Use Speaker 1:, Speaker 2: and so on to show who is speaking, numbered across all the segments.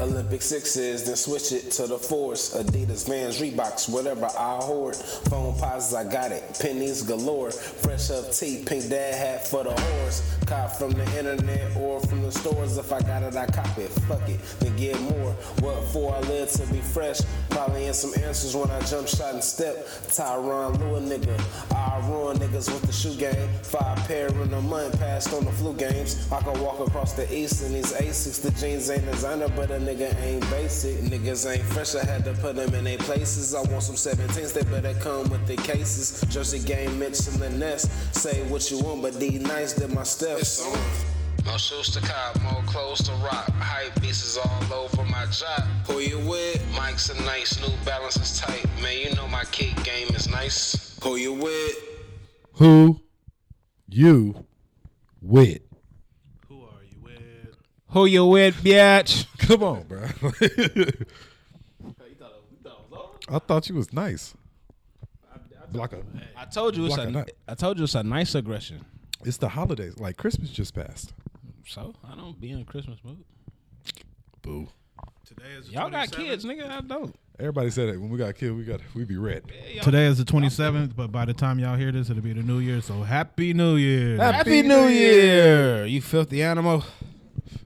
Speaker 1: Olympic sixes, then switch it to the force. Adidas, Vans, Reeboks, whatever I hoard. Phone posits, I got it. Pennies galore. Fresh up tea, pink dad hat for the horse. Cop from the internet or from the stores. If I got it, I cop it. Fuck it, then get more. What for? I live to be fresh. Probably in some answers when I jump shot and step. Tyron Lua nigga. I ruin niggas with the shoe game. Five pair in a month passed on the flu games. I can walk across the east in these Asics. The jeans ain't designer, but a nigga ain't basic. Niggas ain't fresh, I had to put them in their places. I want some 17s, they better come with the cases. Jersey game, Mitch in the nest. Say what you want, but these nights did my steps.
Speaker 2: More shoes to cop, more clothes to rock. Hype pieces all over my job.
Speaker 1: Who you with?
Speaker 2: Mics are nice, new balance is tight. Man, you know my kick game is nice.
Speaker 1: Who you with?
Speaker 3: who you with.
Speaker 4: Who you with, bitch?
Speaker 3: Come on, bro. I thought you was nice. Like a,
Speaker 4: I told you it's
Speaker 3: Block a
Speaker 4: a,
Speaker 3: nut.
Speaker 4: I told you it's a nice aggression.
Speaker 3: it's the holidays. Like Christmas just passed.
Speaker 4: So I don't be in a Christmas mood.
Speaker 3: Boo.
Speaker 4: Y'all got kids, nigga. I don't.
Speaker 3: Everybody said it. When we got killed, we got we be red.
Speaker 5: Today is the 27th, but by the time y'all hear this, it'll be the new year. So happy new year.
Speaker 4: Happy New Year, you filthy animal.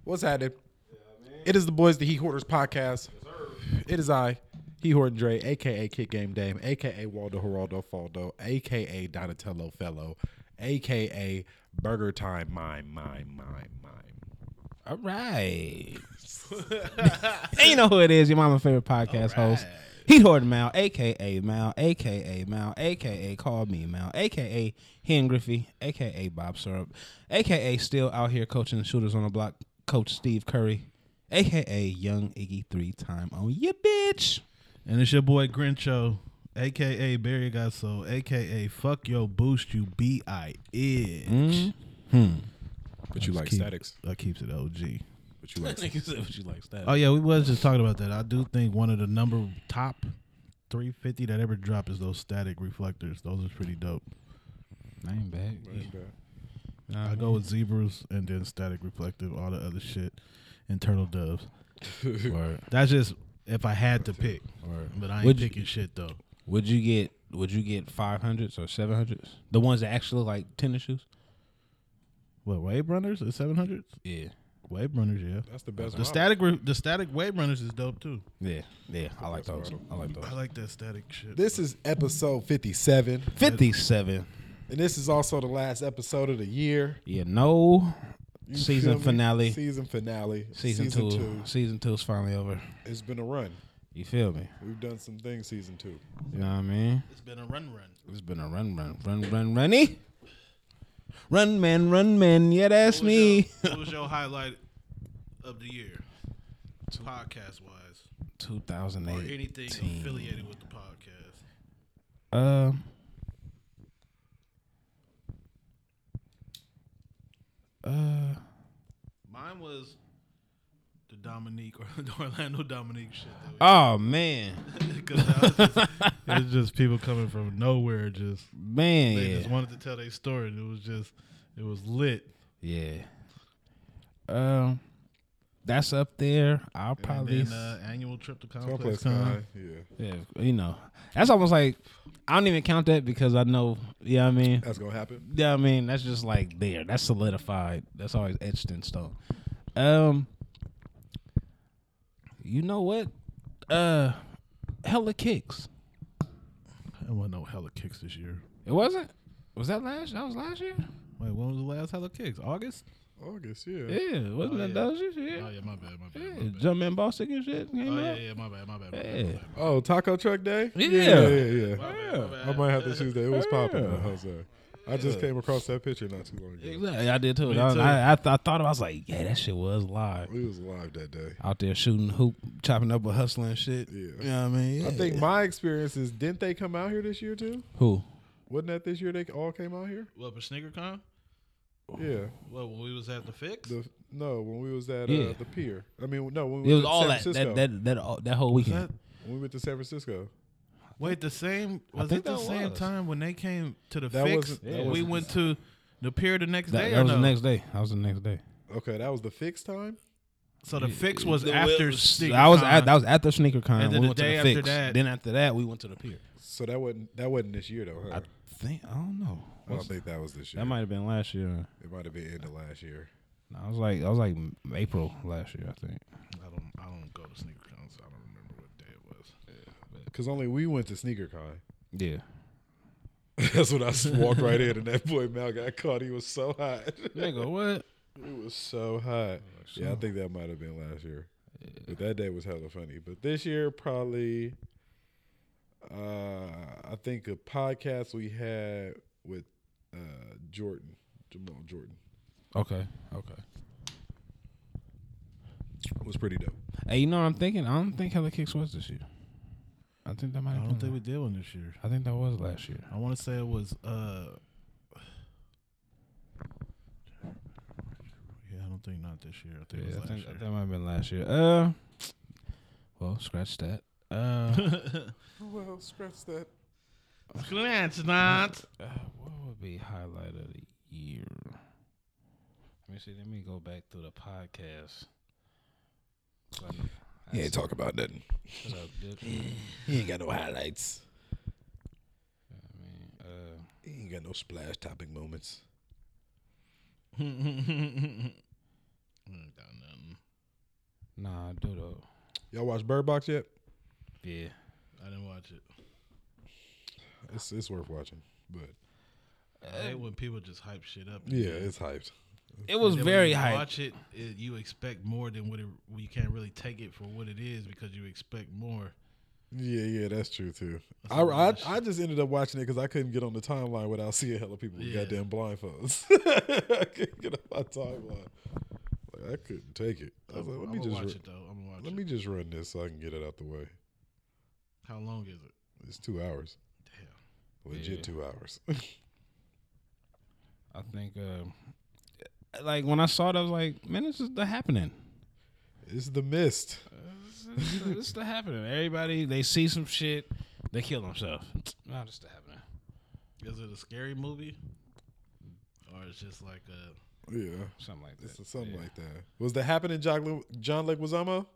Speaker 3: What's happening? It is the boys, the Heat Hoarders podcast. It is I, He Hoard Dre, aka Kid Game Dame, aka Waldo Geraldo Faldo, aka Donatello Fellow, aka Burger Time. Mime, mime, mime, mime.
Speaker 4: All right. Ain't know who it is. Your mama favorite podcast host. Heat Horton Mal, aka Mal, aka Mal, aka Call Me Mal, aka Hen Griffey, aka Bob Syrup, aka still out here coaching the shooters on the block, Coach Steve Curry, aka Young Iggy three time on ya bitch.
Speaker 5: And it's your boy Grincho, aka Barry Gasso, aka Fuck Yo Boost You B I Itch.
Speaker 3: But you like
Speaker 5: Keep-
Speaker 3: statics.
Speaker 5: That keeps it OG.
Speaker 3: But you like
Speaker 5: Oh yeah, we was just talking about that. I do think one of the number top 350 that ever dropped is those static reflectors. Those are pretty dope.
Speaker 4: Name bag.
Speaker 5: I go with zebras and then static reflective, all the other shit, and turtle doves. That's just if I had to pick, but I ain't
Speaker 4: Would you-
Speaker 5: picking shit though.
Speaker 4: Would you get would you get five hundreds or seven hundreds? The ones that actually look like tennis shoes?
Speaker 5: What wave runners? The seven hundreds?
Speaker 4: Yeah.
Speaker 5: Wave runners, yeah.
Speaker 3: That's the best.
Speaker 5: The static, re- the static wave runners is dope too.
Speaker 4: Yeah. Yeah. I like those. I like those.
Speaker 5: I like that static shit.
Speaker 3: This is episode 57,
Speaker 4: Fifty seven.
Speaker 3: and this is also the last episode of the year.
Speaker 4: You know,
Speaker 3: You feel
Speaker 4: season
Speaker 3: me?
Speaker 4: finale.
Speaker 3: Season finale.
Speaker 4: Season, two, Season two is finally over.
Speaker 3: It's been a run.
Speaker 4: You feel me?
Speaker 3: We've done some things season two.
Speaker 4: You know what I mean?
Speaker 5: it's been a run, run.
Speaker 4: It's been a run, run, run, run, runny. Run, man, run, man. Oh, Yeah, that's me.
Speaker 5: Your, what was your highlight of the year, podcast wise,
Speaker 4: Two thousand
Speaker 5: or
Speaker 4: eight.
Speaker 5: anything affiliated with the podcast?
Speaker 4: Um. Uh,
Speaker 5: Mine was the Dominique or the Orlando Dominique shit. That we
Speaker 4: oh man,
Speaker 5: Cause that was just- it's just people coming from nowhere. Just
Speaker 4: man,
Speaker 5: they
Speaker 4: yeah.
Speaker 5: just wanted to tell their story, and it was just it was lit.
Speaker 4: Yeah. Um, that's up there. I'll probably,
Speaker 5: And then, uh, annual trip to Complex
Speaker 3: Complex
Speaker 5: Con.
Speaker 3: Con, Yeah.
Speaker 4: yeah, you know, that's almost like I don't even count that because I know. Yeah, I mean,
Speaker 3: That's gonna happen.
Speaker 4: yeah, I mean, that's just like there. That's solidified. That's always etched in stone. Um, you know what? Uh, hella kicks.
Speaker 5: There wasn't no hella kicks this year.
Speaker 4: It wasn't. Was that last? That was last year.
Speaker 5: Wait, when was the last hella kicks? August?
Speaker 3: August. Yeah.
Speaker 4: Yeah, wasn't that
Speaker 5: yeah.
Speaker 4: those years? Yeah.
Speaker 5: Oh yeah, my bad, my bad.
Speaker 4: yeah.
Speaker 5: my bad.
Speaker 4: Jumpman ball stick and shit. Came
Speaker 5: Oh yeah,
Speaker 4: out.
Speaker 5: yeah, my bad, my bad. My
Speaker 4: Yeah.
Speaker 5: bad, my bad.
Speaker 3: Oh, Taco Truck Day.
Speaker 4: Yeah.
Speaker 3: Yeah. Yeah. yeah.
Speaker 5: My bad, my bad.
Speaker 3: I might have to choose that. It was popping.
Speaker 4: Yeah.
Speaker 3: though, Jose. I just came across that picture not too long ago.
Speaker 4: Exactly, I did too.
Speaker 5: Me
Speaker 4: I,
Speaker 5: too.
Speaker 4: I, I, th- I thought I was like, yeah, that shit was live
Speaker 3: We was live that day.
Speaker 4: out there shooting hoop, chopping up a hustling shit.
Speaker 3: Yeah.
Speaker 4: you know what I mean.
Speaker 3: I
Speaker 4: Yeah.
Speaker 3: think my experience is didn't they come out here this year too?
Speaker 4: who?
Speaker 3: Wasn't that this year they all came out here?
Speaker 5: What for SneakerCon?
Speaker 3: Yeah.
Speaker 5: What when we was at the fix?
Speaker 3: The no, when we was at uh,
Speaker 4: Yeah.
Speaker 3: the pier. I mean, no, when we
Speaker 4: It
Speaker 3: was
Speaker 4: was
Speaker 3: at
Speaker 4: all
Speaker 3: San
Speaker 4: that that
Speaker 3: Francisco.
Speaker 4: that that, all, that whole
Speaker 5: that
Speaker 4: weekend.
Speaker 3: when we went to San Francisco.
Speaker 5: Wait, the same was
Speaker 4: think
Speaker 5: it the
Speaker 4: that
Speaker 5: same
Speaker 4: was.
Speaker 5: time when they came to the
Speaker 3: That
Speaker 5: fix?
Speaker 3: wasn't- that
Speaker 5: we
Speaker 3: wasn't
Speaker 5: went to the pier the next
Speaker 4: That,
Speaker 5: day.
Speaker 4: that
Speaker 5: or
Speaker 4: was
Speaker 5: no?
Speaker 4: the next day. That was the next day.
Speaker 3: Okay, that was the fix time.
Speaker 5: So the fix was after Steve.
Speaker 4: I was at, that was at the sneaker con.
Speaker 5: And then
Speaker 4: we
Speaker 5: the
Speaker 4: went
Speaker 5: day
Speaker 4: to
Speaker 5: after
Speaker 4: the fix.
Speaker 5: that-
Speaker 4: Then after that, we went to the pier.
Speaker 3: So that wasn't that wasn't this year though. Huh?
Speaker 4: I think I don't know.
Speaker 3: I don't think that was this year.
Speaker 4: That might have been last year.
Speaker 3: it might have been end of last year.
Speaker 4: No, I was like I was like April last year. I think.
Speaker 5: I don't. I don't go to sneaker cons. I don't remember what day it was.
Speaker 3: Cause only we went to sneaker con.
Speaker 4: Yeah.
Speaker 3: That's when I s- walked right in, and that boy Mal got caught. He was so hot.
Speaker 4: Nigga, what?
Speaker 3: It was so hot. Yeah, I think that might have been last year. But that day was hella funny. But this year, probably, uh, I think a podcast we had with uh, Jordan, Jamal Jordan,
Speaker 4: Okay. Okay.
Speaker 3: was pretty dope.
Speaker 4: Hey, you know what I'm thinking? I don't think Hella Kicks was this year. I think that might.
Speaker 5: I
Speaker 4: Have
Speaker 5: don't
Speaker 4: been
Speaker 5: think we did one this year.
Speaker 4: I think that was last year.
Speaker 5: I want to say it was. uh Yeah, I don't think not this year. I think it
Speaker 4: Yeah, I
Speaker 5: was last
Speaker 4: think
Speaker 5: year.
Speaker 4: that might have been last year. Uh, well, scratch that. Uh,
Speaker 3: Well, scratch that.
Speaker 5: Glance not.
Speaker 4: uh, what would be highlight of the year? Let me see. Let me go back through the podcast.
Speaker 3: He ain't talk about nothing.
Speaker 4: Shut up, Dip. I
Speaker 3: He ain't got no highlights.
Speaker 4: mean, uh,
Speaker 3: He ain't got no splash topping moments.
Speaker 4: nah, I do though.
Speaker 3: Y'all watch Bird Box yet?
Speaker 4: Yeah.
Speaker 5: I didn't watch it.
Speaker 3: It's it's worth watching, but
Speaker 5: I hate when people just hype shit up.
Speaker 3: yeah, it's hyped.
Speaker 4: It was
Speaker 5: Then when
Speaker 4: very
Speaker 5: you
Speaker 4: hype.
Speaker 5: Watch it, it, you expect more than what it. You can't really take it for what it is because you expect more.
Speaker 3: Yeah, yeah, that's true too. I, I I just ended up watching it because I couldn't get on the timeline without seeing hella people with
Speaker 5: Yeah.
Speaker 3: goddamn blindfolds. I couldn't get on my timeline. Like I couldn't take it. I was like, let
Speaker 5: I'm
Speaker 3: me
Speaker 5: gonna
Speaker 3: just
Speaker 5: watch
Speaker 3: ru-
Speaker 5: it though. I'm gonna watch
Speaker 3: let
Speaker 5: it.
Speaker 3: me just run this so I can get it out the way.
Speaker 5: How long is it?
Speaker 3: It's two hours,
Speaker 5: Damn.
Speaker 3: legit two hours.
Speaker 4: I think, uh, like when I saw it, I was like, man, this is the happening.
Speaker 3: it's the mist.
Speaker 4: This is- this is the happening. Everybody they see some shit, they kill themselves. Nah, this the happening.
Speaker 5: Is it a scary movie? Or it's just like a
Speaker 3: Yeah,
Speaker 4: Something like
Speaker 3: it's
Speaker 4: that.
Speaker 3: something like that. Was the happening John Le- John Leguizamo?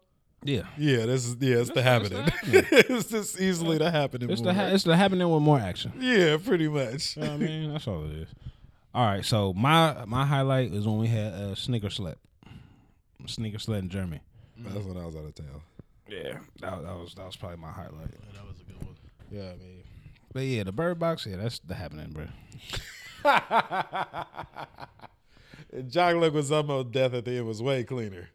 Speaker 4: Yeah.
Speaker 3: Yeah, this is yeah, it's the happening. it's just easily the happening.
Speaker 4: It's the
Speaker 3: movie.
Speaker 4: ha- it's the happening with more action.
Speaker 3: yeah, pretty much.
Speaker 4: I mean, that's all it is. All right, so my my highlight is when we had a uh, sneaker slap, sneaker slap in Germany.
Speaker 3: That's when I was out of town.
Speaker 4: Yeah, that, that was that was probably my highlight.
Speaker 5: that was a good one.
Speaker 4: Yeah, I mean, but yeah, the bird box. Yeah, that's the happening, bro.
Speaker 3: John Leguizamo's death at the end was way cleaner.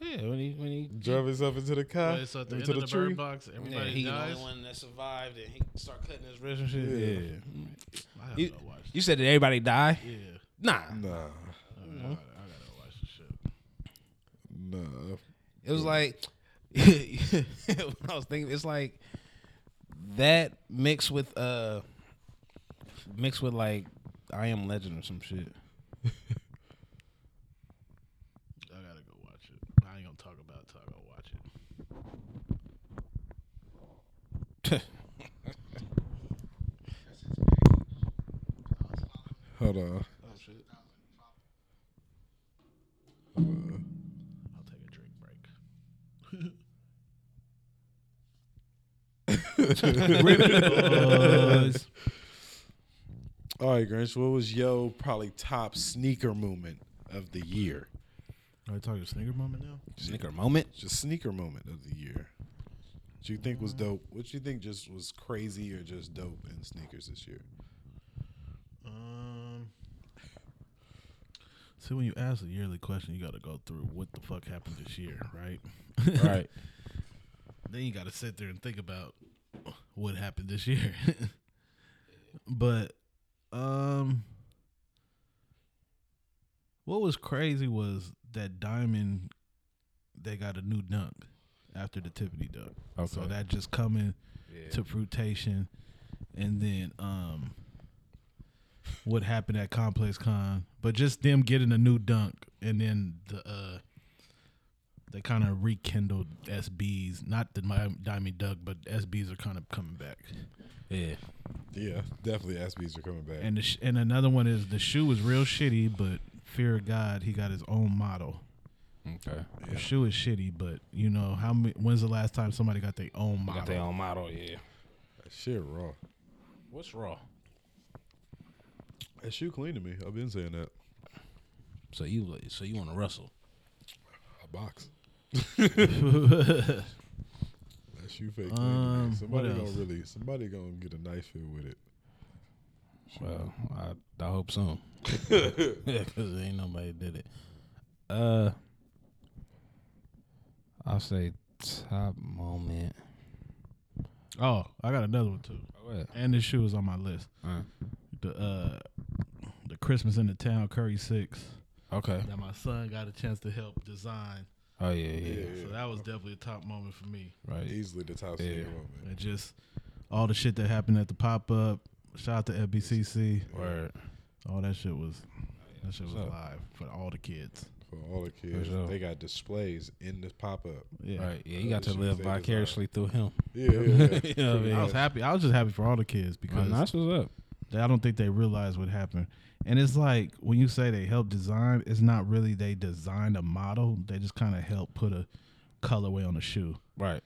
Speaker 4: Yeah, when he when he
Speaker 3: Drove himself into the car,
Speaker 5: Wait, so at the end
Speaker 3: into
Speaker 5: of
Speaker 3: the,
Speaker 5: the,
Speaker 3: tree.
Speaker 5: bird box,
Speaker 4: yeah,
Speaker 5: everybody
Speaker 4: he the
Speaker 5: dies.
Speaker 4: only one that survived, and he start cutting his wrist and shit. Yeah,
Speaker 5: I have
Speaker 4: You,
Speaker 5: to watch.
Speaker 4: you said that everybody die?
Speaker 5: Yeah,
Speaker 4: Nah,
Speaker 3: Nah,
Speaker 5: I gotta, I gotta watch the shit.
Speaker 3: nah.
Speaker 4: It was like when I was thinking, it's like that mixed with uh mixed with like I Am Legend or some shit.
Speaker 5: I gotta go watch it. I ain't gonna talk about it till I go watch it.
Speaker 3: Hold on.
Speaker 5: Oh, I'll take a drink break.
Speaker 3: All right, Grinch. What was yo probably top sneaker movement of the year?
Speaker 5: Are we talking sneaker moment now?
Speaker 4: Snicker moment.
Speaker 3: Just sneaker moment of the year. What you think was dope? What you think just was crazy or just dope in sneakers this year?
Speaker 5: Um. See, when you ask a yearly question, you got to go through what the fuck happened this year, right?
Speaker 4: Right.
Speaker 5: then you got to sit there and think about what happened this year. but um what was crazy was that Diamond they got a new dunk after the Tiffany dunk. So
Speaker 4: Okay.
Speaker 5: that just coming to fruition and then um what happened at Complex Con, but just them getting a new dunk and then the uh They kind of rekindled SBs. Not the Mi- Diamond Duck, but SBs are kind of coming back.
Speaker 4: Yeah.
Speaker 3: Yeah, definitely SBs are coming back.
Speaker 5: And the sh- and another one is the shoe was real shitty, but fear of God, he got his own model.
Speaker 4: Okay.
Speaker 5: The shoe is shitty, but you know how many? When's the last time somebody got their own model?
Speaker 4: Got their own model. Yeah.
Speaker 3: that shit raw.
Speaker 4: What's raw?
Speaker 3: That shoe clean to me. I've been saying that.
Speaker 4: So you so you want to wrestle?
Speaker 3: A box. that shoe fake clean
Speaker 4: Um,
Speaker 3: to me. Somebody
Speaker 5: what
Speaker 3: gonna
Speaker 5: else?
Speaker 3: really somebody gonna get a knife hit with it.
Speaker 4: Well, I, I hope so. Because ain't nobody did it. Uh, I'll say top moment.
Speaker 5: Oh, I got another one too.
Speaker 4: ahead.
Speaker 5: And this shoe is on my list. The uh, the Christmas in the town Curry Six
Speaker 4: Okay.
Speaker 5: that my son got a chance to help design.
Speaker 4: Oh yeah, yeah,
Speaker 5: So that was definitely a top moment for me.
Speaker 4: right.
Speaker 3: Easily the top yeah.
Speaker 4: Yeah.
Speaker 3: moment.
Speaker 5: And just all the shit that happened at the pop up. Shout out to FBCC.
Speaker 4: Word.
Speaker 5: All that shit was that shit was live for all the kids.
Speaker 3: For all the kids,
Speaker 4: sure.
Speaker 3: they got displays in this pop up.
Speaker 5: Yeah.
Speaker 4: Right. Yeah, you got to
Speaker 3: Shoes
Speaker 4: live
Speaker 3: they designed.
Speaker 4: vicariously through him.
Speaker 3: Yeah, yeah, yeah.
Speaker 4: You know what I mean?
Speaker 5: I was happy. I was just happy for all the kids because
Speaker 4: Man, that's what's up.
Speaker 5: they- I don't think they realize what happened. And it's like when you say they help design, it's not really they designed a model. They just kind of help put a colorway on the shoe.
Speaker 4: Right.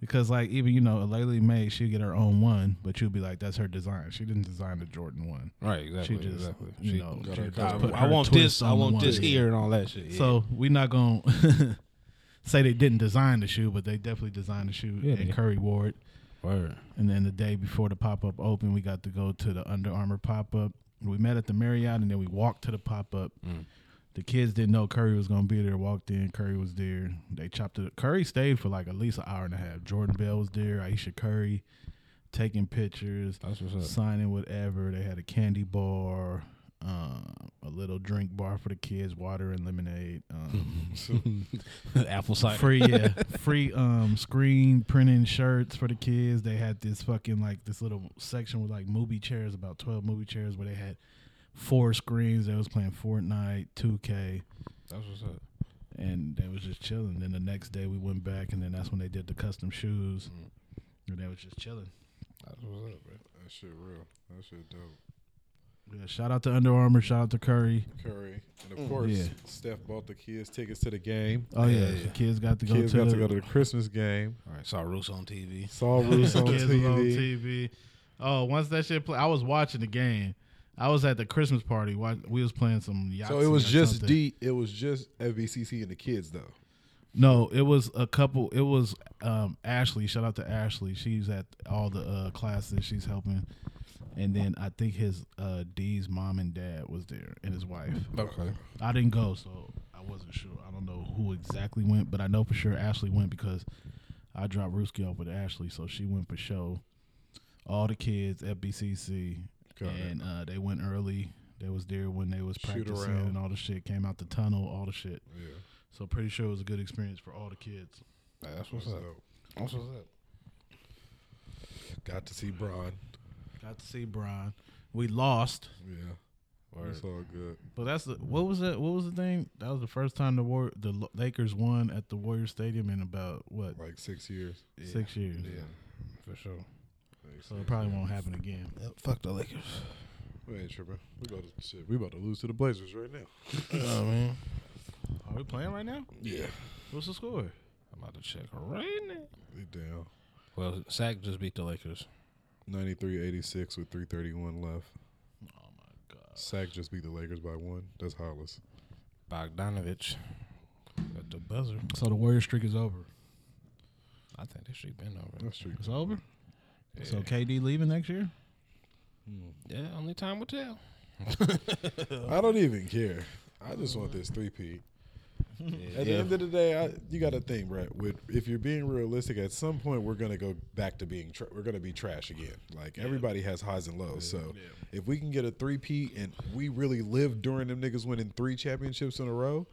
Speaker 5: Because like even you know, Alayli May, she get her own one, but you'll be like, that's her design. She didn't design the Jordan one.
Speaker 4: Right. Exactly.
Speaker 5: She just,
Speaker 4: exactly.
Speaker 5: you know, she just
Speaker 4: I,
Speaker 5: put
Speaker 4: I
Speaker 5: her
Speaker 4: want
Speaker 5: twist
Speaker 4: this. I
Speaker 5: on the
Speaker 4: want
Speaker 5: one.
Speaker 4: this here and all that shit. Yeah.
Speaker 5: So we not gonna say they didn't design the shoe, but they definitely designed the shoe.
Speaker 4: Yeah,
Speaker 5: and
Speaker 4: they-
Speaker 5: Curry wore it.
Speaker 4: word.
Speaker 5: And then the day before the pop up opened, we got to go to the Under Armour pop up. We met at the Marriott and then we walked to the pop up.
Speaker 4: Mm.
Speaker 5: The kids didn't know Curry was gonna be there. Walked in, Curry was there. They chopped it. Curry stayed for like at least an hour and a half. Jordan Bell was there. Aisha Curry taking pictures,
Speaker 4: That's what's up.
Speaker 5: signing whatever. They had a candy bar, um, a little drink bar for the kids, water and lemonade. Um,
Speaker 4: Apple cider.
Speaker 5: free yeah free um screen printing shirts for the kids they had this fucking like this little section with like movie chairs about 12 movie chairs where they had four screens they was playing fortnite 2k
Speaker 4: That's what's up.
Speaker 5: and they was just chilling then the next day we went back and then that's when they did the custom shoes
Speaker 3: Mm.
Speaker 5: and they was just chilling
Speaker 4: That's what's up, bro.
Speaker 3: That shit real. That shit dope.
Speaker 5: yeah, shout out to under armor shout out to curry
Speaker 3: Curry. And of course,
Speaker 5: yeah.
Speaker 3: Steph bought the kids tickets to the game.
Speaker 5: oh yeah, the kids got to go
Speaker 3: kids
Speaker 5: to
Speaker 3: got
Speaker 5: the,
Speaker 3: to go to the Christmas game.
Speaker 4: All right. Saw Roos on TV.
Speaker 3: Saw Roos on
Speaker 5: kids was on
Speaker 3: TV.
Speaker 5: TV. Oh, once that shit play, I was watching the game. I was at the Christmas party. Wa- We was playing some. Yahtzee
Speaker 3: So it was
Speaker 5: or
Speaker 3: just
Speaker 5: something.
Speaker 3: D. It was just FBCC and the kids though.
Speaker 5: No, it was a couple. It was um, Ashley. Shout out to Ashley. She's at all the uh, classes. She's helping. And then I think his uh, D's mom and dad was there, and his wife.
Speaker 3: Okay.
Speaker 5: I didn't go, so I wasn't sure. I don't know who exactly went, but I know for sure Ashley went because I dropped Ruski off with Ashley, so she went for show. All the kids, FBCC,
Speaker 3: Got it.
Speaker 5: and uh, they went early. They was there when they was
Speaker 3: Shoot
Speaker 5: practicing
Speaker 3: around.
Speaker 5: and all the shit. Came out the tunnel, all the shit.
Speaker 3: Yeah.
Speaker 5: So pretty sure it was a good experience for all the kids.
Speaker 4: That's what's up.
Speaker 3: So
Speaker 4: That's what's up.
Speaker 3: got to see Bron.
Speaker 5: Got to see Brian. We lost,
Speaker 3: Yeah. It's all good.
Speaker 5: but that's the what was that? What was the thing? That was the first time the war the L- Lakers won at the Warriors Stadium in about what
Speaker 3: Like six years.
Speaker 5: six years. Yeah,
Speaker 4: For sure.
Speaker 5: so it probably won't happen again.
Speaker 4: fuck the Lakers.
Speaker 3: We ain't tripping. We about to shit. We about to lose to the Blazers right now.
Speaker 4: Oh man.
Speaker 5: Are we playing right now?
Speaker 3: Yeah.
Speaker 5: What's the score?
Speaker 4: I'm about to check right now.
Speaker 3: We down.
Speaker 4: Well, Sac just beat the Lakers.
Speaker 3: 93-86 with 331 left.
Speaker 5: Oh my god.
Speaker 3: Sack just beat the Lakers by one. That's Hollis.
Speaker 4: Bogdanovich at the buzzer.
Speaker 5: So the Warrior streak is over.
Speaker 4: I think they should been over.
Speaker 3: That's true.
Speaker 5: It's over. So KD leaving next year?
Speaker 4: Yeah, only time will tell.
Speaker 3: I don't even care. I just want this three P. At the end of the day, I, you got to think, Brett. With if you're being realistic, at some point we're gonna go back to being tra- we're gonna be trash again. Like everybody has highs and lows. So if we can get a three P and we really live during them niggas winning three championships in a row,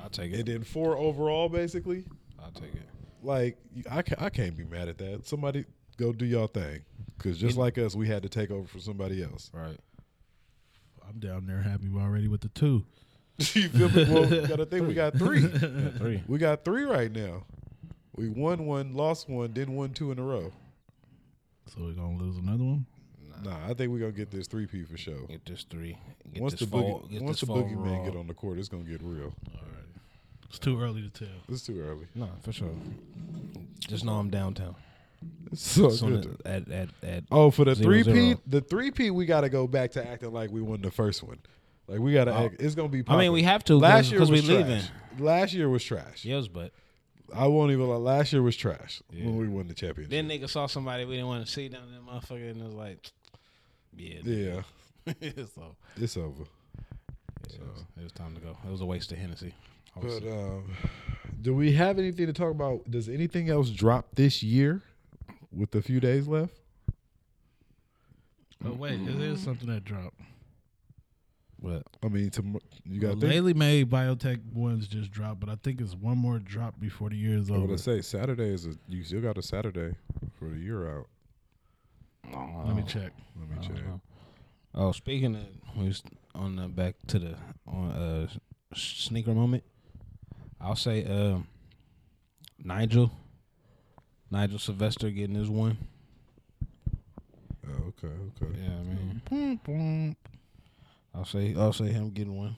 Speaker 4: I'll take
Speaker 3: and
Speaker 4: it.
Speaker 3: then four overall, basically,
Speaker 4: I'll take it.
Speaker 3: like I ca- I can't be mad at that. Somebody go do y'all thing, because just like us, we had to take over for somebody else.
Speaker 4: Right.
Speaker 5: I'm down there happy already with the two.
Speaker 3: you feel me? Well, we gotta think we got three.
Speaker 4: Three.
Speaker 3: We got three right now. We won one, lost one, then won two in a row.
Speaker 5: So we're gonna lose another one.
Speaker 3: Nah, I think we're gonna get this three P for sure.
Speaker 4: Get this three. Get
Speaker 3: Once
Speaker 4: this
Speaker 3: the
Speaker 4: fall-
Speaker 3: boogie,
Speaker 4: get
Speaker 3: once the
Speaker 4: this fall
Speaker 3: boogeyman
Speaker 4: raw.
Speaker 3: get on the court, it's gonna get real.
Speaker 5: It's too early to tell.
Speaker 3: It's too early.
Speaker 4: Nah, for sure. Just know I'm downtown.
Speaker 3: So
Speaker 4: Soon
Speaker 3: good.
Speaker 4: as- at, at, at,
Speaker 3: Oh, for the
Speaker 4: Zero,
Speaker 3: three P,
Speaker 4: zero.
Speaker 3: the three P, we got to go back to acting like we won the first one. Like we got to
Speaker 4: Oh.
Speaker 3: act. It's gonna be.
Speaker 4: I mean,
Speaker 3: poppin'.
Speaker 4: we have to, 'cause- 'cause we
Speaker 3: was
Speaker 4: leaving.
Speaker 3: trash. Last year was trash.
Speaker 4: yes, but
Speaker 3: I won't even lie. Last year was trash when we won the championship.
Speaker 4: then nigga saw somebody we didn't want to see down there, motherfucker, and it was like, yeah,
Speaker 3: yeah,
Speaker 4: so
Speaker 3: it's over.
Speaker 4: it was, it was time to go. It was a waste of Hennessy. I was-
Speaker 3: But um, do we have anything to talk about? Does anything else drop this year? With a few days left,
Speaker 5: But wait, it is something that dropped.
Speaker 4: But
Speaker 3: I mean, tom- you got
Speaker 5: The
Speaker 3: to think.
Speaker 5: Lately made biotech ones just dropped, but I think it's one more drop before the year is
Speaker 3: I
Speaker 5: over.
Speaker 3: would say Saturday is a. You still got a Saturday for the year out.
Speaker 5: Let me
Speaker 3: Oh.
Speaker 5: check.
Speaker 3: Let me check.
Speaker 5: Uh-huh.
Speaker 4: oh, speaking of, we was on the back to the on uh s- sneaker moment. I'll say, um, Nigel, Nigel Sylvester getting his one.
Speaker 3: Oh, okay, okay.
Speaker 4: Yeah, I mean, I'll say, I'll say him getting one,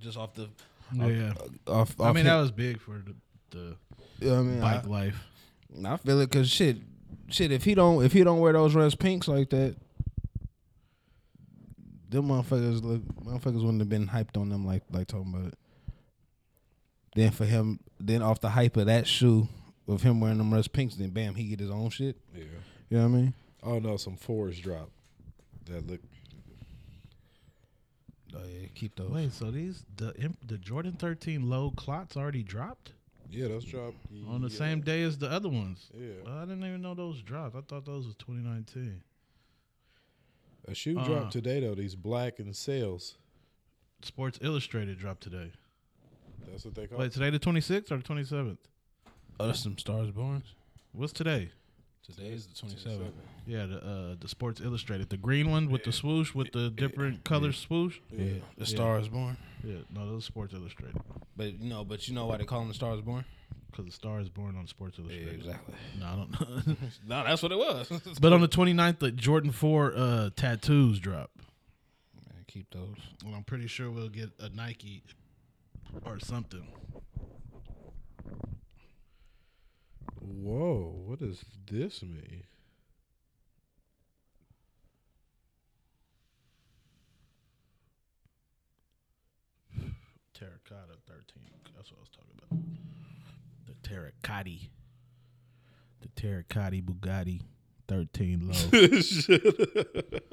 Speaker 4: just off the
Speaker 5: Yeah, yeah.
Speaker 4: off. off
Speaker 5: I mean
Speaker 4: him.
Speaker 5: that was big for the, the
Speaker 4: You know what I mean,
Speaker 5: bike life.
Speaker 4: I, I feel it because shit, shit. If he don't, if he don't wear those red pinks like that, them motherfuckers look, motherfuckers wouldn't have been hyped on them like like talking about it. Then for him, then off the hype of that shoe of him wearing them red pinks, then bam, he get his own shit.
Speaker 3: Yeah.
Speaker 4: You know what I mean?
Speaker 3: Oh no, some fours drop. That look.
Speaker 4: Oh yeah, keep those.
Speaker 5: Wait, so these the imp- the Jordan 13 low clots already dropped
Speaker 3: Yeah, those Mm-hmm. drop.
Speaker 5: on the same day as the other ones.
Speaker 3: Yeah.
Speaker 5: Well, I didn't even know those dropped. I thought those was 2019.
Speaker 3: A shoe
Speaker 5: uh,
Speaker 3: dropped today though. These black and sales.
Speaker 5: Sports Illustrated dropped today.
Speaker 3: That's what they call.
Speaker 5: Wait, today the 26th or the 27th?
Speaker 4: Oh, that's some stars born.
Speaker 5: What's today?
Speaker 4: Today's the twenty seventh.
Speaker 5: Yeah, the uh, the Sports Illustrated, the green one with the swoosh with the different color swoosh.
Speaker 4: Yeah, the stars born.
Speaker 5: Yeah, no, those Sports Illustrated
Speaker 4: But you know, but you know why they call them the stars born?
Speaker 5: because the star is born on Sports Illustrated.
Speaker 4: exactly.
Speaker 5: No, I don't know.
Speaker 4: No, that's what it was.
Speaker 5: but on the 29th, the Jordan 4 uh, tattoos drop.
Speaker 4: keep those.
Speaker 5: Well, I'm pretty sure we'll get a Nike or something.
Speaker 3: Whoa, what does this mean?
Speaker 5: Terracotta 13. That's what I was talking about. The terracotti. The terracotti Bugatti 13 low.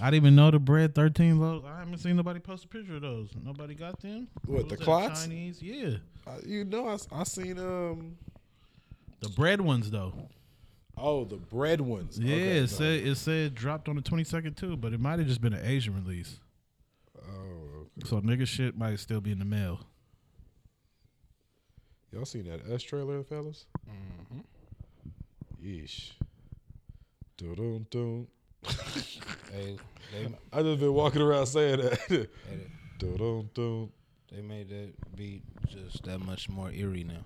Speaker 5: I didn't even know the bread 13 low. I haven't seen nobody post a picture of those. Nobody got them.
Speaker 3: What,
Speaker 5: was
Speaker 3: the
Speaker 5: that,
Speaker 3: clots?
Speaker 5: Chinese, yeah.
Speaker 3: I, you know, I, s- I seen um.
Speaker 5: The bread ones though.
Speaker 3: Oh, the bread ones.
Speaker 5: Yeah,
Speaker 3: Okay,
Speaker 5: it
Speaker 3: no.
Speaker 5: said it said dropped on the 22nd too, but it might have just been an Asian release.
Speaker 3: Oh, okay.
Speaker 5: So nigga shit might still be in the mail.
Speaker 3: y'all seen that S trailer, fellas? Mm-hmm. Yeesh. Dun dun.
Speaker 4: They they
Speaker 3: I just been walking around saying that. Dun dun.
Speaker 4: they made that beat just that much more eerie now.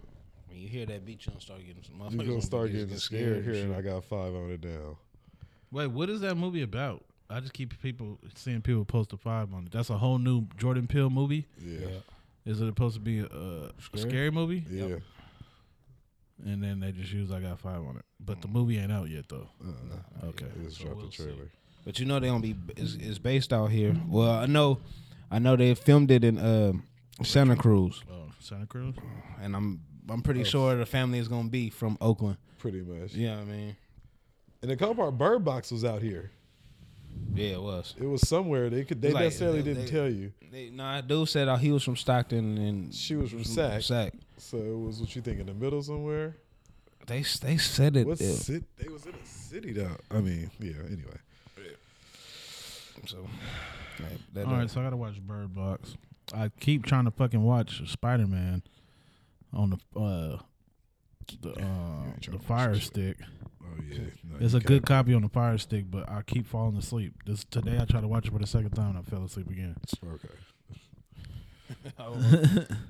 Speaker 4: When you hear that beat, you don't start getting some.
Speaker 3: You
Speaker 4: motherfuckers
Speaker 3: gonna
Speaker 4: gonna
Speaker 3: start
Speaker 4: get-
Speaker 3: getting
Speaker 4: get
Speaker 3: scared
Speaker 4: and
Speaker 3: here, and
Speaker 4: shit.
Speaker 3: I got five on it down.
Speaker 5: Wait, what is that movie about? I just keep people seeing people post a five on it. That's a whole new Jordan Peele movie.
Speaker 3: Yeah,
Speaker 5: Is it supposed to be a, a scary movie?
Speaker 3: yeah.
Speaker 5: And then they just use I got five on it, but the movie ain't out yet though. okay.
Speaker 3: They just dropped the trailer.
Speaker 4: But you know they don't be. It's, it's based out here. Well, I know, I know they filmed it in uh, Santa Cruz,
Speaker 5: Oh, Santa Cruz.
Speaker 4: and I'm I'm
Speaker 3: Oh.
Speaker 4: pretty sure the family is gonna be from Oakland.
Speaker 3: Pretty much.
Speaker 4: You know what I mean?
Speaker 3: And the cover part, Bird Box was out here.
Speaker 4: Yeah, it was.
Speaker 3: It was somewhere. They could. They
Speaker 4: Like,
Speaker 3: necessarily
Speaker 4: they-
Speaker 3: didn't
Speaker 4: they-
Speaker 3: tell you.
Speaker 4: They, nah, dude said uh, he was from Stockton and
Speaker 3: She was from Sac.
Speaker 4: Sac.
Speaker 3: So it was what you think in the middle somewhere.
Speaker 4: They they said it.
Speaker 3: What
Speaker 4: it-
Speaker 3: city? They was in a city though. I mean, yeah. Anyway,
Speaker 4: so, like, that
Speaker 5: All
Speaker 4: don't-
Speaker 5: right, so I gotta watch Bird Box. I keep trying to fucking watch Spider Man on the uh the uh, the Fire Stick.
Speaker 3: oh yeah, no,
Speaker 5: It's
Speaker 3: you
Speaker 5: a
Speaker 3: can't-
Speaker 5: good copy on the Fire Stick, but I keep falling asleep. This today I tried to watch it for the second time and I fell asleep again.
Speaker 3: Okay.
Speaker 4: I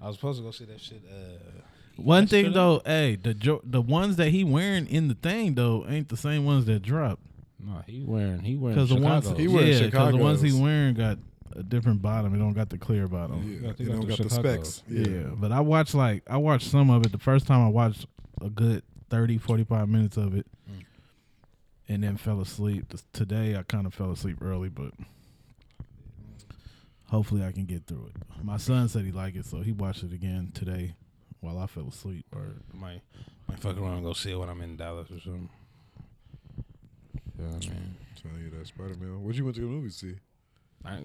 Speaker 4: was supposed to go see that shit. Uh,
Speaker 5: One thing though, hey, the jo- the ones that he wearing in the thing though ain't the same ones that dropped.
Speaker 4: no, he wearing he wearing
Speaker 5: Because the ones
Speaker 4: Chicago.
Speaker 3: He wearing
Speaker 5: yeah, 'cause the ones he
Speaker 3: Chicago's.
Speaker 5: wearing got a different bottom. It don't got the clear bottom.
Speaker 3: Yeah, they
Speaker 4: they got
Speaker 3: don't
Speaker 4: the
Speaker 3: got the
Speaker 4: Chicago.
Speaker 3: specs.
Speaker 5: Yeah, but I watched like I watched some of it the first time I watched a good 30 45 minutes of it
Speaker 4: Mm.
Speaker 5: and then fell asleep. This- Today I kind of fell asleep early, but hopefully I can get through it. My son said he liked it, so he watched it again today while I fell asleep. Or
Speaker 4: might might fuck around and go see it when I'm in Dallas or something. You know what I mean?
Speaker 3: Telling you that Spider Man. What you went to the movie to see?
Speaker 4: I,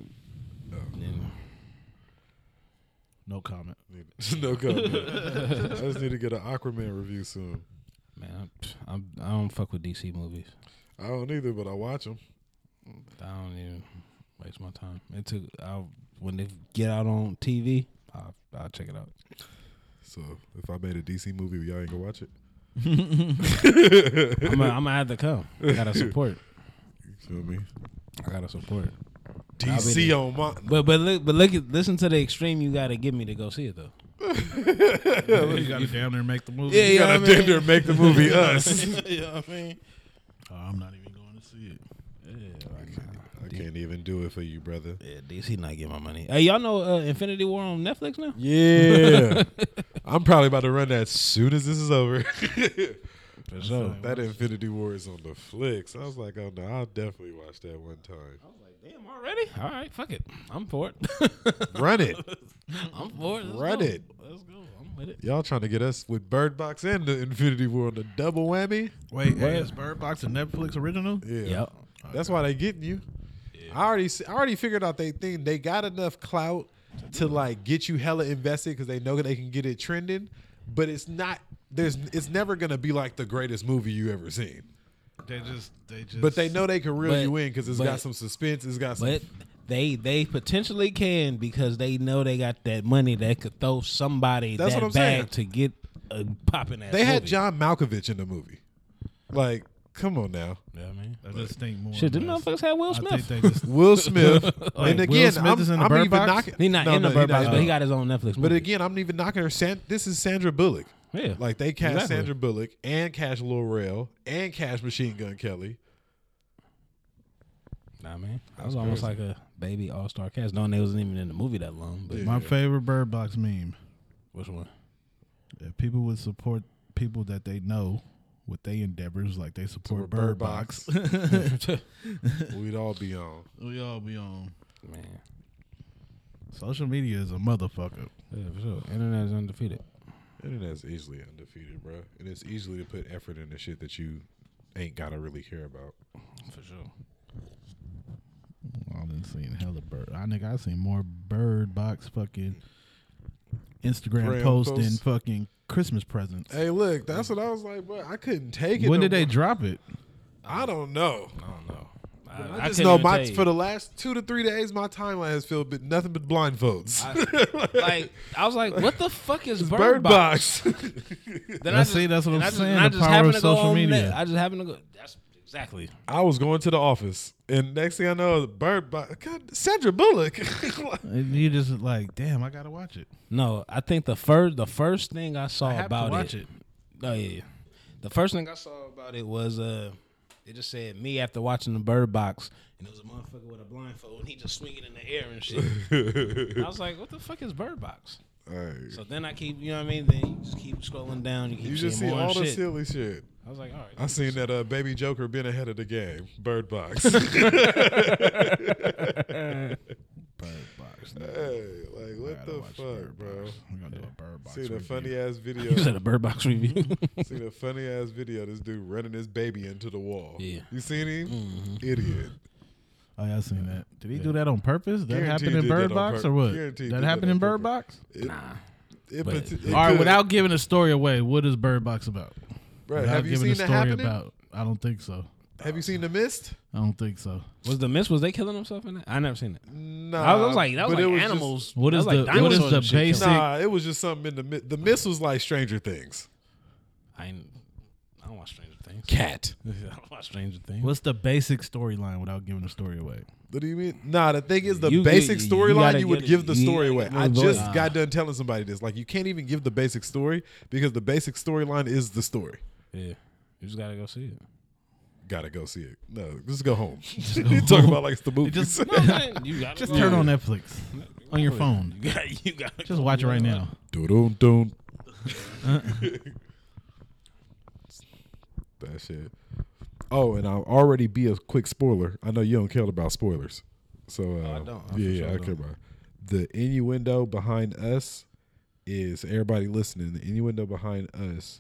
Speaker 4: then-
Speaker 5: no comment.
Speaker 3: no comment. I just need to get an Aquaman review soon.
Speaker 4: man, I, I'm, I don't fuck with DC movies.
Speaker 3: I don't either, but I watch them.
Speaker 4: I don't even waste my time. It took I when they get out on TV, I I'll check it out.
Speaker 3: So if I made a DC movie, y'all ain't gonna watch it.
Speaker 4: I'm gonna, I'm gonna have to come. I gotta support.
Speaker 3: You feel me?
Speaker 4: I gotta support.
Speaker 3: DC on my.
Speaker 4: But but look but look at listen to the extreme you gotta give me to go see it though.
Speaker 5: you got to down there and make the movie.
Speaker 4: you know
Speaker 3: Gotta
Speaker 4: what I mean?
Speaker 3: damn near make the movie us.
Speaker 4: you know what I mean?
Speaker 5: Oh, I'm not even going to see it.
Speaker 3: I can't even do it for you, brother.
Speaker 4: Yeah, DC not getting my money. Hey, y'all know uh, Infinity War on Netflix now?
Speaker 3: Yeah. I'm probably about to run that as soon as this is over.
Speaker 4: For sure.
Speaker 3: that Infinity War is on the flicks. I was like, oh no, I'll definitely watch that one time.
Speaker 4: Damn, already? All right, fuck it. I'm for it.
Speaker 3: Run it.
Speaker 4: I'm for it. Let's
Speaker 3: Run
Speaker 4: go.
Speaker 3: it.
Speaker 4: Let's go. I'm with it.
Speaker 3: Y'all trying to get us with Bird Box and the Infinity War on the double whammy?
Speaker 5: Wait, hey, is Bird Box a Netflix original?
Speaker 3: Yeah.
Speaker 4: Yep.
Speaker 3: That's why they getting you. I already s- I already figured out they think they got enough clout to like get you hella invested because they know they can get it trending, but it's not there's it's never gonna be like the greatest movie you ever seen.
Speaker 5: They just, they just.
Speaker 3: But they know they can reel
Speaker 4: But-
Speaker 3: you in because it's
Speaker 4: but-
Speaker 3: got some suspense. It's got some
Speaker 4: But they they potentially can because they know they got that money that could throw somebody
Speaker 3: That's
Speaker 4: that
Speaker 3: what I'm
Speaker 4: bag
Speaker 3: saying.
Speaker 4: to get a popping ass.
Speaker 3: They had
Speaker 4: movie.
Speaker 3: John Malkovich in the movie. Like, come on now.
Speaker 4: You know what I mean?
Speaker 5: I just think more.
Speaker 4: Shit, them
Speaker 5: less.
Speaker 4: motherfuckers had Will
Speaker 5: I think
Speaker 4: Smith.
Speaker 5: they just.
Speaker 3: Will Smith. and
Speaker 5: Will
Speaker 3: again,
Speaker 5: Smith
Speaker 3: I'm,
Speaker 5: is in the
Speaker 3: I'm
Speaker 5: Bird
Speaker 3: even
Speaker 5: Box?
Speaker 3: knocking.
Speaker 4: He not
Speaker 3: No,
Speaker 4: in
Speaker 3: no,
Speaker 4: the
Speaker 3: he
Speaker 4: Bird
Speaker 3: not
Speaker 4: Box,
Speaker 3: in
Speaker 4: but he
Speaker 3: it.
Speaker 4: got his own Netflix.
Speaker 3: But
Speaker 4: movie.
Speaker 3: again, I'm even knocking her. San- this is Sandra Bullock.
Speaker 4: Yeah,
Speaker 3: Like they cast
Speaker 4: exactly.
Speaker 3: Sandra Bullock and Cash Laurel and Cash Machine Gun Kelly.
Speaker 4: nah, man, I was almost like a baby all star cast. No, they wasn't even in the movie that long. But
Speaker 5: My favorite Bird Box meme:
Speaker 4: which one?
Speaker 5: if people would support people that they know with their endeavors, like they support Bird, Box,
Speaker 3: We'd all be on.
Speaker 5: we all be on.
Speaker 4: Man,
Speaker 5: Social media is a motherfucker.
Speaker 4: yeah, for sure. Internet is undefeated.
Speaker 3: Internet's easily undefeated, bro. And it's easily to put effort into shit that you ain't gotta really care about.
Speaker 4: For sure.
Speaker 5: I've been seeing hella bird. I think I've seen more Bird Box fucking Instagram
Speaker 3: Gram
Speaker 5: posts
Speaker 3: posts.
Speaker 5: than fucking Christmas presents.
Speaker 3: Hey, look, that's what I was like, bro. I couldn't take it.
Speaker 5: when
Speaker 3: no
Speaker 5: did they
Speaker 3: more.
Speaker 5: drop it?
Speaker 3: I don't know.
Speaker 4: I don't know.
Speaker 3: I, just know my for the last two to three days, my timeline has filled with nothing but blindfolds.
Speaker 4: like I was like, what the fuck is Bird,
Speaker 3: Bird
Speaker 4: Box?
Speaker 3: box.
Speaker 4: Then
Speaker 5: I see, that's what I'm
Speaker 4: and I
Speaker 5: saying,
Speaker 4: and I
Speaker 5: the power
Speaker 4: happened
Speaker 5: of
Speaker 4: to go
Speaker 5: social
Speaker 4: on
Speaker 5: media.
Speaker 4: net. I just happened to go. That's exactly.
Speaker 3: I was going to the office, and next thing I know, Bird Box. God, Sandra Bullock.
Speaker 5: And you just like, damn, I gotta watch it.
Speaker 4: No, I think the first the first thing I saw
Speaker 5: have to
Speaker 4: about
Speaker 5: watch it.
Speaker 4: Oh yeah, yeah. the first thing I saw about it was uh, it just said me after watching the Bird Box, and it was a motherfucker with a blindfold, and he just swinging in the air and shit. I was like, what the fuck is Bird Box? So then I keep, you know what I mean? Then you just keep scrolling down. You keep
Speaker 3: you
Speaker 4: seeing
Speaker 3: just see
Speaker 4: more
Speaker 3: all the
Speaker 4: shit.
Speaker 3: silly shit.
Speaker 4: I was like, all right.
Speaker 3: I seen that uh, baby Joker been ahead of the game. Bird Box.
Speaker 5: Bird Box.
Speaker 3: hey, like what the fuck, bro?
Speaker 5: I'm gonna do a Bird Box.
Speaker 3: Seen a
Speaker 5: review.
Speaker 3: funny ass video.
Speaker 4: You said a Bird Box review.
Speaker 3: seen a funny ass video. This dude running his baby into the wall.
Speaker 4: Yeah. Mm-hmm.
Speaker 3: You seen him? Idiot.
Speaker 5: Oh, yeah, I seen that. Did he do that on purpose? That
Speaker 3: Guarantee
Speaker 5: happened
Speaker 3: he
Speaker 5: in
Speaker 3: did that
Speaker 5: Bird
Speaker 3: on
Speaker 5: Box
Speaker 3: pur-
Speaker 5: or what?
Speaker 3: guarantee he
Speaker 5: That
Speaker 3: did that
Speaker 5: happened
Speaker 3: on
Speaker 5: in Bird Box?
Speaker 4: nah.
Speaker 3: It,
Speaker 4: But-
Speaker 3: pot- it
Speaker 5: All right,
Speaker 3: could.
Speaker 5: without giving the story away, what is Bird Box about?
Speaker 3: Bruh,
Speaker 5: Without
Speaker 3: have you
Speaker 5: giving
Speaker 3: seen
Speaker 5: the
Speaker 3: that
Speaker 5: story
Speaker 3: happening?
Speaker 5: about I don't think so.
Speaker 3: Have you seen the mist?
Speaker 5: I don't think so.
Speaker 4: Was the miss? Was they killing themselves in that? I never seen it.
Speaker 3: No,
Speaker 4: I was, I was like, that was
Speaker 3: but it
Speaker 4: like
Speaker 3: was just-
Speaker 4: animals.
Speaker 5: What
Speaker 4: That
Speaker 5: is
Speaker 4: was like
Speaker 5: the what is
Speaker 4: dinosaurs
Speaker 5: the
Speaker 4: and shit
Speaker 5: basic?
Speaker 4: killing
Speaker 3: nah, it was just something in the mist. The mist was like Stranger Things.
Speaker 4: I ain't, I don't watch Stranger
Speaker 5: Things.
Speaker 3: Cat.
Speaker 5: I don't watch Stranger Things. What's the basic storyline without giving the story away?
Speaker 3: What do you mean? Nah, the thing is, the
Speaker 4: You-
Speaker 3: basic
Speaker 4: you- you
Speaker 3: storyline you,
Speaker 4: gotta
Speaker 3: would
Speaker 4: get it-
Speaker 3: give the
Speaker 4: you
Speaker 3: story
Speaker 4: gotta
Speaker 3: away.
Speaker 4: get it
Speaker 3: I
Speaker 4: out the
Speaker 3: just
Speaker 4: way.
Speaker 3: got done telling somebody this. Like, you can't even give the basic story because the basic storyline is the story.
Speaker 5: Yeah, you just gotta go see it.
Speaker 3: Gotta go see it. No, just go home. you talk about like it's the movie.
Speaker 5: Just,
Speaker 4: you got
Speaker 5: just turn on Netflix on your phone.
Speaker 4: you got
Speaker 5: Just watch it right now.
Speaker 3: Doo-doo-doo. that shit. Oh, and I'll already be a quick spoiler. I know you don't care about spoilers, so uh,
Speaker 5: don't. I for
Speaker 3: yeah, yeah,
Speaker 5: sure
Speaker 3: I
Speaker 5: don't.
Speaker 3: care about it. the innuendo behind us. Is everybody listening? The innuendo behind us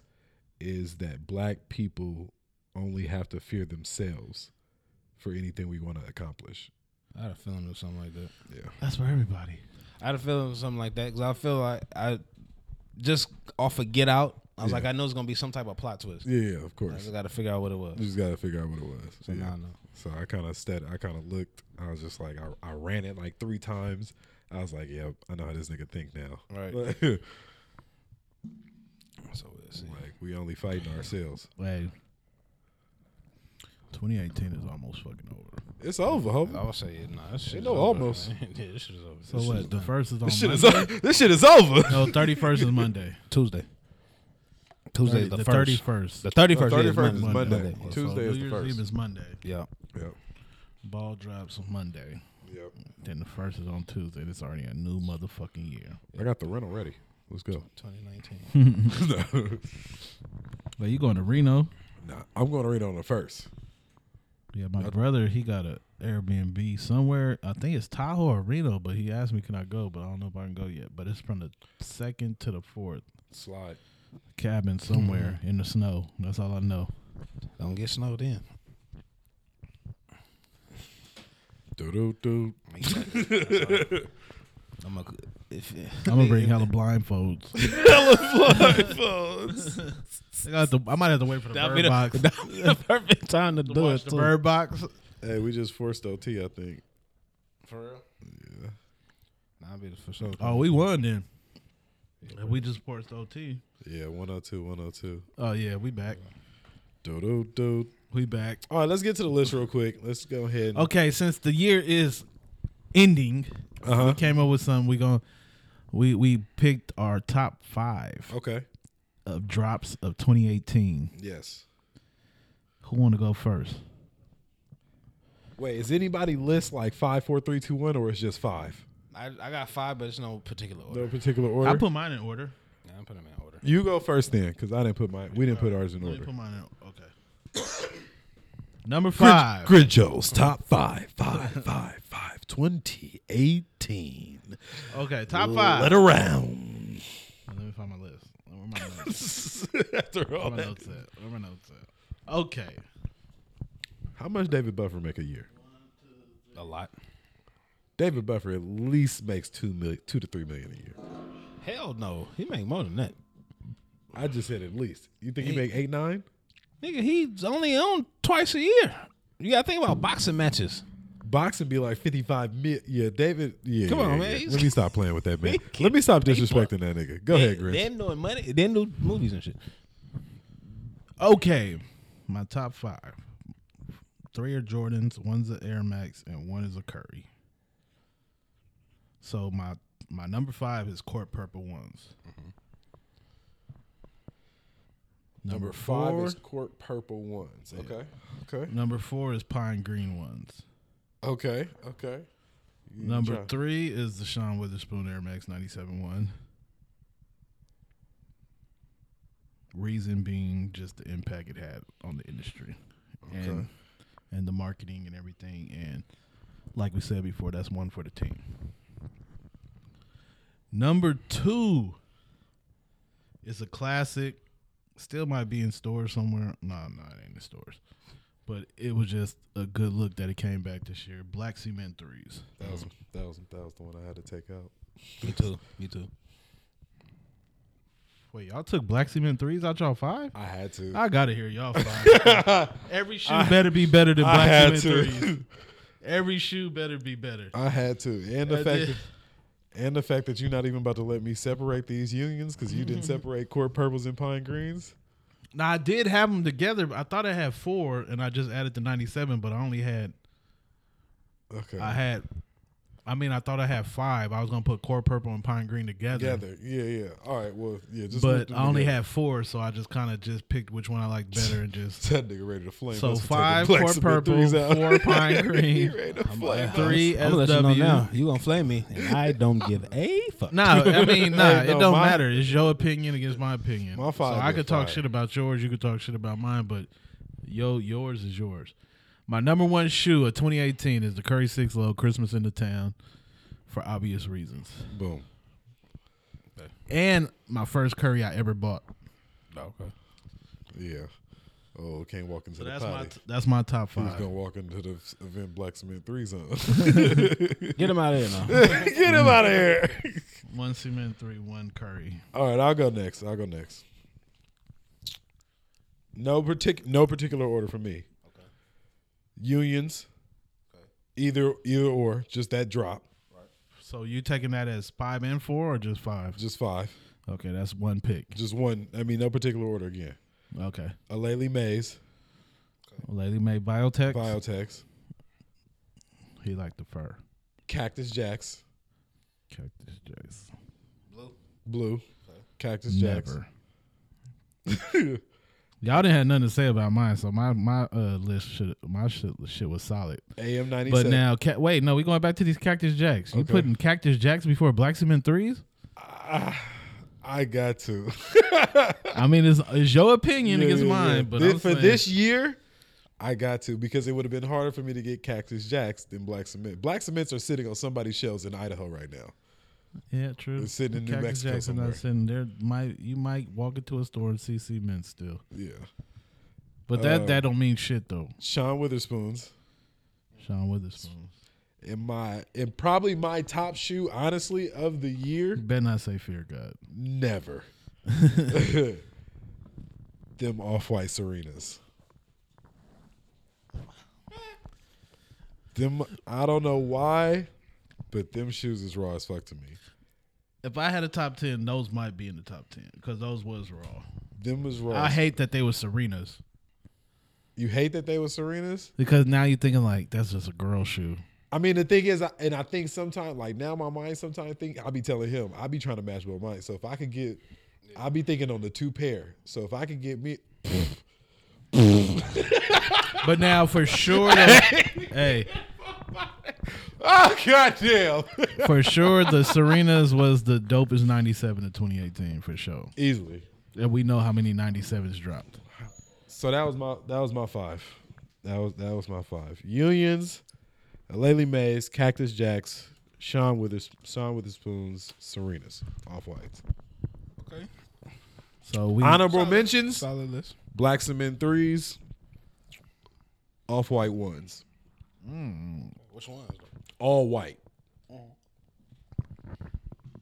Speaker 3: is that black people only have to fear themselves for anything we want to accomplish.
Speaker 4: I had a feeling of something like that.
Speaker 5: That's for everybody.
Speaker 4: I had a feeling of something like that because I feel like I just off of Get Out. I was like, I know it's gonna be some type of plot twist.
Speaker 3: Yeah, of
Speaker 4: I
Speaker 3: course.
Speaker 4: just got to figure out what it
Speaker 3: You
Speaker 4: was.
Speaker 3: just gotta figure out what it was.
Speaker 4: So
Speaker 3: Yeah.
Speaker 4: now I know.
Speaker 3: So I kind of stead, I kind of looked. I was just like, I, I ran it like three times. I was like, yep, I know how this nigga think now.
Speaker 4: Right.
Speaker 3: Like,
Speaker 4: So we'll see.
Speaker 3: we only fighting ourselves.
Speaker 5: Hey, 2018 is almost fucking over.
Speaker 3: It's over, homie.
Speaker 4: I would say, nah, that shit.
Speaker 3: Ain't
Speaker 4: is
Speaker 3: no
Speaker 4: over,
Speaker 3: almost.
Speaker 4: man. Yeah, this shit is over.
Speaker 5: So what? The first is on
Speaker 3: This shit is
Speaker 5: Monday?
Speaker 3: o- this shit is over.
Speaker 5: No, 31st is Monday.
Speaker 4: Tuesday. Tuesday is the,
Speaker 5: the
Speaker 4: first.
Speaker 5: 31st.
Speaker 4: The thirty first.
Speaker 3: 31st is Monday.
Speaker 5: So
Speaker 3: Tuesday is the
Speaker 5: New Year's
Speaker 3: first.
Speaker 5: Eve is Monday.
Speaker 4: Yeah.
Speaker 3: Yep.
Speaker 5: Ball drops on Monday.
Speaker 3: Yep.
Speaker 5: Then the first is on Tuesday. It's already a new motherfucking year.
Speaker 3: I got the rental ready. Let's go.
Speaker 4: Twenty nineteen.
Speaker 5: But you going to Reno?
Speaker 3: Nah, I'm going to read on the first.
Speaker 5: Yeah, my brother, he got a Airbnb somewhere. I think it's Tahoe or Reno, but he asked me can I go, but I don't know if I can go yet. But it's from the second to the fourth
Speaker 3: Slide.
Speaker 5: cabin somewhere in the snow. That's all I know.
Speaker 4: Don't get snowed in.
Speaker 3: Do do do.
Speaker 4: I'm gonna if,
Speaker 5: I'm gonna bring hella blindfolds. hella blindfolds. I, got the, I might have to wait for the
Speaker 4: That'd be
Speaker 5: bird
Speaker 4: the-
Speaker 5: box.
Speaker 4: the perfect time to, do
Speaker 5: Watch
Speaker 4: it
Speaker 5: the
Speaker 4: too.
Speaker 5: bird box.
Speaker 3: Hey, we just forced OT. I think.
Speaker 4: For real? Yeah. Nah, I'll be the for sure.
Speaker 5: Oh, we won then. And we just forced OT.
Speaker 3: Yeah, 102, 102.
Speaker 5: Oh yeah, we back.
Speaker 3: Do do do.
Speaker 5: We back.
Speaker 3: All right, let's get to the list real quick. Let's go ahead. And,
Speaker 5: Okay, since the year is ending,
Speaker 3: Uh-huh.
Speaker 5: we came up with something. We going we we picked our top five
Speaker 3: okay.
Speaker 5: of drops of 2018.
Speaker 3: Yes.
Speaker 5: Who want to go first?
Speaker 3: Wait, is anybody list like five, four, three, two, one, or it's just five?
Speaker 4: I, I got five, but it's no particular order.
Speaker 3: No particular order.
Speaker 5: I put mine in order.
Speaker 4: Yeah, I'm putting them in order.
Speaker 3: you go first then, because I didn't put my. We didn't put ours in
Speaker 5: Let me
Speaker 3: order.
Speaker 5: put mine in. Okay. Number five.
Speaker 3: Gridjo's top five, five, five, five, 2018.
Speaker 5: Okay, top five.
Speaker 3: Let around.
Speaker 5: Let me find my list. Where my notes?
Speaker 3: After all
Speaker 5: Where my notes at? Where my notes at? Okay.
Speaker 3: How much David Buffer make a year?
Speaker 4: A lot.
Speaker 3: David Buffer at least makes two million, two to three million a year.
Speaker 4: Hell no. He make more than that.
Speaker 3: I just said at least. You think he make eight, nine?
Speaker 4: Nigga, he's only on twice a year. You gotta think about boxing matches.
Speaker 3: Boxing be like 55 mil. Yeah, David. Yeah.
Speaker 4: Come on,
Speaker 3: yeah,
Speaker 4: man.
Speaker 3: yeah.
Speaker 4: He's-
Speaker 3: Let me stop playing with that, man. Let me stop disrespecting that nigga. Go ahead, Chris.
Speaker 4: Then doing money, then do movies and shit.
Speaker 5: Okay. My top five. Three are Jordans, one's an Air Max, and one is a Curry. So my my number five is court purple ones. Number, four.
Speaker 3: Court Purple Ones. Okay. Okay.
Speaker 5: number four is pine green ones.
Speaker 3: Okay. Okay.
Speaker 5: number
Speaker 3: try.
Speaker 5: three is the Sean Witherspoon Air Max 97 one. Reason being just the impact it had on the industry and and the marketing and everything. And like we said before, that's one for the team. Number two is a classic. Still might be in stores somewhere. No, no, it ain't in stores. But it was just a good look that it came back this year. Black Cement threes.
Speaker 3: That was, that, was, that was the one I had to take out.
Speaker 4: Me too. Me too.
Speaker 5: Wait, y'all took black cement threes out y'all five?
Speaker 3: I had to.
Speaker 5: I gotta hear y'all five. Every shoe better be better than black
Speaker 3: had
Speaker 5: cement
Speaker 3: to.
Speaker 5: threes. Every shoe better be better.
Speaker 3: I had to. And the
Speaker 5: I
Speaker 3: fact
Speaker 5: did.
Speaker 3: that, and the fact that you're not even about to let me separate these unions because you didn't separate Court Purples and Pine Greens.
Speaker 5: Now I did have them together. But I thought I had four, and I just added the '97, but I only had.
Speaker 3: Okay.
Speaker 5: I had. I mean, I thought I had five. I was gonna put core purple and pine green together,
Speaker 3: Together. Yeah, yeah. All right. Well, yeah. Just look
Speaker 5: but
Speaker 3: them
Speaker 5: I only
Speaker 3: together.
Speaker 5: had four, so I just kind of just picked which one I liked better and just.
Speaker 3: That nigga ready to flame.
Speaker 5: So
Speaker 3: us for
Speaker 5: five
Speaker 3: taking
Speaker 5: core
Speaker 3: Pleximin
Speaker 5: purple,
Speaker 3: threes out.
Speaker 5: four pine
Speaker 3: He
Speaker 5: green,
Speaker 3: ready to flame. us.
Speaker 5: three
Speaker 4: I'm gonna let you know
Speaker 5: SW.
Speaker 4: now. You gonna flame me, and I don't give a fuck.
Speaker 5: Nah, I mean, nah,
Speaker 3: Hey, no,
Speaker 5: it don't
Speaker 3: my-
Speaker 5: matter. It's your opinion against my opinion.
Speaker 3: My five
Speaker 5: so I
Speaker 3: is
Speaker 5: could talk
Speaker 3: five.
Speaker 5: shit about yours, you could talk shit about mine, but yo, yours is yours. My number one shoe of 2018 is the Curry Six Low Christmas in the Town for obvious reasons.
Speaker 3: Boom.
Speaker 5: And my first Curry I ever bought.
Speaker 3: Okay. Yeah. Oh, can't walk into
Speaker 5: So
Speaker 3: the
Speaker 5: that's my
Speaker 3: potty.
Speaker 5: t- that's my top
Speaker 3: He was
Speaker 5: five.
Speaker 3: gonna walk into the s- event Black Cement Threes on.
Speaker 4: Get him out of here now.
Speaker 3: Get him out of here.
Speaker 5: One cement, three, one Curry.
Speaker 3: All right, I'll go next. I'll go next. No partic- no particular order for me. Okay. Unions. Either either or, just that drop,
Speaker 5: So you taking that as five and four or just five?
Speaker 3: just five,
Speaker 5: Okay, that's one pick.
Speaker 3: just one. I mean, no particular order again.
Speaker 5: Okay,
Speaker 3: Aleli Mays,
Speaker 5: Lady May Biotech.
Speaker 3: Biotex,
Speaker 5: he liked the fur.
Speaker 3: Cactus Jacks,
Speaker 5: Cactus Jace.
Speaker 3: Blue, Cactus Jacks.
Speaker 5: Never. Y'all didn't have nothing to say about mine, so my my uh, list should my shit, shit was solid.
Speaker 3: AM ninety
Speaker 5: But
Speaker 3: seven.
Speaker 5: now, ca- wait, no, we going back to these Cactus Jacks. You putting Cactus Jacks before Black Cement Threes?
Speaker 3: I got to.
Speaker 5: I mean, it's, it's your opinion
Speaker 3: Yeah,
Speaker 5: against
Speaker 3: yeah,
Speaker 5: mine,
Speaker 3: yeah.
Speaker 5: but
Speaker 3: Thi-
Speaker 5: I'm
Speaker 3: for
Speaker 5: saying-
Speaker 3: this year, I got to because it would have been harder for me to get Cactus Jacks than Black Cement. Black Cements are sitting on somebody's shelves in Idaho right now.
Speaker 5: yeah, true.
Speaker 3: It's sitting in New
Speaker 5: Cactus
Speaker 3: Mexico
Speaker 5: Jacks are
Speaker 3: somewhere.
Speaker 5: not sitting there. Might you might walk into a store and see cement still,
Speaker 3: Yeah,
Speaker 5: but that
Speaker 3: Uh,
Speaker 5: that don't mean shit though.
Speaker 3: Sean Witherspoon's
Speaker 5: Sean Witherspoon.
Speaker 3: in my and probably my top shoe, honestly, of the year.
Speaker 5: Better not say fear God.
Speaker 3: Never. Them off white Serenas. Them, I don't know why, but them shoes is raw as fuck to me.
Speaker 5: If I had a top ten, those might be in the top ten because those was raw.
Speaker 3: Them was raw.
Speaker 5: I hate that they were Serenas
Speaker 3: You hate that they were Serenas?
Speaker 5: because now you're thinking like that's just a girl shoe.
Speaker 3: I mean, the thing is, I- and I think sometimes, like now, my mind sometimes think I'll be telling him I'll be trying to match with mine. So if I could get, I'll be thinking on the two pair. So if I could get me,
Speaker 5: But now for sure, though, hey,
Speaker 3: oh goddamn,
Speaker 5: for sure the Serenas was the dopest 97 of 2018 for sure.
Speaker 3: easily.
Speaker 5: And we know how many 97s dropped.
Speaker 3: So that was my that was my five. That was that was my five. Unions, Aleli Mays, Cactus Jacks, Sean Withers, Sean Witherspoons, Serenas, off whites.
Speaker 5: So we
Speaker 3: Honorable mentions:
Speaker 4: Solid list.
Speaker 3: Black Cement threes, off white ones. Which one? All white,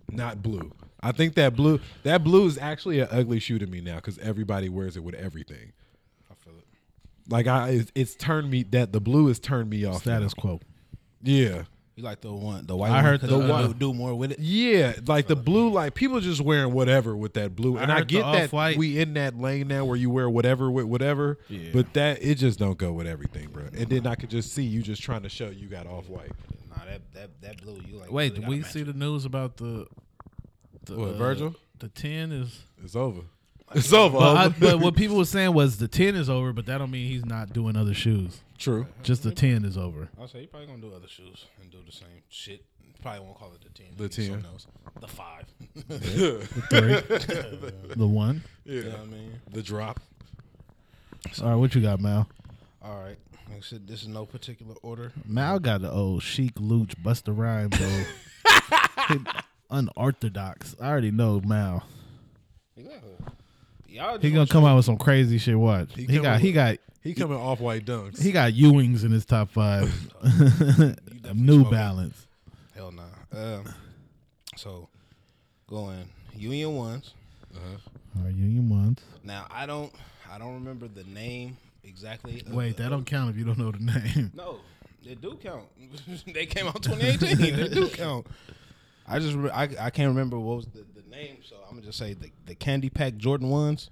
Speaker 3: not blue. I think that blue that blue is actually an ugly shoe to me now because everybody wears it with everything.
Speaker 6: I feel it.
Speaker 3: Like I, it's, it's turned me that the blue has turned me off.
Speaker 5: status
Speaker 3: now.
Speaker 5: quo.
Speaker 3: yeah,
Speaker 4: You like the one, the white?
Speaker 5: I heard
Speaker 4: one, 'cause
Speaker 5: the
Speaker 4: it
Speaker 5: white-
Speaker 4: do- do more with it.
Speaker 3: yeah. Like the blue, like people just wearing whatever with that blue, and I
Speaker 5: heard the
Speaker 3: get that
Speaker 5: off-white-
Speaker 3: we in that lane now where you wear whatever with whatever.
Speaker 5: Yeah.
Speaker 3: But that it just don't go with everything, bro. And then I could just see you just trying to show you got off white.
Speaker 4: Nah, that that that blue. You like?
Speaker 5: Wait,
Speaker 4: really
Speaker 5: did
Speaker 4: gotta
Speaker 5: we
Speaker 4: match
Speaker 5: see the news about the, the uh,
Speaker 3: What, Virgil? Oh.
Speaker 5: The 10 is
Speaker 3: Uh, It's over. It's over.
Speaker 5: But, I,
Speaker 3: over.
Speaker 5: but what people were saying was the 10 is over, but that don't mean he's not doing other shoes.
Speaker 3: True.
Speaker 5: Just the 10 is over.
Speaker 4: I'll say you probably gonna do other shoes and do the same shit. Probably won't call it the ten.
Speaker 3: The 10. something
Speaker 4: The five.
Speaker 5: Three. the one.
Speaker 4: You know what I mean?
Speaker 3: The drop.
Speaker 5: All right, what you got, Mal?
Speaker 4: All right. Like I said, this is no particular order.
Speaker 5: Mal got the old chic looch Buster Rhyme, bro. Unorthodox. I already know Mal.
Speaker 4: Exactly. Y'all
Speaker 5: He
Speaker 4: just
Speaker 5: gonna
Speaker 4: want
Speaker 5: come out with some crazy shit. Watch. He,
Speaker 3: coming
Speaker 5: got. He got.
Speaker 3: He coming off white dunks.
Speaker 5: He got Ewings in his top five. New Balance.
Speaker 4: Hell nah. Um, so going Union ones.
Speaker 5: All right, Union ones.
Speaker 4: Now I don't I don't remember the name exactly. of
Speaker 5: Wait,
Speaker 4: the-
Speaker 5: that don't count if you don't know the name.
Speaker 4: no, they do count. they came out 2018. they do count. I just re- I, I can't remember what was the, the name, so I'm gonna just say the, the Candy Pack Jordan ones.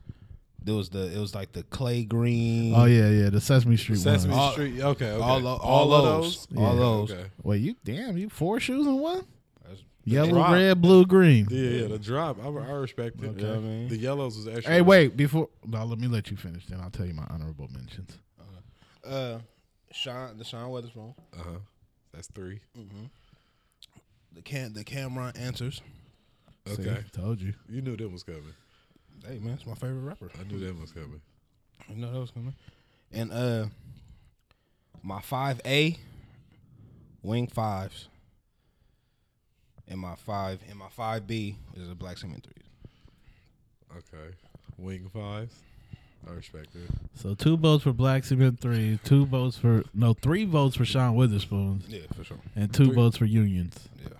Speaker 4: It was the it was like the clay green.
Speaker 5: Oh yeah, yeah, the Sesame Street
Speaker 3: Sesame
Speaker 5: one.
Speaker 4: All-
Speaker 3: Street. Okay, okay.
Speaker 4: all, o- all, those,
Speaker 5: Yeah.
Speaker 4: all those.
Speaker 3: Okay.
Speaker 5: Wait, you damn, you four shoes in one?
Speaker 4: That's-
Speaker 5: Yellow,
Speaker 3: drop.
Speaker 5: red, blue, green.
Speaker 3: Yeah, yeah, the drop. I, I respect it. You know what I mean? The yellows was extra.
Speaker 5: Hey, wait, before no, let me let you finish, then I'll tell you my honorable mentions.
Speaker 4: Uh, Sean, the Sean Weatherspoon,
Speaker 3: Uh-huh. That's three.
Speaker 4: the Cam, the Cameron Answers.
Speaker 5: See,
Speaker 3: Okay.
Speaker 5: told you.
Speaker 3: You knew that was coming.
Speaker 4: Hey man, that's my favorite rapper.
Speaker 3: I knew that was coming.
Speaker 4: I know that was coming. And uh, my five A, wing fives. And my five and my five B is a black cement threes.
Speaker 3: Okay. Wing fives. I respect it.
Speaker 5: So two votes for Black Cement Three, two votes for no, three votes for Sean Witherspoon,
Speaker 4: Yeah, for sure.
Speaker 5: and two votes for Unions.
Speaker 3: Yeah.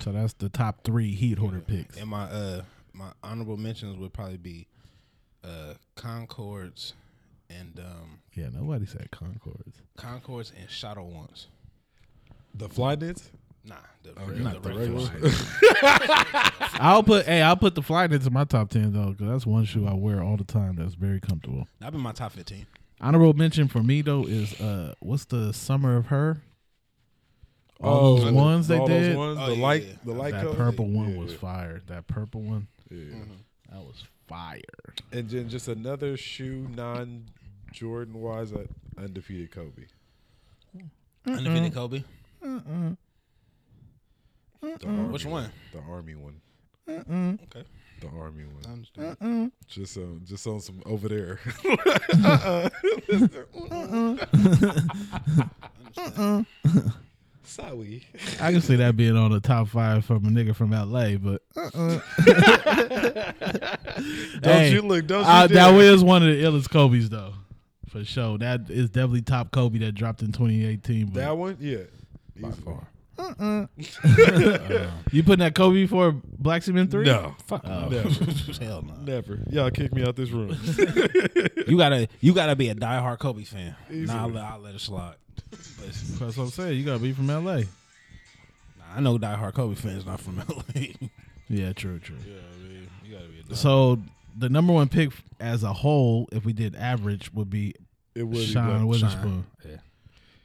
Speaker 5: So that's the top three Heat Hoarder picks.
Speaker 4: And my uh my honorable mentions would probably be uh Concords and um
Speaker 5: Yeah, nobody said Concords.
Speaker 4: Concords and Shadow Ones.
Speaker 3: The fly knits?
Speaker 4: Nah, the, regular-
Speaker 5: Not
Speaker 4: Oh, the
Speaker 5: the
Speaker 4: regular
Speaker 5: regular
Speaker 4: ones.
Speaker 5: I'll put hey, I'll put the fly knits in my top ten though, because that's one shoe I wear all the time. That's very comfortable.
Speaker 4: I've been my top fifteen.
Speaker 5: Honorable mention for me though is uh, what's the summer of her? All those Oh, ones they
Speaker 3: all
Speaker 5: did.
Speaker 3: Those ones,
Speaker 4: Oh,
Speaker 3: the
Speaker 4: yeah,
Speaker 3: light,
Speaker 4: yeah.
Speaker 3: the light
Speaker 5: that
Speaker 3: color.
Speaker 5: purple one
Speaker 3: Yeah,
Speaker 5: was
Speaker 3: yeah.
Speaker 5: fire. That purple one,
Speaker 3: Yeah.
Speaker 5: that was fire.
Speaker 3: And then just another shoe, non Jordan wise, uh, undefeated Kobe.
Speaker 4: Undefeated Kobe.
Speaker 3: The army
Speaker 4: Which one?
Speaker 3: The army one.
Speaker 4: Okay.
Speaker 3: The army one.
Speaker 4: I
Speaker 5: Uh.
Speaker 4: understand.
Speaker 3: Just um, just on some over there. Sorry.
Speaker 5: I can see that being on the top five from a nigga from LA, but uh,
Speaker 3: Don't you look? Don't you?
Speaker 5: uh, that
Speaker 3: dare.
Speaker 5: was one of the illest Kobe's though, for sure. That is definitely top Kobe that dropped in 2018. But
Speaker 3: That one, yeah. Easily.
Speaker 5: you putting that Kobe before Black Cement Three?
Speaker 3: No,
Speaker 4: Oh, Fuck no.
Speaker 3: never,
Speaker 4: Hell no.
Speaker 3: never. Y'all kick me out this room.
Speaker 4: You gotta you gotta be a diehard Kobe fan. Nah, I'll, let- I'll let it slide. But
Speaker 5: that's what I'm saying. You gotta be from LA.
Speaker 4: nah, I know diehard Kobe fans not from LA.
Speaker 5: Yeah, true, true.
Speaker 4: you gotta be a
Speaker 5: So the number one pick as a whole, if we did average, would be
Speaker 3: It would be
Speaker 5: Sean
Speaker 3: black.
Speaker 5: Witherspoon.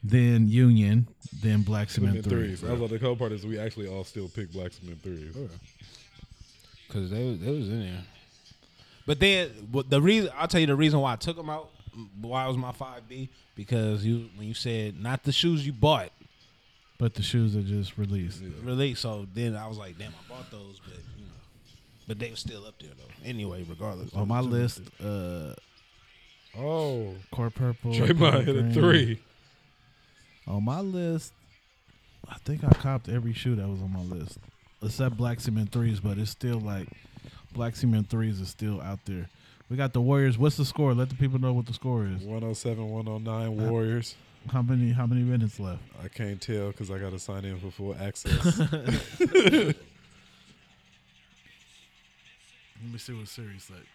Speaker 5: Then Union, then Black Cement
Speaker 3: Cement
Speaker 5: Three.
Speaker 3: threes. I was like, the cool part is we actually all still pick black cement threes.
Speaker 4: Cause they was- they was in there. But then but the reason I'll tell you the reason why I took them out, why it was my five B, because you when you said not the shoes you bought
Speaker 5: But the shoes are just released.
Speaker 4: really, so then I was like, damn, I bought those, but you know, but they were still up there though. Anyway, regardless.
Speaker 5: On my list, uh,
Speaker 3: Oh,
Speaker 5: Core Purple.
Speaker 3: Draymond hit a
Speaker 5: Green.
Speaker 3: three.
Speaker 5: On my list, I think I copped every shoe that was on my list, except Black Cement Threes. But it's still like Black Cement Threes is still out there. We got the Warriors. What's the score? Let the people know what the score is.
Speaker 3: 107, 109 Warriors.
Speaker 5: How many? How many minutes left?
Speaker 3: I can't tell because I got to sign in for full access.
Speaker 5: Let me see what series like.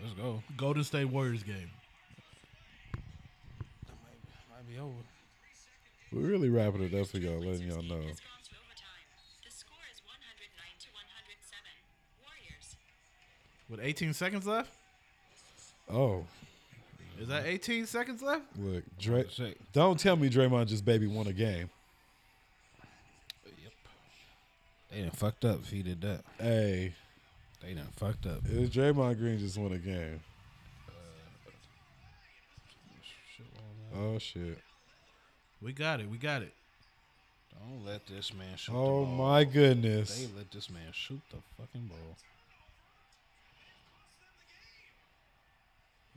Speaker 4: Let's go.
Speaker 5: Golden State Warriors game.
Speaker 4: Might be over.
Speaker 3: We're really wrapping it up for y'all, letting y'all know.
Speaker 7: has gone to overtime. The score is 109 to 107. Warriors.
Speaker 5: With 18 seconds left.
Speaker 3: Oh,
Speaker 5: Is that 18 seconds left?
Speaker 3: look, Dray-
Speaker 4: Say,
Speaker 3: don't tell me Draymond just baby won a game.
Speaker 4: they done fucked up if he did that.
Speaker 3: Hey,
Speaker 4: They done fucked up.
Speaker 3: if Draymond Green just won a game. Uh, Oh shit!
Speaker 5: We got it. We got it.
Speaker 4: Don't let this man shoot
Speaker 3: Oh
Speaker 4: the ball.
Speaker 3: my
Speaker 4: They
Speaker 3: goodness!
Speaker 4: let this man shoot the fucking ball.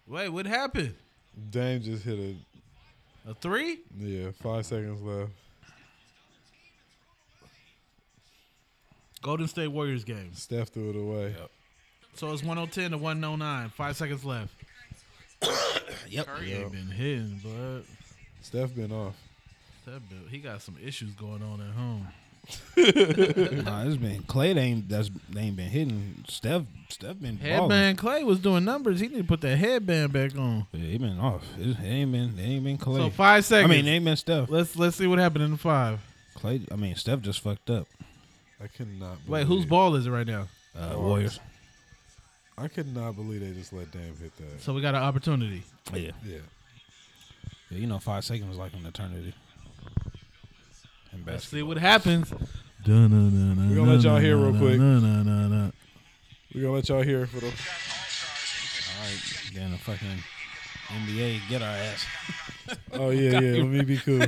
Speaker 5: Wait, what happened?
Speaker 3: Dame just hit a
Speaker 5: A three?
Speaker 3: yeah. Five seconds left.
Speaker 5: Golden State Warriors game.
Speaker 3: Steph threw it away.
Speaker 5: So it's 110 to 109. Five seconds left.
Speaker 4: Yep.
Speaker 5: Curry ain't been hitting, but
Speaker 3: Steph been off.
Speaker 5: that bill, he got some issues going on at home.
Speaker 4: Nah, it's been Clay. They ain't that's they ain't been hitting. Steph Steph been balling.
Speaker 5: Headband Clay was doing numbers. He need to put that headband back on.
Speaker 4: Yeah, he been off. It, it ain't been it ain't been Clay.
Speaker 5: So five
Speaker 4: I
Speaker 5: seconds.
Speaker 4: mean, it ain't been Steph.
Speaker 5: let's let's see what happened in the five.
Speaker 4: Clay. I mean, Steph just fucked up.
Speaker 3: I cannot.
Speaker 5: Wait,
Speaker 3: believe-
Speaker 5: whose ball is it right now?
Speaker 4: Uh, Warriors.
Speaker 3: I could not believe they just let Dame hit that.
Speaker 5: So we got an opportunity.
Speaker 4: Yeah.
Speaker 3: Yeah.
Speaker 4: yeah, you know, five seconds was like an eternity. In
Speaker 5: Let's
Speaker 4: basketball.
Speaker 5: see what happens.
Speaker 3: We're
Speaker 5: We're
Speaker 3: gonna let y'all hear real quick.
Speaker 5: quick.
Speaker 3: We're gonna let y'all hear for the
Speaker 4: All right, then the fucking NBA get our ass.
Speaker 3: Oh yeah, yeah. Let me be cool.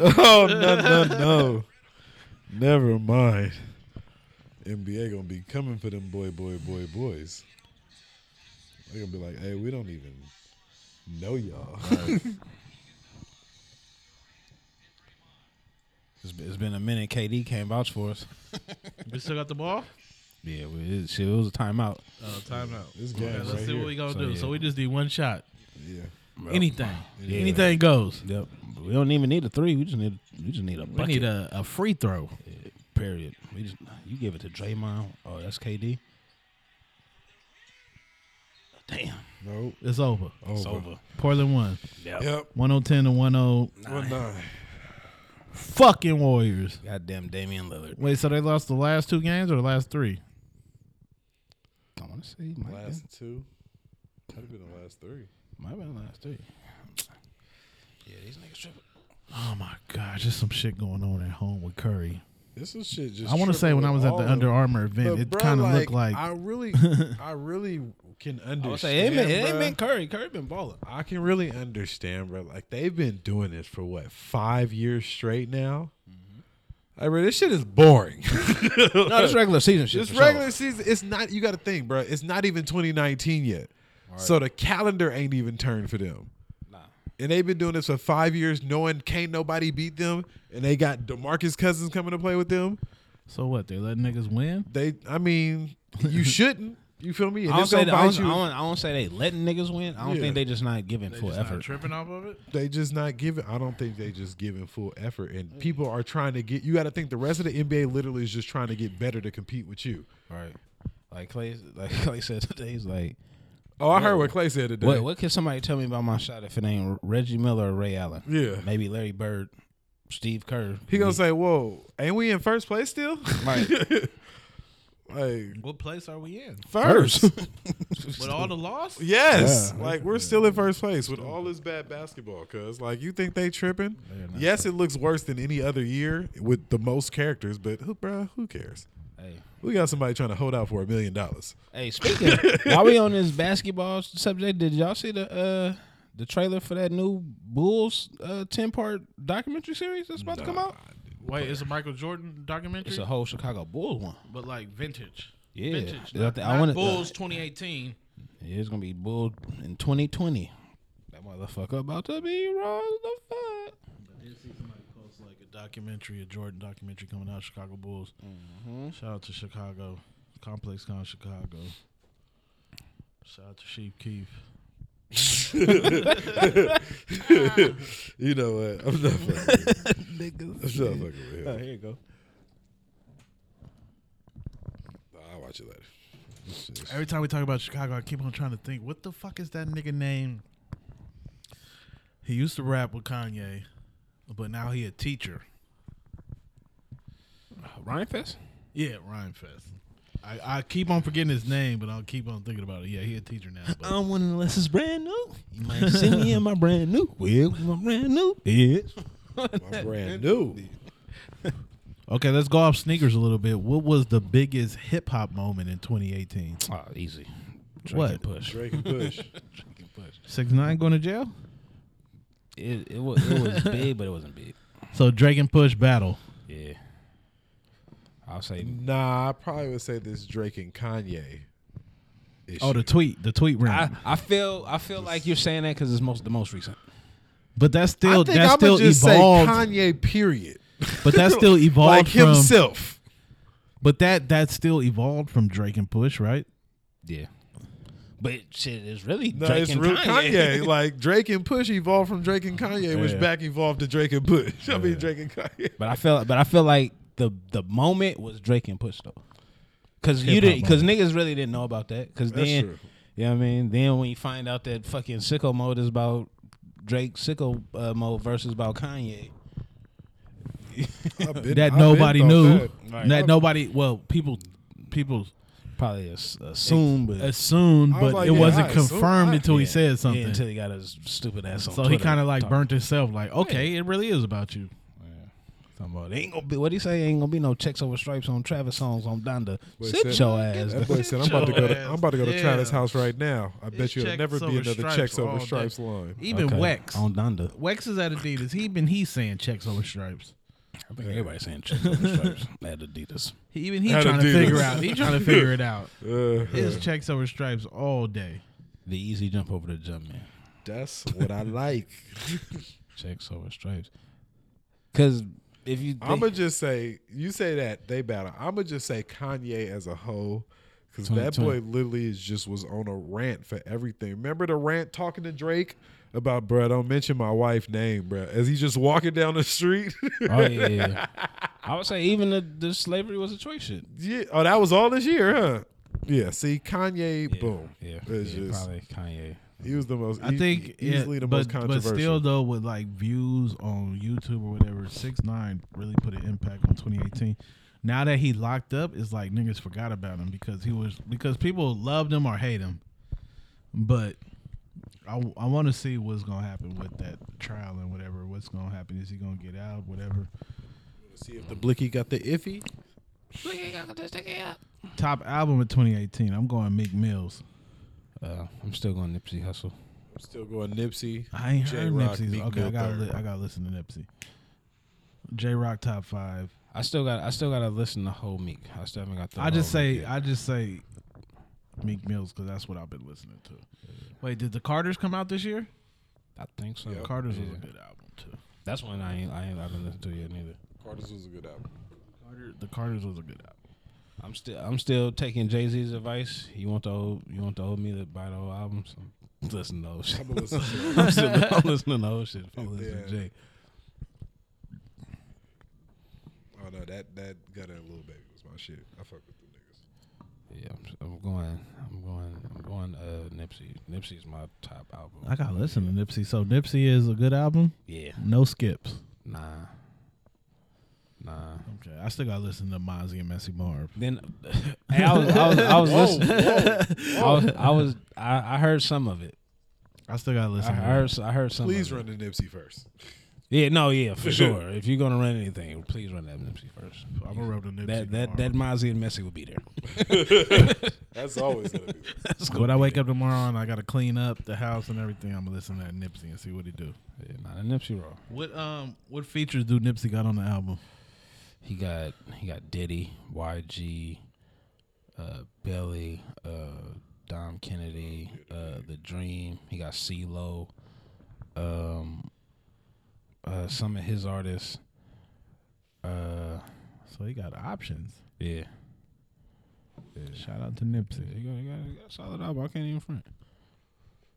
Speaker 3: oh no, no, no. Never mind. NBA gonna be coming for them boy, boy, boy, boys. They gonna be like, hey, we don't even know y'all.
Speaker 4: It's been, it's been a minute. KD can't vouch for us.
Speaker 5: We still got the ball.
Speaker 4: Yeah, we, it, shit, it was a Uh, timeout.
Speaker 5: Oh, timeout.
Speaker 3: This game
Speaker 5: Okay,
Speaker 3: right
Speaker 5: let's see
Speaker 3: here.
Speaker 5: what we gonna
Speaker 4: So,
Speaker 5: do.
Speaker 4: yeah.
Speaker 5: So we just need one shot.
Speaker 3: yeah.
Speaker 5: Anything.
Speaker 4: Yeah.
Speaker 5: Anything goes.
Speaker 4: Yep. We don't even need a three. We just need we just need a
Speaker 5: We
Speaker 4: bucket.
Speaker 5: need a, a free throw.
Speaker 4: Yeah, period. We just you give it to Draymond. Oh, that's KD. Damn,
Speaker 3: Nope.
Speaker 5: It's over.
Speaker 4: it's
Speaker 3: Over.
Speaker 4: over.
Speaker 5: Portland won.
Speaker 3: Yep.
Speaker 5: 110 to 110.
Speaker 3: One nine.
Speaker 5: Fucking Warriors.
Speaker 4: Goddamn, Damian Lillard.
Speaker 5: Wait, so they lost the last two games or the last three?
Speaker 4: I want to see. Might have
Speaker 3: Last two. Could have been the last three.
Speaker 4: might have been the last three. Yeah, these niggas tripping.
Speaker 5: Oh my God, just some shit going on at home with Curry.
Speaker 3: This is shit. Just
Speaker 5: I want to say
Speaker 3: tripping
Speaker 5: when I
Speaker 3: with
Speaker 5: was at
Speaker 3: all
Speaker 5: the
Speaker 3: of
Speaker 5: Under
Speaker 3: them.
Speaker 5: Armour event,
Speaker 3: But
Speaker 5: it
Speaker 3: bruh,
Speaker 5: kind of looked like
Speaker 3: I really, I really can understand.
Speaker 4: I would say, it ain't been, it ain't
Speaker 3: bruh.
Speaker 4: been Curry. Curry been balling.
Speaker 3: I can really understand, bro. Like they've been doing this for what five years straight now.
Speaker 4: Mm-hmm.
Speaker 3: I mean, this shit is boring.
Speaker 4: No, this regular season shit.
Speaker 3: This
Speaker 4: for sure.
Speaker 3: regular season, it's not. You got to think, bro. It's not even 2019 yet, so the calendar ain't even turned for them. And they've been doing this for five years, knowing can't nobody beat them, and they got Demarcus Cousins coming to play with them.
Speaker 5: so what? They let niggas win.
Speaker 3: They, I mean, you shouldn't. You feel me? And
Speaker 4: I don't,
Speaker 3: this
Speaker 4: say
Speaker 3: gonna
Speaker 4: that, I,
Speaker 3: bite
Speaker 4: don't,
Speaker 3: you.
Speaker 4: I, don't, I don't say they letting niggas win. I don't
Speaker 3: Yeah.
Speaker 4: think they just not giving full effort.
Speaker 5: tripping off of it.
Speaker 3: they just not giving. I don't think they just giving full effort, and people are trying to get. You got to think the rest of the NBA literally is just trying to get better to compete with you.
Speaker 4: Right. Like Clay, like Clay said today, he's like,
Speaker 3: Oh, I heard what Clay said today.
Speaker 4: what, what can somebody tell me about my shot if it ain't Reggie Miller or Ray Allen?
Speaker 3: Yeah.
Speaker 4: Maybe Larry Bird, Steve Kerr.
Speaker 3: He gonna say, "Whoa, ain't we in first place still?"
Speaker 4: Right.
Speaker 3: like,
Speaker 5: What place are we in?
Speaker 4: first.
Speaker 5: With all the loss?
Speaker 3: yes, like we're still in first place with all this bad basketball. Cause like you think they tripping? Yes, it looks worse than any other year with the most characters, but who, bruh, who cares?
Speaker 4: hey.
Speaker 3: We got somebody trying to hold out for a million dollars.
Speaker 4: Hey, speaking while we on this basketball subject, did y'all see the uh the trailer for that new Bulls uh ten part documentary series that's about to come out?
Speaker 5: Wait, it's a Michael Jordan documentary,
Speaker 4: It's a whole Chicago Bulls one.
Speaker 5: but like vintage.
Speaker 4: Yeah.
Speaker 5: vintage.
Speaker 4: Yeah, I
Speaker 5: Not,
Speaker 4: think- I
Speaker 5: not
Speaker 4: wanna-
Speaker 5: Bulls 2018.
Speaker 4: Yeah, it's gonna be Bull in twenty twenty. That motherfucker about to be raw as the fuck.
Speaker 5: I did see somebody post like a documentary, a Jordan documentary coming out, Chicago Bulls.
Speaker 4: Mm-hmm.
Speaker 5: Shout out to Chicago, Complex Con Chicago. Shout out to Sheep Keith.
Speaker 3: You know what? I'm not fucking. Niggas. I'm not fucking with him.
Speaker 4: here you go.
Speaker 3: I'll watch it later.
Speaker 5: Every time we talk about Chicago, I keep on trying to think, what the fuck is that nigga name? He used to rap with Kanye, but now he a teacher.
Speaker 4: Ryan Fest?
Speaker 5: Yeah, Ryan Fest. I, I keep on forgetting his name, but I'll keep on thinking about it. Yeah, he a teacher now. But
Speaker 4: I'm one unless it's brand new. You might see me in my brand new. Well, my brand new. Bitch.
Speaker 3: My brand new.
Speaker 5: Okay, let's go off sneakers a little bit. What was the biggest hip hop moment in 2018?
Speaker 4: Oh, easy. Drake
Speaker 5: What?
Speaker 4: and push.
Speaker 3: Drake and Push.
Speaker 5: Six nine going to jail.
Speaker 4: It, it, was, it was big, but it wasn't big.
Speaker 5: So Drake and Push battle.
Speaker 4: Yeah. I'll say
Speaker 3: Mm. nah, I probably would say this Drake and Kanye. Issue.
Speaker 5: Oh, the tweet, the tweet
Speaker 4: I,
Speaker 5: round.
Speaker 4: I feel I feel like you're saying that because it's most the most recent.
Speaker 5: but that's
Speaker 3: I
Speaker 5: still
Speaker 3: think
Speaker 5: that's
Speaker 3: I'm
Speaker 5: still
Speaker 3: gonna just
Speaker 5: evolved.
Speaker 3: say Kanye. Period.
Speaker 5: but that's still evolved
Speaker 3: like
Speaker 5: from.
Speaker 3: himself.
Speaker 5: But that that's still evolved from Drake and Push, right?
Speaker 4: Yeah. But shit, it's really
Speaker 3: No,
Speaker 4: Drake
Speaker 3: it's
Speaker 4: and
Speaker 3: real
Speaker 4: Kanye.
Speaker 3: Kanye. Like Drake and Push evolved from Drake and Kanye,
Speaker 5: Yeah.
Speaker 3: which back evolved to Drake and Push. I mean Drake and Kanye.
Speaker 4: But I feel but I feel like the the moment was Drake and Push though. Cause you didn't because niggas really didn't know about that. Cause
Speaker 3: That's
Speaker 4: then
Speaker 3: true.
Speaker 4: you know what I mean? Then when you find out that fucking sicko mode is about Drake sicko uh, mode versus about Kanye.
Speaker 3: I've been-
Speaker 5: That
Speaker 3: I've been
Speaker 5: nobody
Speaker 3: thought
Speaker 5: knew.
Speaker 3: that.
Speaker 5: That nobody. Well, people people
Speaker 4: probably as- assume, but
Speaker 5: assumed,
Speaker 8: was
Speaker 5: but
Speaker 8: like,
Speaker 5: it
Speaker 8: yeah,
Speaker 5: wasn't
Speaker 8: I assume-
Speaker 5: confirmed
Speaker 8: I-
Speaker 5: until he
Speaker 4: Yeah,
Speaker 5: said
Speaker 4: yeah,
Speaker 5: something.
Speaker 4: until he got his stupid ass. On
Speaker 5: so he
Speaker 4: Twitter
Speaker 5: kind of like
Speaker 4: talking-
Speaker 5: burnt himself. Like, okay, it really is about you.
Speaker 4: talking about, Ain't gonna be what he say. Ain't gonna be no checks over stripes on Travis songs on Donda.
Speaker 3: Boy
Speaker 4: Sit
Speaker 3: said-
Speaker 4: your ass.
Speaker 3: That
Speaker 4: down.
Speaker 3: boy said, "I'm about to go. To,
Speaker 5: Ass.
Speaker 3: I'm about to go to
Speaker 5: Yeah.
Speaker 3: Travis' house right now. I bet
Speaker 5: It's
Speaker 3: you it'll
Speaker 5: checks
Speaker 3: never be
Speaker 5: over
Speaker 3: another
Speaker 5: stripes
Speaker 3: checks over
Speaker 5: all day.
Speaker 3: stripes line."
Speaker 5: Even
Speaker 4: Okay,
Speaker 5: Wex.
Speaker 4: on Donda.
Speaker 5: Wex is at Adidas. He even he's saying checks over stripes.
Speaker 4: I think everybody's saying checks over stripes at Adidas.
Speaker 5: He, even he
Speaker 3: At
Speaker 5: trying
Speaker 3: Adidas.
Speaker 5: to figure out. He trying to figure it out.
Speaker 3: Uh,
Speaker 5: It's checks over stripes all day.
Speaker 4: The easy jump over the jump man.
Speaker 3: that's what I like.
Speaker 4: Checks over stripes. Because if you think,
Speaker 3: I'ma just say, you say that they battle. I'ma just say Kanye as a whole, because that
Speaker 4: 2020.
Speaker 3: boy literally is just was on a rant for everything. Remember the rant talking to Drake about, bruh, don't mention my wife name, bruh. As he's just walking down the street.
Speaker 5: Uh,
Speaker 4: oh yeah, yeah. I would say even the, the slavery was a choice shit.
Speaker 3: yeah. Oh, that was all this year, huh? Yeah. See, Kanye, boom.
Speaker 4: Yeah,
Speaker 3: It's
Speaker 4: yeah,
Speaker 3: just-
Speaker 4: probably Kanye.
Speaker 3: He was the most.
Speaker 5: I
Speaker 3: e-
Speaker 5: think yeah,
Speaker 3: easily the
Speaker 5: but,
Speaker 3: most controversial.
Speaker 5: But still, though, with like views on YouTube or whatever, six nine really put an impact on 2018. Now that he locked up, it's like niggas forgot about him because he was because people loved him or hate him. But I, I want to see what's gonna happen with that trial and whatever. What's gonna happen? Is he gonna get out? Whatever.
Speaker 3: see if the blicky got the iffy.
Speaker 5: Top album of 2018. I'm going Meek Mills.
Speaker 4: Uh, I'm still going Nipsey Hustle.
Speaker 3: I'm still going Nipsey.
Speaker 5: I ain't
Speaker 3: J.
Speaker 5: heard
Speaker 3: Rock,
Speaker 5: Nipsey's.
Speaker 3: Meek
Speaker 5: Okay, I
Speaker 3: Mill
Speaker 5: gotta
Speaker 3: third.
Speaker 5: li- I gotta listen to Nipsey. J Rock top five.
Speaker 4: I still got I still gotta listen to whole Meek. I still haven't got the.
Speaker 5: I just
Speaker 4: whole Meek
Speaker 5: say
Speaker 4: yet.
Speaker 5: I just say Meek Mills because that's what I've been listening to. Wait, did the Carters come out this year?
Speaker 4: I think so.
Speaker 5: Carters was
Speaker 4: Yeah.
Speaker 5: a good album too.
Speaker 4: That's one I ain't I ain't I've been listening to yet neither.
Speaker 3: Carter's was a good album.
Speaker 5: Carter, the Carters was a good album.
Speaker 4: I'm still I'm still taking Jay Z's advice. You want the old you want the old me to buy the old albums? Listen to old shit.
Speaker 3: I'm gonna listen to it.
Speaker 4: I'm, still, I'm listening to old shit. I'm listening to
Speaker 3: Yeah.
Speaker 4: Jay.
Speaker 3: Oh no, that that got that little baby was my shit. I fuck with them niggas.
Speaker 4: Yeah, I'm, I'm going I'm going I'm going uh Nipsey. Nipsey's my top album.
Speaker 5: I gotta listen to Nipsey. So Nipsey is a good album.
Speaker 4: Yeah.
Speaker 5: No skips.
Speaker 4: Nah. Nah.
Speaker 5: Okay, I still gotta listen to Mozzie and Messy Marv.
Speaker 4: Then hey, I was I was, I was listening. I was I was I, I heard some of it.
Speaker 5: I still gotta
Speaker 4: I
Speaker 5: listen. to
Speaker 4: heard I heard some.
Speaker 3: Please
Speaker 4: of it.
Speaker 3: run to Nipsey first.
Speaker 4: Yeah, no, yeah, for sure. If you're gonna run anything, please run that Nipsey first.
Speaker 5: I'm gonna rub the Nipsey.
Speaker 4: That that that
Speaker 5: tomorrow.
Speaker 4: Mozzie and Messi will be there.
Speaker 3: That's always gonna be.
Speaker 5: When I wake up tomorrow and I gotta clean up the house and everything, I'm gonna listen to that Nipsey and see what he do.
Speaker 4: Yeah, not a Nipsey roll.
Speaker 5: What um what features do Nipsey got on the album?
Speaker 4: He got he got Diddy, YG, uh, Belly, uh, Dom Kennedy, uh, The Dream. He got CeeLo, um, uh, some of his artists. Uh,
Speaker 5: So he got options.
Speaker 4: yeah,
Speaker 5: Shout out to Nipsey.
Speaker 4: he got, he got, he got a solid album. I can't even front.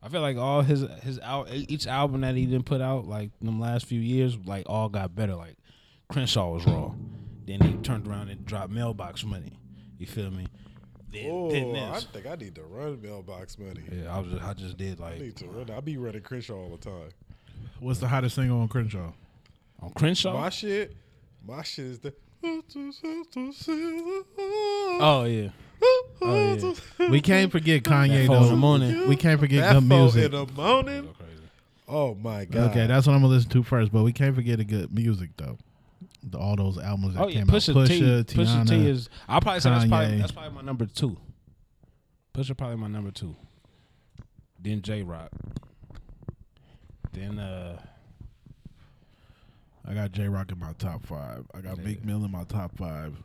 Speaker 4: I feel like all his his out each album that he didn't put out like them last few years like all got better. Like Crenshaw was raw, then he turned around and dropped Mailbox Money. You feel me? Then, then
Speaker 3: Oh, I
Speaker 4: this.
Speaker 3: think I need to run mailbox money.
Speaker 4: yeah, I was just, I just did
Speaker 3: I
Speaker 4: like
Speaker 3: need to run. I be running Crenshaw all the time.
Speaker 5: What's the hottest single on Crenshaw?
Speaker 4: on Crenshaw.
Speaker 3: My shit, my shit is the.
Speaker 4: oh yeah, oh,
Speaker 5: We can't forget Kanye
Speaker 4: That Four in the
Speaker 5: though.
Speaker 4: morning.
Speaker 5: We can't forget
Speaker 3: That
Speaker 5: good
Speaker 3: foe
Speaker 5: music.
Speaker 3: in the morning. Oh my god.
Speaker 5: Okay, that's what I'm gonna listen to first. But we can't forget the good music though. The, all those albums that
Speaker 4: oh yeah.
Speaker 5: came
Speaker 4: Pusha,
Speaker 5: out.
Speaker 4: T,
Speaker 5: Pusha,
Speaker 4: Pusha
Speaker 5: Tiana.
Speaker 4: T is. I'll probably say that's probably
Speaker 5: Kanye.
Speaker 4: that's probably my number two. Pusha probably my number two. Then J Rock. Then uh.
Speaker 5: I got J Rock in my top five. I got Meek Mill in my top five.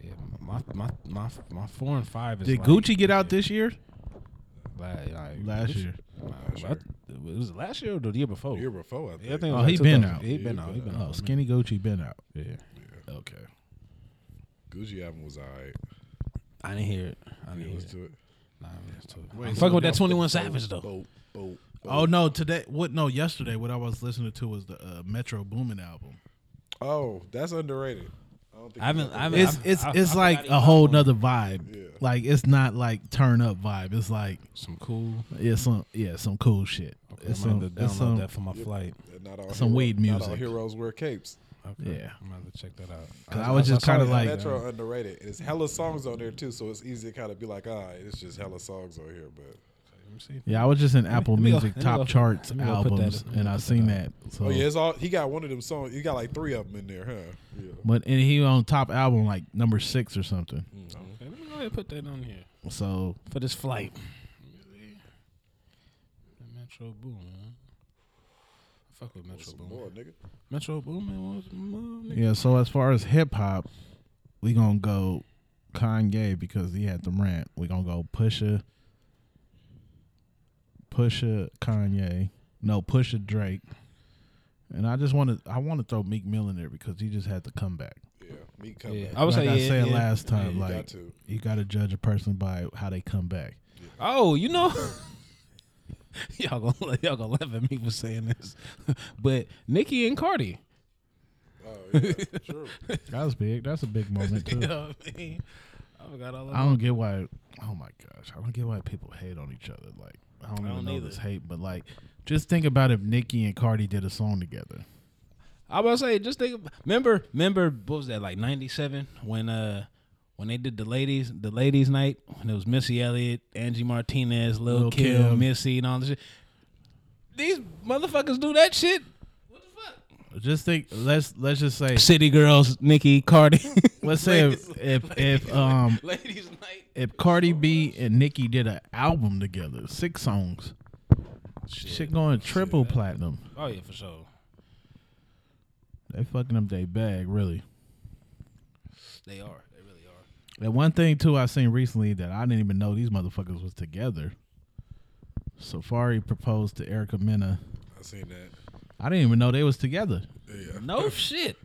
Speaker 4: Yeah, my my my my four and five is.
Speaker 5: Did
Speaker 4: like-
Speaker 5: Gucci get out this year?
Speaker 4: like, like,
Speaker 5: Last
Speaker 4: Gucci-
Speaker 5: year.
Speaker 4: Nah, I- was it last year or the year before?
Speaker 3: year before. I think.
Speaker 4: Yeah, I think it
Speaker 5: Oh,
Speaker 4: was like
Speaker 5: he been
Speaker 4: 2000.
Speaker 5: out.
Speaker 4: He been out. He been
Speaker 5: Oh,
Speaker 4: out.
Speaker 5: Skinny Gucci been out.
Speaker 4: Yeah.
Speaker 5: Okay.
Speaker 3: Gucci album was alright.
Speaker 4: I didn't hear it. I didn't
Speaker 3: It
Speaker 4: hear
Speaker 3: was
Speaker 4: it.
Speaker 3: to it.
Speaker 4: Nah, I didn't listen to it. I'm fucking with that Twenty One Savage though.
Speaker 3: Boat, boat, boat.
Speaker 5: Oh no, today what? No, yesterday what I was listening to was the uh, Metro Boomin album.
Speaker 3: Oh, that's underrated. I don't think
Speaker 4: I haven't. I haven't
Speaker 5: It's
Speaker 4: I've-
Speaker 5: it's
Speaker 4: I've-
Speaker 5: it's
Speaker 4: I've
Speaker 5: like
Speaker 4: forgot
Speaker 5: a
Speaker 4: he-
Speaker 5: whole nother vibe. Like it's not like turn up vibe. It's like
Speaker 4: some cool.
Speaker 5: yeah, some yeah, some cool shit.
Speaker 4: I'm
Speaker 5: it's
Speaker 4: gonna
Speaker 5: some,
Speaker 4: download
Speaker 5: it's some
Speaker 4: that for my flight.
Speaker 3: not all
Speaker 5: some
Speaker 3: hero-
Speaker 5: weed
Speaker 3: Not all
Speaker 5: music.
Speaker 3: heroes wear capes.
Speaker 5: yeah.
Speaker 4: I'm gonna have to check that out.
Speaker 5: 'Cause I was just
Speaker 4: saw
Speaker 5: kinda
Speaker 4: that.
Speaker 5: like-
Speaker 3: Metro underrated. And it's hella songs on there too, so it's easy to kind of be like, ah, it's just hella songs on here. But
Speaker 5: Yeah, I was just in Apple
Speaker 4: me go-
Speaker 5: Music
Speaker 4: let me go-
Speaker 5: top charts
Speaker 4: let me go put that-
Speaker 5: albums,
Speaker 4: let me
Speaker 5: and I
Speaker 4: put that
Speaker 5: seen that. So,
Speaker 3: oh yeah, it's all. He got one of them songs. He got like three of them in there, huh? Yeah.
Speaker 5: but and he on top album like number six or something.
Speaker 3: Mm,
Speaker 4: Okay, let me go ahead and put that on here
Speaker 5: So
Speaker 4: for this flight. Metro Boomin. Huh? I Fuck with Metro Boomin.
Speaker 3: More nigga.
Speaker 4: Metro Boomin was my nigga.
Speaker 5: yeah, so as far as hip hop, we gonna go Kanye because he had the rant. We gonna go Pusha, Pusha Kanye, no Pusha Drake, and I just want to I want to throw Meek Mill in there because he just had the comeback.
Speaker 3: Yeah, me coming.
Speaker 4: I was
Speaker 5: like
Speaker 4: like,
Speaker 5: I
Speaker 4: yeah,
Speaker 5: said
Speaker 4: yeah.
Speaker 5: last time,
Speaker 3: you
Speaker 5: like
Speaker 3: got to.
Speaker 5: you got to judge a person by how they come back.
Speaker 4: Oh, you know, y'all gonna y'all gonna laugh at me for saying this, but Nicki and Cardi.
Speaker 3: Oh yeah, true.
Speaker 5: That was big. That's a big moment too.
Speaker 4: You know what I mean? I forgot all
Speaker 5: I
Speaker 4: about.
Speaker 5: don't get why. Oh my gosh, I don't get why people hate on each other. Like I don't even
Speaker 4: don't
Speaker 5: know
Speaker 4: either.
Speaker 5: this hate, but like, just think about if Nicki and Cardi did a song together.
Speaker 4: I was about to say, just think. ab- Remember, remember, what was that like '97 when uh when they did the ladies the ladies night when it was Missy Elliott, Angie Martinez, Lil,
Speaker 5: Lil'
Speaker 4: Kim,
Speaker 5: Kim.
Speaker 4: Missy, and all this shit. These motherfuckers do that shit. What the fuck?
Speaker 5: Just think. Let's let's just say.
Speaker 4: City girls, Nicki, Cardi.
Speaker 5: Let's say if if, if um
Speaker 4: ladies night.
Speaker 5: if Cardi B and Nicki did an album together, six songs, shit, going triple platinum.
Speaker 4: Oh yeah, for sure.
Speaker 5: They fucking up their bag, really.
Speaker 4: They are. They really are.
Speaker 5: And one thing too, I seen recently that I didn't even know these motherfuckers was together. Safari proposed to Erica Mena.
Speaker 3: I seen that.
Speaker 5: I didn't even know they was together.
Speaker 3: Yeah.
Speaker 4: No shit.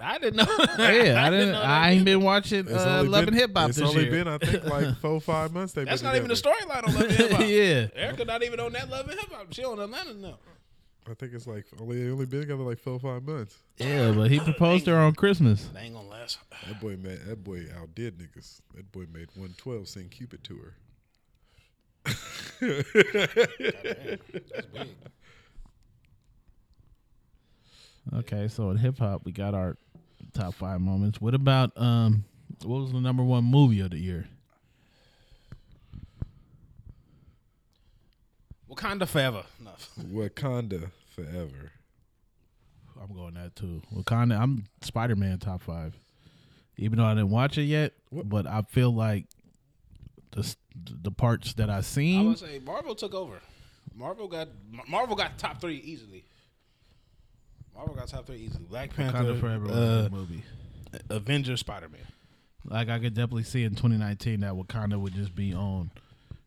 Speaker 4: I didn't know.
Speaker 5: Yeah, I didn't.
Speaker 4: know that
Speaker 5: I ain't been watching
Speaker 3: It's
Speaker 5: uh,
Speaker 3: only
Speaker 5: Love
Speaker 3: been-
Speaker 5: and Hip Hop
Speaker 3: It's
Speaker 5: this
Speaker 3: only
Speaker 5: year.
Speaker 3: been, I think, like four, five months. They've
Speaker 4: That's
Speaker 3: been
Speaker 4: not even a
Speaker 3: together.
Speaker 4: storyline on Love and Hip Hop.
Speaker 5: yeah,
Speaker 4: Erica not even on that Love and Hip Hop. She on Atlanta now.
Speaker 3: I think it's like only they only been together like four, five months.
Speaker 5: yeah, but he proposed to her on Christmas.
Speaker 4: They ain't gonna last.
Speaker 3: That boy made that boy outdid niggas. That boy made one twelve sing Cupid to her.
Speaker 5: Okay, so in hip hop, we got our top five moments. What about um, what was the number one movie of the year?
Speaker 4: Wakanda forever. No.
Speaker 3: Wakanda forever.
Speaker 5: I'm going that too. Wakanda. I'm Spider Man top five, even though I didn't watch it yet. But I feel like the s- the parts that I
Speaker 4: I
Speaker 5: seen.
Speaker 4: would say Marvel took over. Marvel got Mar- Marvel got top three easily. Marvel got top three easily. Black Panther,
Speaker 5: Wakanda Forever was a
Speaker 4: uh,
Speaker 5: good movie.
Speaker 4: Avengers, Spider Man.
Speaker 5: Like I could definitely see in 2019 that Wakanda would just be on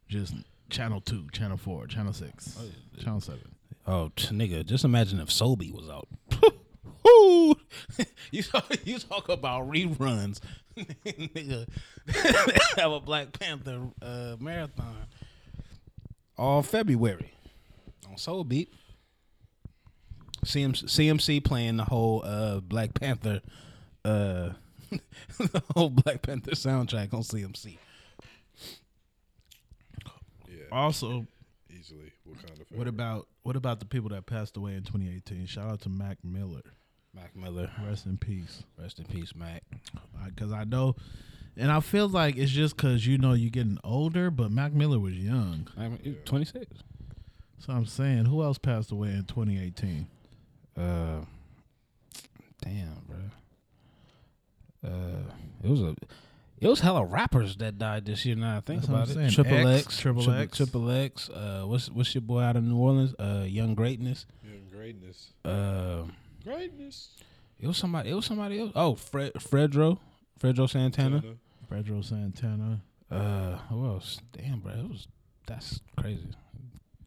Speaker 5: just channel two, channel four, channel six, channel seven.
Speaker 4: Oh, t- nigga, just imagine if Sobe was out. Woo! you talk, you talk about reruns, nigga. Have a Black Panther uh, marathon all February on Soul Beat. CMC, CMC playing the whole uh, Black Panther, uh, the whole Black Panther soundtrack on CMC.
Speaker 5: Also,
Speaker 3: Easily Wakanda forever.
Speaker 5: what about what about the people that passed away in 2018? Shout out to Mac Miller,
Speaker 4: Mac Miller,
Speaker 5: rest in peace.
Speaker 4: rest in peace, Mac.
Speaker 5: Because I know, and I feel like it's just because you know you're getting older, but Mac Miller was young.
Speaker 4: Twenty six.
Speaker 5: So I'm saying, who else passed away in 2018?
Speaker 4: Uh, damn, bro. Uh, it was a, it was hella rappers that died this year. Now that I think
Speaker 5: That's what
Speaker 4: about
Speaker 5: I'm
Speaker 4: it.
Speaker 5: saying.
Speaker 4: Triple
Speaker 5: X,
Speaker 4: X,
Speaker 5: Triple X.
Speaker 4: Triple X. Uh, what's what's your boy out of New Orleans? Uh, Young Greatness.
Speaker 3: Yeah, greatness?
Speaker 4: Uh,
Speaker 3: Greatness.
Speaker 4: it was somebody. It was somebody else. Oh, Fred, Fredro, Fredro Santana.
Speaker 5: Pedro Santana.
Speaker 4: Uh, who else? Damn, bro, it was that's crazy.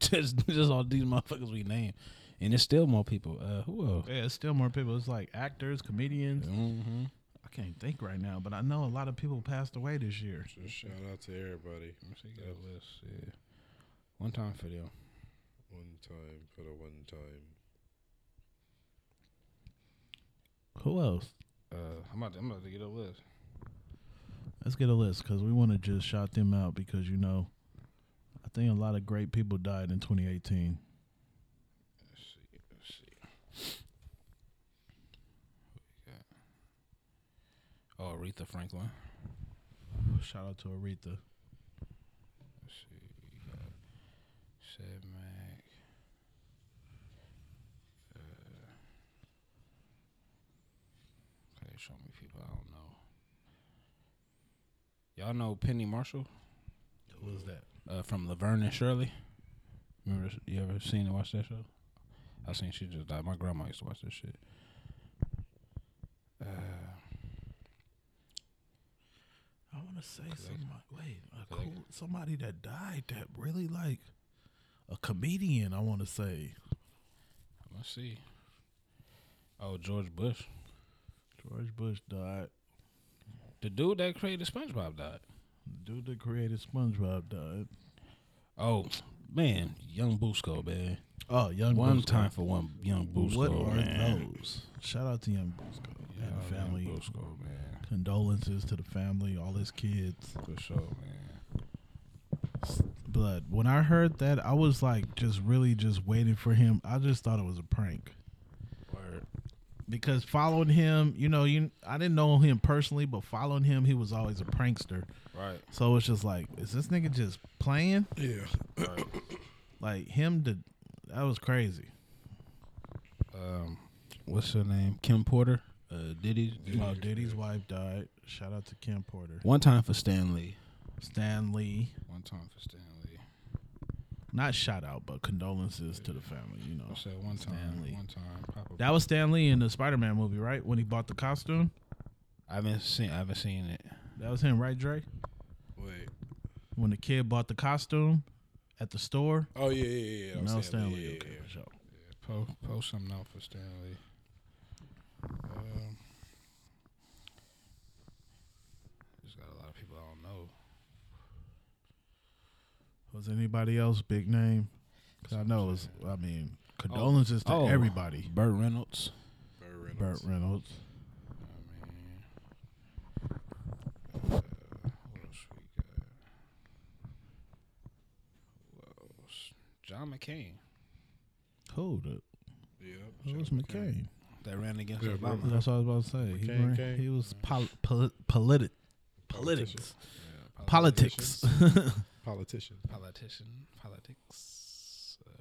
Speaker 4: Just just all these motherfuckers we named, and there's still more people. Uh, who else? Mm-hmm.
Speaker 5: Yeah, it's still more people. It's like actors, comedians. I can't think right now, but I know a lot of people passed away this year.
Speaker 3: Just shout out to everybody.
Speaker 4: One time for them.
Speaker 3: One time for the one time.
Speaker 5: Who else?
Speaker 4: Uh, I'm about to, I'm about to get a list.
Speaker 5: Let's get a list because we want to just shout them out because you know, I think a lot of great people died in 2018.
Speaker 4: Oh, Aretha Franklin.
Speaker 5: Shout out to Aretha.
Speaker 4: Let's see. You got Shed Mac. Uh, okay, show me people I don't know. Y'all know Penny Marshall
Speaker 5: Who was that?
Speaker 4: uh, from Laverne and Shirley? Remember, sh- you ever seen and watch that show? I seen she just died. My grandma used to watch that shit.
Speaker 5: I want to say somebody. Wait, a cool, somebody that died that really like a comedian. I want to say
Speaker 4: Let's see. Oh, George Bush.
Speaker 5: George Bush died.
Speaker 4: The dude that created SpongeBob died.
Speaker 5: Dude that created SpongeBob died.
Speaker 4: Oh, man. Young Busco, man.
Speaker 5: Oh, Young
Speaker 4: One
Speaker 5: Boosko.
Speaker 4: time for one Young Busco,
Speaker 5: What are
Speaker 4: man.
Speaker 5: those? Shout out to Young Busco and the family.
Speaker 4: Young Busco, man.
Speaker 5: Condolences to the family, all his kids.
Speaker 4: For sure, man.
Speaker 5: But when I heard that, I was like, just really just waiting for him. I just thought it was a prank. Because following him, you know, you I didn't know him personally, but following him, he was always a prankster.
Speaker 4: Right.
Speaker 5: So it's just like, is this nigga just playing?
Speaker 3: Yeah.
Speaker 5: Like him to, that was crazy.
Speaker 4: What's her name? Kim Porter. Uh, Diddy.
Speaker 5: Oh, Diddy's wife died. Shout out to Kim Porter,
Speaker 4: One time for Stanley.
Speaker 5: Stan Lee.
Speaker 4: One time for Stanley.
Speaker 5: Not shout out, but condolences to the family. You know,
Speaker 4: I said one time.
Speaker 5: Stanley.
Speaker 4: One time. Papa.
Speaker 5: that was Stan Lee in the Spider-Man movie, right? When he bought the costume,
Speaker 4: I haven't seen. I haven't seen it.
Speaker 5: that was him, right, Dre?
Speaker 3: Wait.
Speaker 5: when the kid bought the costume at the store.
Speaker 3: Oh yeah, yeah, yeah. yeah. I'm
Speaker 5: No,
Speaker 3: saying,
Speaker 5: Stanley.
Speaker 3: Yeah, yeah,
Speaker 5: okay,
Speaker 3: yeah.
Speaker 5: for sure.
Speaker 4: Post, post something out for Stanley. Um, just got a lot of people I don't know.
Speaker 5: Was anybody else big name? Because I know it's. I mean, condolences to
Speaker 4: Oh.
Speaker 5: everybody.
Speaker 4: Burt Reynolds.
Speaker 5: Burt Reynolds.
Speaker 4: What else we got? Who else? John McCain
Speaker 5: Who the?
Speaker 3: Yep.
Speaker 5: Who was McCain?
Speaker 4: that ran against
Speaker 3: Yeah, bro.
Speaker 4: Obama.
Speaker 5: That's what I was about to say. He,
Speaker 3: McCain,
Speaker 5: ran-
Speaker 3: Cain.
Speaker 5: he was pol- pol- politi- politics. Politics.
Speaker 3: Politician.
Speaker 4: Politician, politics. Uh,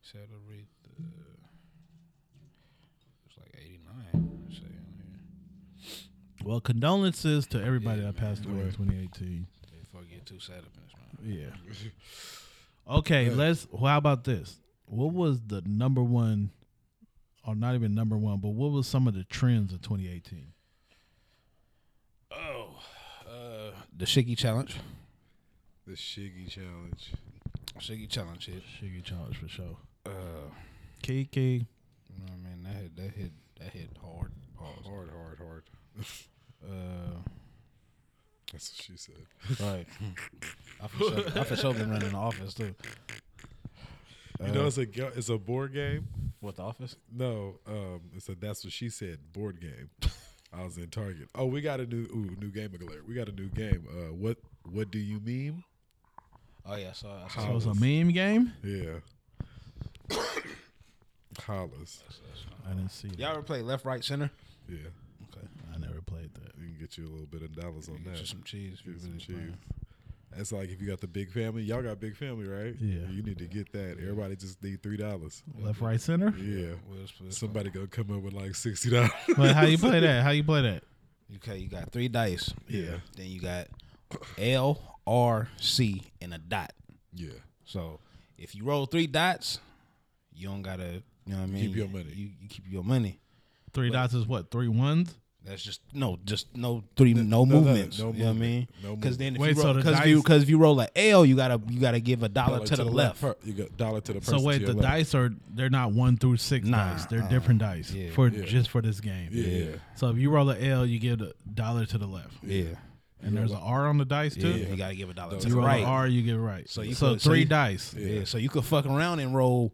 Speaker 4: said to read the. It's like eighty nine. Say on here.
Speaker 5: well, condolences to everybody that passed away in 2018.
Speaker 4: Before I get too sad up in this man.
Speaker 5: Yeah. Okay, let's. Well, how about this? What was the number one, or not even number one, but what was some of the trends of 2018?
Speaker 4: Oh, The Shiggy Challenge.
Speaker 3: The Shiggy Challenge.
Speaker 4: Shiggy Challenge hit.
Speaker 5: Shiggy challenge for sure.
Speaker 4: Uh,
Speaker 5: Kiki,
Speaker 4: you know what I mean? That hit. That hit. That hit hard. Pause.
Speaker 3: Hard, hard, hard.
Speaker 4: Uh,
Speaker 3: That's what she said.
Speaker 4: right. I for sure. I for sure been running the office too.
Speaker 3: You know, it's a go- it's a board game.
Speaker 4: What the office?
Speaker 3: No, um, it's a that's what she said board game. I was in Target. Oh, we got a new ooh, new game alert. We got a new game. Uh, what what do you meme?
Speaker 4: Oh yeah. So I
Speaker 5: that
Speaker 4: saw.
Speaker 5: was a meme game.
Speaker 3: Yeah. Hollis.
Speaker 5: I didn't see. That.
Speaker 4: Y'all ever play left, right, center?
Speaker 3: Yeah.
Speaker 5: I never played that.
Speaker 3: You can get you a little bit of dollars on that.
Speaker 4: Just some cheese. if you
Speaker 3: Get some
Speaker 4: really
Speaker 3: cheese.
Speaker 4: playing.
Speaker 3: That's like if you got the big family. Y'all got big family, right?
Speaker 5: Yeah.
Speaker 3: You need to get that. Everybody just need three dollars.
Speaker 5: Left, right, center.
Speaker 3: Yeah.
Speaker 4: We'll split some.
Speaker 3: Somebody gonna come up with like sixty dollars.
Speaker 5: But how you play that? How you play that?
Speaker 4: Okay, you got three dice.
Speaker 3: Yeah.
Speaker 4: Then you got L, R, C, and a dot.
Speaker 3: yeah.
Speaker 4: So if you roll three dots, you don't gotta. You know what I mean?
Speaker 3: your money.
Speaker 4: You, you keep your money.
Speaker 5: Three dots is what? Three ones.
Speaker 4: That's just no, just no three, no, movements.
Speaker 3: no
Speaker 4: you know what I mean?
Speaker 3: movement, no
Speaker 4: Because then if
Speaker 5: Wait,
Speaker 4: you
Speaker 5: so
Speaker 4: roll,
Speaker 5: the
Speaker 4: because if you
Speaker 5: dice-
Speaker 4: because if you roll a L, you gotta you gotta give a dollar, to, the, left.
Speaker 3: Per- You got dollar to the person.
Speaker 5: So
Speaker 3: to
Speaker 5: wait, the
Speaker 3: your left.
Speaker 5: dice are they're not one through six
Speaker 4: Nah,
Speaker 5: dice. They're different dice for just for this game.
Speaker 3: Yeah.
Speaker 5: So if you roll a L, you give a dollar to the left,
Speaker 4: Yeah,
Speaker 5: and there's an R on the dice too.
Speaker 4: you gotta give a dollar to
Speaker 5: You
Speaker 4: the
Speaker 5: roll
Speaker 4: right.
Speaker 5: an R, you get right. So,
Speaker 4: you
Speaker 5: so
Speaker 4: could- so
Speaker 5: three
Speaker 4: you-
Speaker 5: dice.
Speaker 4: Yeah. so you could fuck around and roll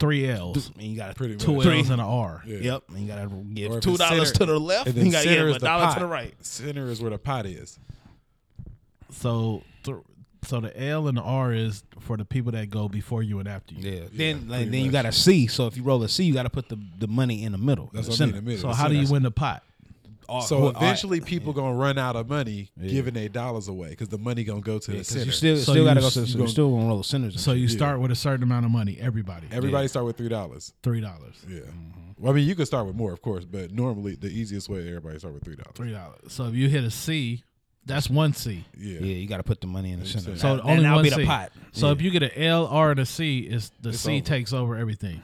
Speaker 5: Three L's.
Speaker 4: And you got
Speaker 5: Pretty
Speaker 4: two
Speaker 5: much.
Speaker 4: L's
Speaker 5: Three.
Speaker 4: and an R.
Speaker 5: Yeah.
Speaker 4: Yep. And you got to
Speaker 3: Or
Speaker 4: give
Speaker 3: if
Speaker 4: two
Speaker 3: it's
Speaker 4: dollars to
Speaker 3: center-
Speaker 4: the left.
Speaker 3: and then
Speaker 4: And you got to
Speaker 3: center
Speaker 4: give
Speaker 3: is
Speaker 4: a
Speaker 3: the
Speaker 4: dollar
Speaker 3: pot.
Speaker 4: to the right.
Speaker 3: Center is where the pot is.
Speaker 5: So, th- so the L and the R is for the people that go before you and after you.
Speaker 4: Yeah. Then like, then you got a C. So if you roll a C, you got to put the, the money in the middle.
Speaker 3: That's
Speaker 4: the
Speaker 3: what I mean,
Speaker 4: center.
Speaker 3: the middle.
Speaker 5: So how do you win the pot?
Speaker 4: All-
Speaker 3: So
Speaker 4: all right.
Speaker 3: eventually, people gonna run out of money giving their dollars away because the money gonna go to the
Speaker 4: 'Cause
Speaker 3: center.
Speaker 4: you still
Speaker 5: So
Speaker 4: still got to
Speaker 5: you
Speaker 4: go
Speaker 5: s-
Speaker 4: to
Speaker 5: you
Speaker 4: the center.
Speaker 5: gonna-
Speaker 4: You still gonna roll the centers.
Speaker 5: So you start with a certain amount of money. Everybody.
Speaker 3: Everybody start with three dollars.
Speaker 5: Three dollars.
Speaker 3: Yeah.
Speaker 4: Mm-hmm.
Speaker 3: Well, I mean, you could start with more, of course, but normally the easiest way everybody start with three dollars.
Speaker 5: Three dollars. So if you hit a C, that's one C.
Speaker 3: Yeah.
Speaker 4: Yeah, you got to put the money in the center.
Speaker 5: So
Speaker 4: That-
Speaker 5: only
Speaker 4: that'll
Speaker 5: one
Speaker 4: be
Speaker 5: C.
Speaker 4: the pot.
Speaker 5: So if you get an L, R, and a C, it's the C takes over everything.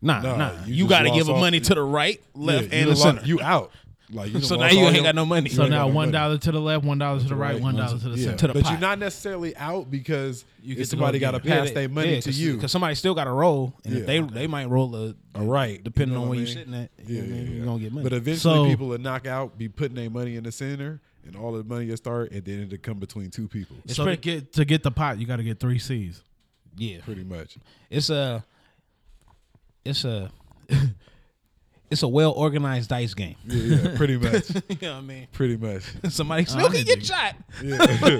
Speaker 4: Nah,
Speaker 3: Nah,
Speaker 4: nah.
Speaker 3: you
Speaker 4: You,
Speaker 3: just
Speaker 4: got to
Speaker 3: lost
Speaker 4: give them
Speaker 3: all-
Speaker 4: money to the right,
Speaker 3: Yeah,
Speaker 4: left,
Speaker 3: you
Speaker 4: and
Speaker 3: lo-
Speaker 4: the center.
Speaker 3: You out. Like you
Speaker 4: so
Speaker 3: done
Speaker 4: now
Speaker 3: lost
Speaker 4: you
Speaker 3: all
Speaker 4: ain't
Speaker 3: your-
Speaker 4: got no money.
Speaker 5: So
Speaker 3: ain't
Speaker 5: now
Speaker 3: got no
Speaker 5: one
Speaker 3: money.
Speaker 5: dollar to the left, one dollar to the right, one dollar to the
Speaker 3: Yeah.
Speaker 5: center.
Speaker 4: the
Speaker 3: but
Speaker 4: pot.
Speaker 3: you're not necessarily out because
Speaker 5: get
Speaker 3: if
Speaker 5: to go
Speaker 3: somebody got
Speaker 5: again.
Speaker 3: to pass their money to you.
Speaker 4: because somebody still got to roll, and
Speaker 3: Yeah.
Speaker 4: if they they might roll a
Speaker 3: All right,
Speaker 4: depending
Speaker 3: You know
Speaker 4: on
Speaker 3: what
Speaker 4: where
Speaker 3: I mean?
Speaker 4: you're sitting at. You
Speaker 3: Yeah,
Speaker 4: know what I
Speaker 3: yeah,
Speaker 4: mean?
Speaker 3: yeah.
Speaker 4: You're gonna get money.
Speaker 3: But eventually,
Speaker 5: So-
Speaker 3: people will knock out, be putting their money in the center, and all the money will start, and then it'll come between two people,
Speaker 5: So to get to get the pot, you got to get three C's.
Speaker 4: yeah,
Speaker 3: pretty much.
Speaker 4: it's a it's a it's a well organized dice game.
Speaker 3: Yeah, yeah pretty much,
Speaker 4: you know what I mean?
Speaker 3: pretty much.
Speaker 4: Somebody still can get shot,
Speaker 3: Yeah,
Speaker 5: I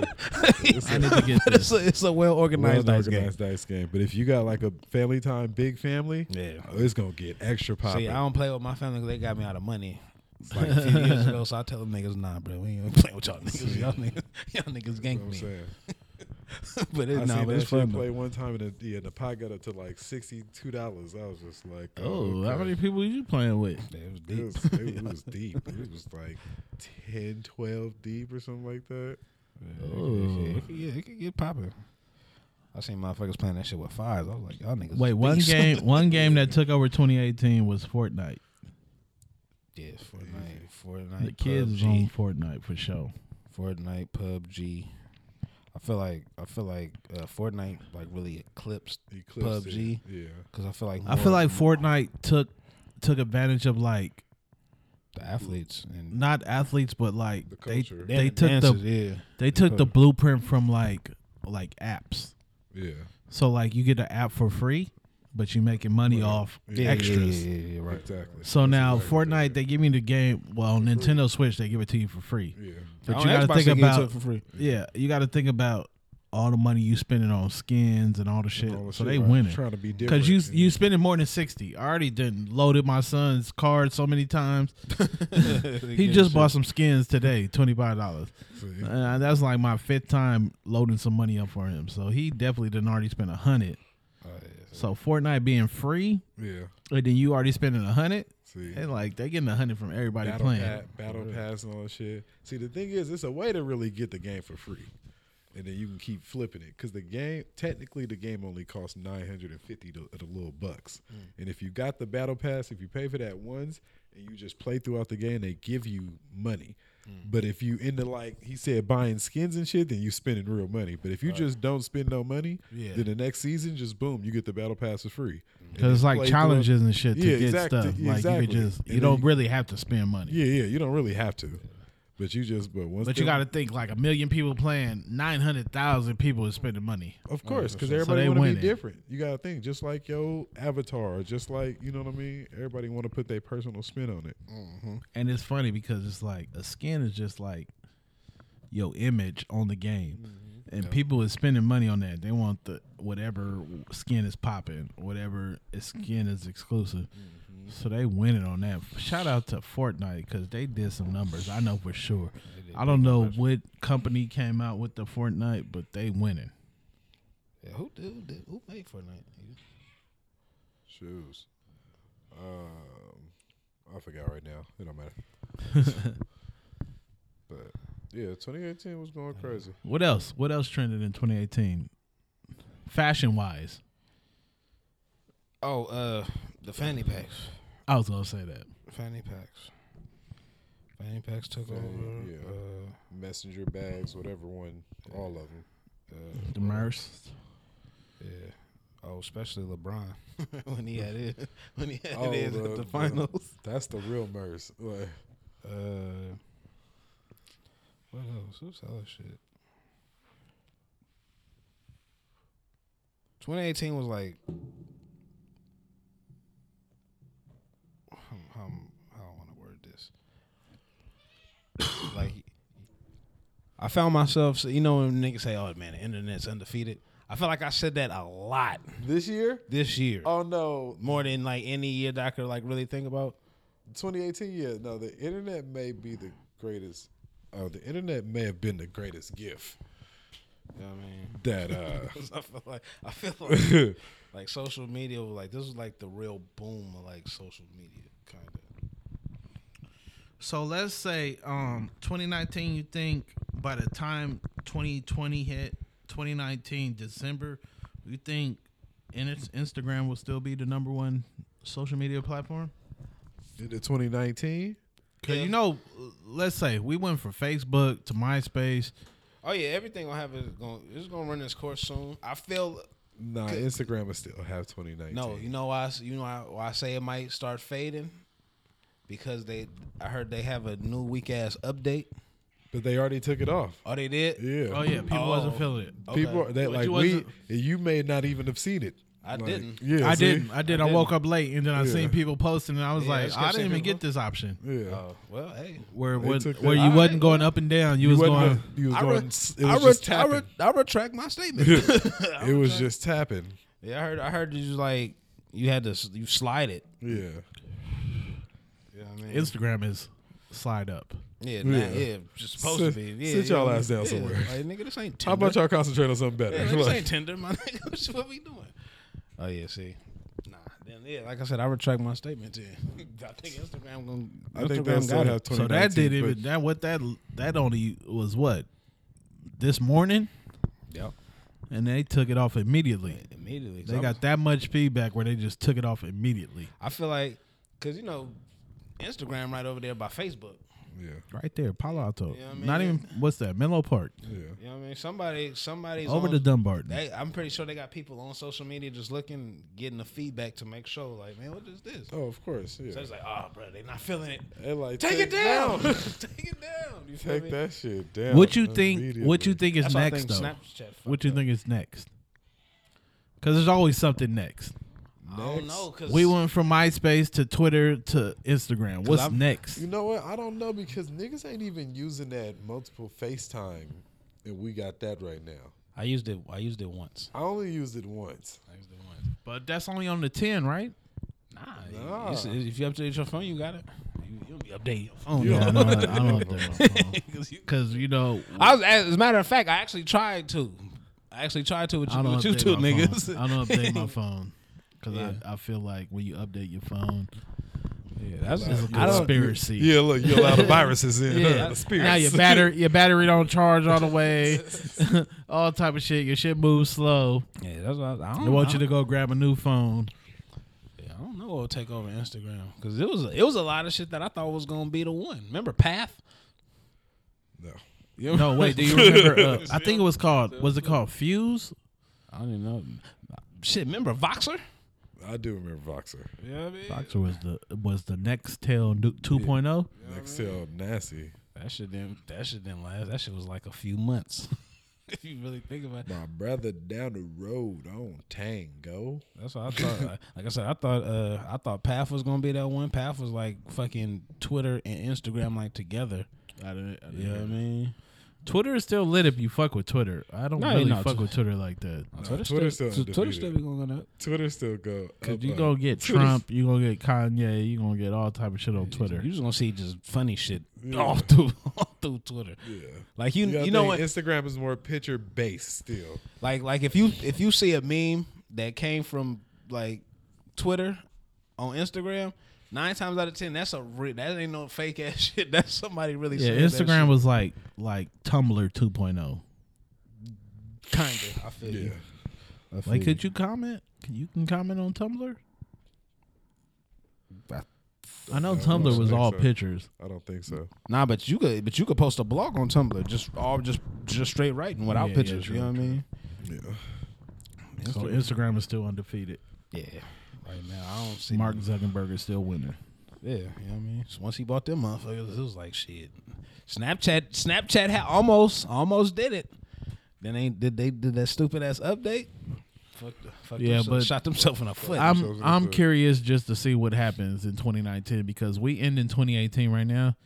Speaker 5: need to get
Speaker 4: but
Speaker 5: this.
Speaker 4: it's a it's a well
Speaker 3: well
Speaker 4: organized dice game.
Speaker 3: organized dice game. But if you got like a family time, big family,
Speaker 4: Yeah.
Speaker 3: oh, it's gonna get extra
Speaker 4: See,
Speaker 3: popping.
Speaker 4: I don't play with my family 'cause they got me out of money. Like a few years ago, so I tell them niggas, nah, bro, we ain't playing with y'all niggas. Y'all niggas, y'all niggas gank
Speaker 3: I'm
Speaker 4: me.
Speaker 3: saying.
Speaker 4: but
Speaker 3: I seen
Speaker 4: it, nah, but
Speaker 3: that
Speaker 4: it's
Speaker 3: shit
Speaker 4: fun. though.
Speaker 3: play one time and the, yeah, the pot got up to like sixty two dollars. I was just like, oh,
Speaker 5: Oh, how
Speaker 3: okay.
Speaker 5: many people you playing with?
Speaker 4: It was
Speaker 3: It
Speaker 4: deep.
Speaker 3: was, it was deep. It was like 10, 12 deep or something like that.
Speaker 4: It could- Yeah, it could get popping. I seen motherfuckers playing that shit with fives. I was like, y'all niggas.
Speaker 5: Wait, one
Speaker 4: beast.
Speaker 5: game. One game that took over 2018 was Fortnite.
Speaker 4: yeah, Fortnite, Fortnite,
Speaker 5: The kids was
Speaker 4: PUBG,
Speaker 5: on Fortnite for sure.
Speaker 4: Fortnite, PUBG. I feel like I feel like uh, Fortnite like really eclipsed
Speaker 3: Eclipsed it.
Speaker 4: PUBG
Speaker 3: Yeah.
Speaker 4: because I feel like
Speaker 5: I
Speaker 4: more
Speaker 5: feel like Fortnite took took advantage of like
Speaker 4: the athletes and
Speaker 5: not athletes, but like
Speaker 3: The
Speaker 5: they
Speaker 3: culture.
Speaker 5: they
Speaker 4: and
Speaker 5: took
Speaker 4: dancers,
Speaker 5: the
Speaker 4: yeah.
Speaker 5: they took the blueprint from like like apps.
Speaker 3: Yeah.
Speaker 5: So like you get an app for free, but you making money off
Speaker 4: Yeah,
Speaker 5: extras.
Speaker 4: Yeah, yeah, yeah, yeah, right.
Speaker 3: Exactly.
Speaker 5: So now Fortnite, they give you the game. Well, on Nintendo Switch, they give it to you for free.
Speaker 3: Yeah.
Speaker 5: But
Speaker 4: On
Speaker 5: you got to
Speaker 4: Xbox,
Speaker 5: think
Speaker 4: they give it Oh,
Speaker 5: about
Speaker 4: to it for free.
Speaker 5: yeah, you got to think about all the money you spending on skins and all the shit.
Speaker 3: all the
Speaker 5: so
Speaker 3: shit,
Speaker 5: they
Speaker 3: right.
Speaker 5: winning
Speaker 3: Trying to be different.
Speaker 5: because you
Speaker 3: and-
Speaker 5: you spending more than sixty. I already done loaded my son's card so many times. he just bought some skins today, twenty five dollars. And that's like my fifth time loading some money up for him. So he definitely didn't already spend a hundred.
Speaker 3: Oh,
Speaker 5: So Fortnite being free,
Speaker 3: Yeah.
Speaker 5: and then you already spending a hundred.
Speaker 3: See.
Speaker 5: And like they getting a hundred from everybody
Speaker 3: Battle,
Speaker 5: playing.
Speaker 3: pa- battle pass and all that shit. See, the thing is, it's a way to really get the game for free. And then you can keep flipping it because the game, technically, the game only costs nine hundred and fifty to the little bucks.
Speaker 5: Mm.
Speaker 3: And if you got the battle pass, if you pay for that once and you just play throughout the game, they give you money.
Speaker 5: Mm.
Speaker 3: But if you into like he said, buying skins and shit, then you spending real money. But if you just don't spend no money,
Speaker 5: Yeah.
Speaker 3: then the next season, just boom, you get the battle pass for free. And
Speaker 5: Cause it's
Speaker 3: you
Speaker 5: like
Speaker 3: play
Speaker 5: challenges
Speaker 3: throughout-
Speaker 5: and shit to
Speaker 3: Yeah,
Speaker 5: get
Speaker 3: exact-
Speaker 5: stuff. Like
Speaker 3: exactly.
Speaker 5: you could just you
Speaker 3: And
Speaker 5: don't
Speaker 3: then-
Speaker 5: really have to spend money.
Speaker 3: yeah, yeah. You don't really have to, but you just but once.
Speaker 5: But you
Speaker 3: them-
Speaker 5: got to think like a million people playing, nine hundred thousand people is spending money.
Speaker 3: of course, because
Speaker 5: So
Speaker 3: everybody
Speaker 5: they
Speaker 3: want to be
Speaker 5: winning.
Speaker 3: different. You got to think just like your avatar, just like you know what I mean. Everybody want to put their personal spin on it.
Speaker 5: And it's funny because it's like a skin is just like your image on the game, and people is spending money on that. They want the whatever skin is popping, whatever skin is exclusive. So they winning on that. Shout out to Fortnite because they did some numbers. I know for sure. I don't know what company came out with the Fortnite, but they winning.
Speaker 4: Yeah, who, did- who, did- who paid for that?
Speaker 3: Shoes. Um, I forgot right now. It don't matter. but yeah, 2018 was going crazy.
Speaker 5: What else? What else trended in 2018? Fashion wise,
Speaker 4: Oh, uh, the fanny packs.
Speaker 5: I was gonna say that.
Speaker 4: Fanny packs. Fanny packs took over.
Speaker 3: yeah. Messenger bags, whatever one, all of them.
Speaker 5: The Merce.
Speaker 4: Yeah. Oh, especially LeBron when he had it when he had
Speaker 3: Oh,
Speaker 4: it is
Speaker 3: the-
Speaker 4: at
Speaker 3: the-
Speaker 4: the finals.
Speaker 3: That's the real Merce. Like,
Speaker 4: Uh, what else? What's other shit? 2018 was like I found myself, so you know, when niggas say, "Oh man, the internet's undefeated." I feel like I said that a lot
Speaker 3: This year?
Speaker 4: this year,
Speaker 3: Oh no,
Speaker 4: more than like any year that I could like really think about.
Speaker 3: 2018. Yeah, no, the internet may be the greatest. Oh, the internet may have been the greatest gift
Speaker 4: You know what I mean?
Speaker 3: that uh
Speaker 4: 'Cause I feel like I feel like, like social media was like this was like the real boom of like social media kind of.
Speaker 5: So let's say um 2019 you think by the time 2020 hit 2019 December you think in- Instagram will still be the number one social media platform?
Speaker 3: in the 2019.
Speaker 5: Cuz you know let's say we went from Facebook to MySpace
Speaker 4: Oh yeah, everything gonna have is gonna it's gonna run its course soon. I feel
Speaker 3: Nah, Instagram will still have 2019.
Speaker 4: no, you know why I, s- you know why, why I say it might start fading because they I heard they have a new weak ass update.
Speaker 3: but they already took it off.
Speaker 4: Oh, they did.
Speaker 3: Yeah.
Speaker 5: Oh yeah, people wasn't
Speaker 4: Oh.
Speaker 5: feeling it.
Speaker 3: People are- they
Speaker 5: But
Speaker 3: like
Speaker 5: you
Speaker 3: we.
Speaker 5: wasn't-
Speaker 3: You may not even have seen it.
Speaker 4: I
Speaker 3: Like,
Speaker 4: didn't.
Speaker 3: Yeah,
Speaker 5: I
Speaker 3: see?
Speaker 5: didn't. I did. I, woke up late and then I
Speaker 3: Yeah.
Speaker 5: seen people posting and I was
Speaker 4: Yeah, I
Speaker 5: like,
Speaker 4: just
Speaker 5: I
Speaker 4: kept
Speaker 5: didn't
Speaker 4: seeing
Speaker 5: even
Speaker 4: people.
Speaker 5: get this option.
Speaker 3: Yeah.
Speaker 4: Oh well, hey.
Speaker 5: Where where,
Speaker 3: took
Speaker 5: where
Speaker 3: that.
Speaker 5: you wasn't going up and down, you, was
Speaker 3: wasn't
Speaker 5: going
Speaker 3: gonna- you was
Speaker 4: I,
Speaker 3: going.
Speaker 4: re-
Speaker 3: s- it
Speaker 4: I,
Speaker 3: was
Speaker 4: re-
Speaker 3: just
Speaker 4: I,
Speaker 3: tapping.
Speaker 4: re- I retract my statement.
Speaker 3: it was just tapping.
Speaker 4: yeah, I heard. I heard you was like you had to s- you slide it.
Speaker 3: Yeah.
Speaker 4: Yeah, I mean,
Speaker 5: Instagram is slide up.
Speaker 4: yeah, nah,
Speaker 3: Yeah.
Speaker 4: yeah. just supposed
Speaker 3: Sit-
Speaker 4: to be. Yeah,
Speaker 3: sit
Speaker 4: you know
Speaker 3: y'all
Speaker 4: what I
Speaker 3: ass
Speaker 4: mean?
Speaker 3: down
Speaker 4: Yeah,
Speaker 3: somewhere.
Speaker 4: Like, nigga, this ain't Tinder.
Speaker 3: How about y'all concentrate on something better?
Speaker 4: Yeah, nigga, this
Speaker 3: Like-
Speaker 4: ain't Tinder, my nigga. What you- what we doing? Oh yeah, see. Nah, then yeah, like I said, I retract my statement. Then I think Instagram gonna.
Speaker 3: I think
Speaker 4: Instagram
Speaker 3: they'll still
Speaker 4: got it.
Speaker 3: have 2019.
Speaker 5: So that did
Speaker 3: but
Speaker 5: even that what that that only was what this morning,
Speaker 4: Yep.
Speaker 5: and they took it off immediately.
Speaker 4: Immediately, 'Cause
Speaker 5: They
Speaker 4: I was-
Speaker 5: got that much feedback where they just took it off immediately.
Speaker 4: I feel like, cause you know, Instagram right over there by Facebook.
Speaker 3: Yeah.
Speaker 5: Right there, Palo Alto.
Speaker 4: Yeah, I mean,
Speaker 5: Not even what's that? Menlo Park.
Speaker 4: You know what I mean? Somebody, somebody's
Speaker 5: Over
Speaker 4: on-
Speaker 5: to Dumbarton.
Speaker 4: They, I'm pretty sure they got people on social media just looking, getting the feedback to make sure, like, man, what is this?
Speaker 3: Oh, of course. Yeah.
Speaker 4: So it's like, oh, bro, they not feeling it.
Speaker 3: They like,
Speaker 4: Take it down.
Speaker 3: down.
Speaker 4: Take it down. You feel me?
Speaker 3: Take that shit down.
Speaker 5: What you think? What you
Speaker 3: immediately.
Speaker 5: think is
Speaker 4: That's why I
Speaker 5: next
Speaker 4: think
Speaker 5: though?
Speaker 4: Snapchat
Speaker 5: what
Speaker 4: fucked
Speaker 5: you
Speaker 4: up.
Speaker 5: think is next? Because there's always something next.
Speaker 4: I don't know. Cause
Speaker 5: We went from MySpace to Twitter to Instagram. What's
Speaker 4: I'm-
Speaker 5: next?
Speaker 3: You know what? I don't know because niggas ain't even using that multiple FaceTime, and we got that right now.
Speaker 4: I used it. I used it once.
Speaker 3: I only used it once.
Speaker 4: I used it once.
Speaker 5: But that's only on the ten, right?
Speaker 4: Nah.
Speaker 3: Nah.
Speaker 4: it's- it's- if you update your phone, you got it. You, you don't be updating your phone.
Speaker 5: Yeah, I know. I don't Because you know,
Speaker 4: I was, as a matter of fact, I actually tried to. I actually tried to with
Speaker 5: I
Speaker 4: you,
Speaker 5: don't
Speaker 4: with you
Speaker 5: update
Speaker 4: two
Speaker 5: my
Speaker 4: niggas.
Speaker 5: phone. I don't update my phone because
Speaker 4: Yeah.
Speaker 5: I, I feel like when you update your phone,
Speaker 4: Yeah, that's
Speaker 5: it's a
Speaker 4: I don't.
Speaker 5: conspiracy.
Speaker 3: Yeah, look, you allow the viruses in.
Speaker 5: Yeah.
Speaker 3: huh? The spirits.
Speaker 5: Now your battery, your battery don't charge all the way, all type of shit. Your shit moves slow.
Speaker 4: Yeah, that's what Oh, I, I don't.
Speaker 5: They want you to go grab a new phone.
Speaker 4: Yeah, I don't know what will take over Instagram because it was it was a lot of shit that I thought was gonna be the one. Remember Path?
Speaker 3: No.
Speaker 5: No, wait. Do you remember? Uh, I think it was called. Was it called Fuse?
Speaker 4: I don't even know. Shit, remember Voxer?
Speaker 3: I do remember Voxer.
Speaker 4: Yeah, I mean,
Speaker 5: Boxer was the was the Nextel nu- oh. 2.0.
Speaker 3: Nextel, uh, nasty.
Speaker 4: that shit didn't that shit didn't last. That shit was like a few months. if you really think about it,
Speaker 3: My brother down the road on Tango.
Speaker 4: that's what I thought. like, like I said, I thought uh I thought Path was gonna be that one. Path was like fucking Twitter and Instagram like together.
Speaker 5: I didn't, I
Speaker 4: You know what I mean?
Speaker 5: Twitter is still lit if you fuck with Twitter. I don't
Speaker 4: No,
Speaker 5: really
Speaker 4: no,
Speaker 5: fuck
Speaker 4: Tw-
Speaker 5: with Twitter like that.
Speaker 4: Twitter's
Speaker 3: Twitter's
Speaker 4: still,
Speaker 3: still
Speaker 4: so Twitter's still be
Speaker 3: undefeated.
Speaker 4: going up.
Speaker 3: Twitter still go.
Speaker 5: Cause
Speaker 3: up,
Speaker 5: you
Speaker 3: uh,
Speaker 5: gonna get
Speaker 3: Twitter's-
Speaker 5: Trump, you gonna get Kanye, you gonna get all type of shit on Twitter.
Speaker 4: You're just gonna see just funny shit all through all through Twitter.
Speaker 3: Yeah.
Speaker 4: Like you,
Speaker 3: You,
Speaker 4: you,
Speaker 3: gotta
Speaker 4: know
Speaker 3: think
Speaker 4: what?
Speaker 3: Instagram is more picture based still.
Speaker 4: Like like if you if you see a meme that came from like Twitter on Instagram, nine times out of ten, that's a re- that ain't no fake ass shit. That's somebody really.
Speaker 5: Yeah,
Speaker 4: said that
Speaker 5: Instagram
Speaker 4: shit.
Speaker 5: was like like Tumblr oh. 2.0.
Speaker 4: kinda. I feel
Speaker 3: Yeah.
Speaker 4: you.
Speaker 5: Like, could you comment? Can- You can comment on Tumblr. I know Tumblr was
Speaker 3: think
Speaker 5: all
Speaker 3: so.
Speaker 5: pictures.
Speaker 3: I don't think so.
Speaker 4: Nah, but you could but you could post a blog on Tumblr, just all just just straight writing without
Speaker 5: Yeah, yeah,
Speaker 4: pictures.
Speaker 5: true,
Speaker 4: you know what I mean?
Speaker 3: Yeah.
Speaker 5: So Instagram is still undefeated.
Speaker 4: Yeah. Right now, I don't see
Speaker 5: Mark Zuckerberg is still winning.
Speaker 4: Yeah, you know what I mean. So once he bought them motherfuckers, it was like shit. Snapchat, Snapchat ha- almost, almost did it. Then they did they did that stupid ass update. Fuck, the, fuck
Speaker 5: Yeah,
Speaker 4: yeah,
Speaker 5: but-
Speaker 4: but shot themselves in the foot.
Speaker 5: I'm I'm curious just to see what happens in 2019 because we end in 2018 right now.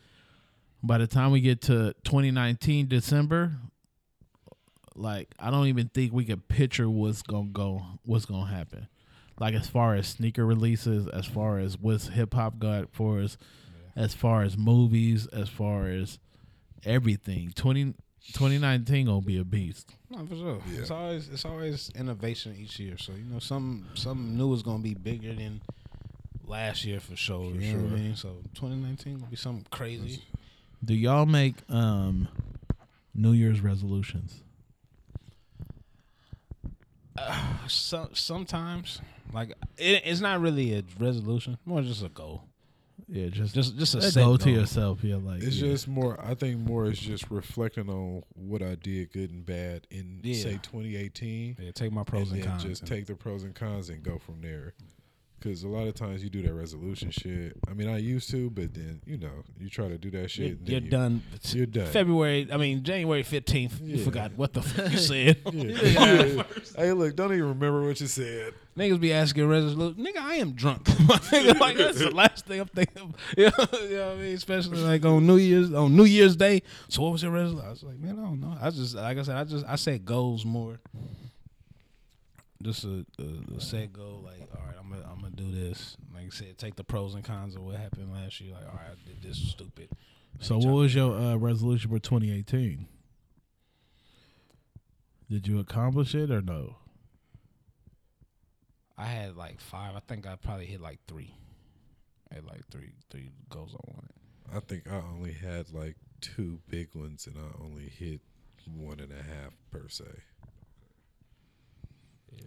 Speaker 5: By the time we get to 2019 December, like I don't even think we could picture what's gonna go, what's gonna happen. Like as far as sneaker releases, as far as what's hip hop got for us, as far as movies, as far as everything. 20, 2019 gonna be a beast.
Speaker 4: No, for sure.
Speaker 5: Yeah.
Speaker 4: It's always it's always innovation each year. So you know, some some new is gonna be bigger than last year for sure. you know what I
Speaker 5: sure.
Speaker 4: mean? So 2019 gonna be something crazy.
Speaker 5: Do y'all make um New Year's resolutions?
Speaker 4: Uh, so, sometimes, like it, it's not really a resolution, more just a goal.
Speaker 5: Yeah, just
Speaker 4: just just a
Speaker 5: That
Speaker 4: set
Speaker 5: goal to yourself, yeah, like,
Speaker 3: it's
Speaker 5: yeah.
Speaker 3: just more. I think more is just reflecting on what I did, good and bad, in
Speaker 4: Yeah.
Speaker 3: say 2018.
Speaker 4: Yeah, take my pros and
Speaker 3: then
Speaker 4: cons
Speaker 3: Just
Speaker 4: and-
Speaker 3: take the pros and cons and go from there. Because a lot of times you do that resolution shit. I mean, I used to, but then you know you try to do that shit.
Speaker 4: You're,
Speaker 3: and then
Speaker 4: you're
Speaker 3: you-
Speaker 4: done.
Speaker 3: You're done.
Speaker 4: February. I mean, January 15th. You
Speaker 3: Yeah.
Speaker 4: forgot what the fuck you said.
Speaker 3: Yeah. Hey, look, don't even remember what you said.
Speaker 4: Niggas be asking resolute. Nigga, I am drunk. My nigga, like that's the last thing I'm thinking. Of. You, know, you know what I mean? Especially like on New Year's on New Year's Day. So what was your resolution? I was like, man, I don't know. I just like I said, I just I said goals more. Just a, a, a set goal. Like, all right, I'm gonna I'm gonna do this. Like I said, take the pros and cons of what happened last year. Like, all right, I did this stupid.
Speaker 9: So, what was your uh, resolution for 2018? Did you accomplish it or no?
Speaker 4: I had like five. I think I probably hit like three. I had like three three goals I wanted.
Speaker 3: I think I only had like two big ones, and I only hit one and a half per se.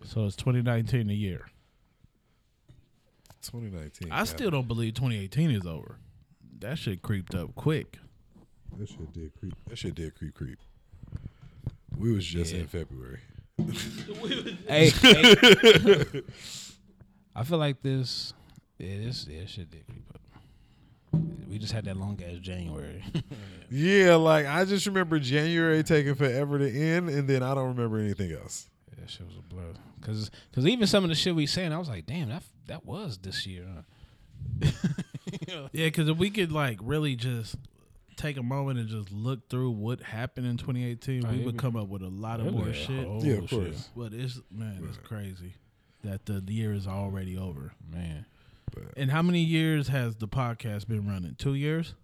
Speaker 9: So it's 2019 a year.
Speaker 3: 2019.
Speaker 5: I still don't believe 2018 is over. That shit creeped up quick.
Speaker 3: That shit did creep. That shit did creep creep. We was just in February.
Speaker 4: hey, hey. I feel like this. Yeah, this yeah, this shit did creep up. We just had that long ass January.
Speaker 3: Yeah, like I just remember January taking forever to end, and then I don't remember anything else.
Speaker 4: that shit was a blur. Cause, cause even some of the shit we saying, I was like, damn, that that was this year. Huh?
Speaker 5: Yeah, because if we could like really just take a moment and just look through what happened in 2018,
Speaker 9: Oh,
Speaker 5: we
Speaker 9: yeah,
Speaker 5: would
Speaker 9: we-
Speaker 5: come up with a lot of
Speaker 9: Really?
Speaker 5: more
Speaker 9: Yeah,
Speaker 5: shit.
Speaker 9: whole Yeah, of shit. course.
Speaker 5: But it's man, it's crazy that the, the year is already over.
Speaker 4: Man.
Speaker 5: And how many years has the podcast been running? Two years?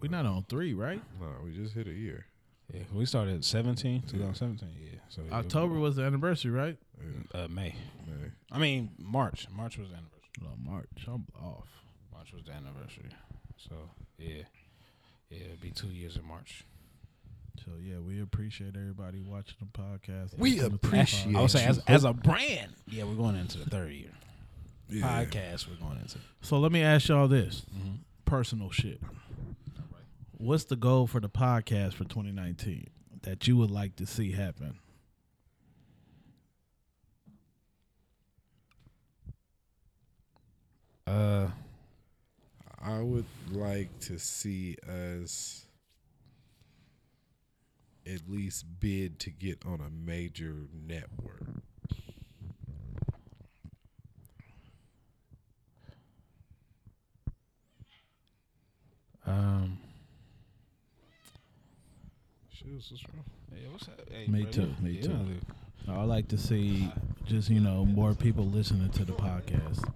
Speaker 5: We're not on three, right?
Speaker 3: No, we just hit a year.
Speaker 4: Yeah, we started at 17, 2017. Yeah, so yeah,
Speaker 5: October was the anniversary, right?
Speaker 4: uh, May.
Speaker 3: May.
Speaker 4: I mean March. March was the anniversary.
Speaker 5: Oh, March. I'm off.
Speaker 4: March was the anniversary. So yeah, yeah, it'll be two years in March.
Speaker 5: So yeah, we appreciate everybody watching the podcast.
Speaker 4: We
Speaker 5: Listening to the
Speaker 4: appreciate.
Speaker 5: podcast.
Speaker 4: I would say as, as a brand, yeah, we're going into the third year.
Speaker 5: Yeah.
Speaker 4: Podcast, we're going into.
Speaker 5: So let me ask y'all this
Speaker 4: Mm-hmm.
Speaker 5: personal shit. What's the goal for the podcast for 2019 that you would like to see happen?
Speaker 4: Uh,
Speaker 3: I would like to see us at least bid to get on a major network.
Speaker 4: Um,
Speaker 3: Yeah,
Speaker 4: what's that?
Speaker 5: Me too. Me too. I like to see just, you know, more people listening to the podcast.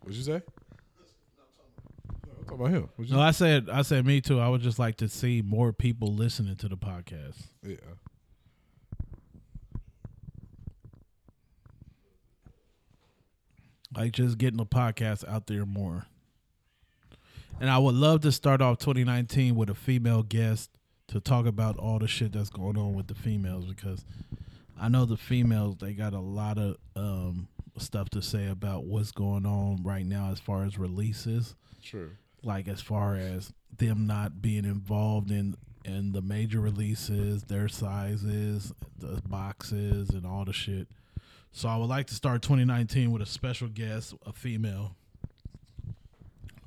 Speaker 3: What'd you say? No, I'm talking about him. What'd you
Speaker 5: No, I
Speaker 3: say?
Speaker 5: said I said me too. I would just like to see more people listening to the podcast.
Speaker 3: Yeah.
Speaker 5: Like just getting the podcast out there more. And I would love to start off 2019 with a female guest to talk about all the shit that's going on with the females because I know the females they got a lot of um, stuff to say about what's going on right now as far as releases.
Speaker 3: True.
Speaker 5: Like as far as them not being involved in in the major releases, their sizes, the boxes, and all the shit. So I would like to start 2019 with a special guest, a female.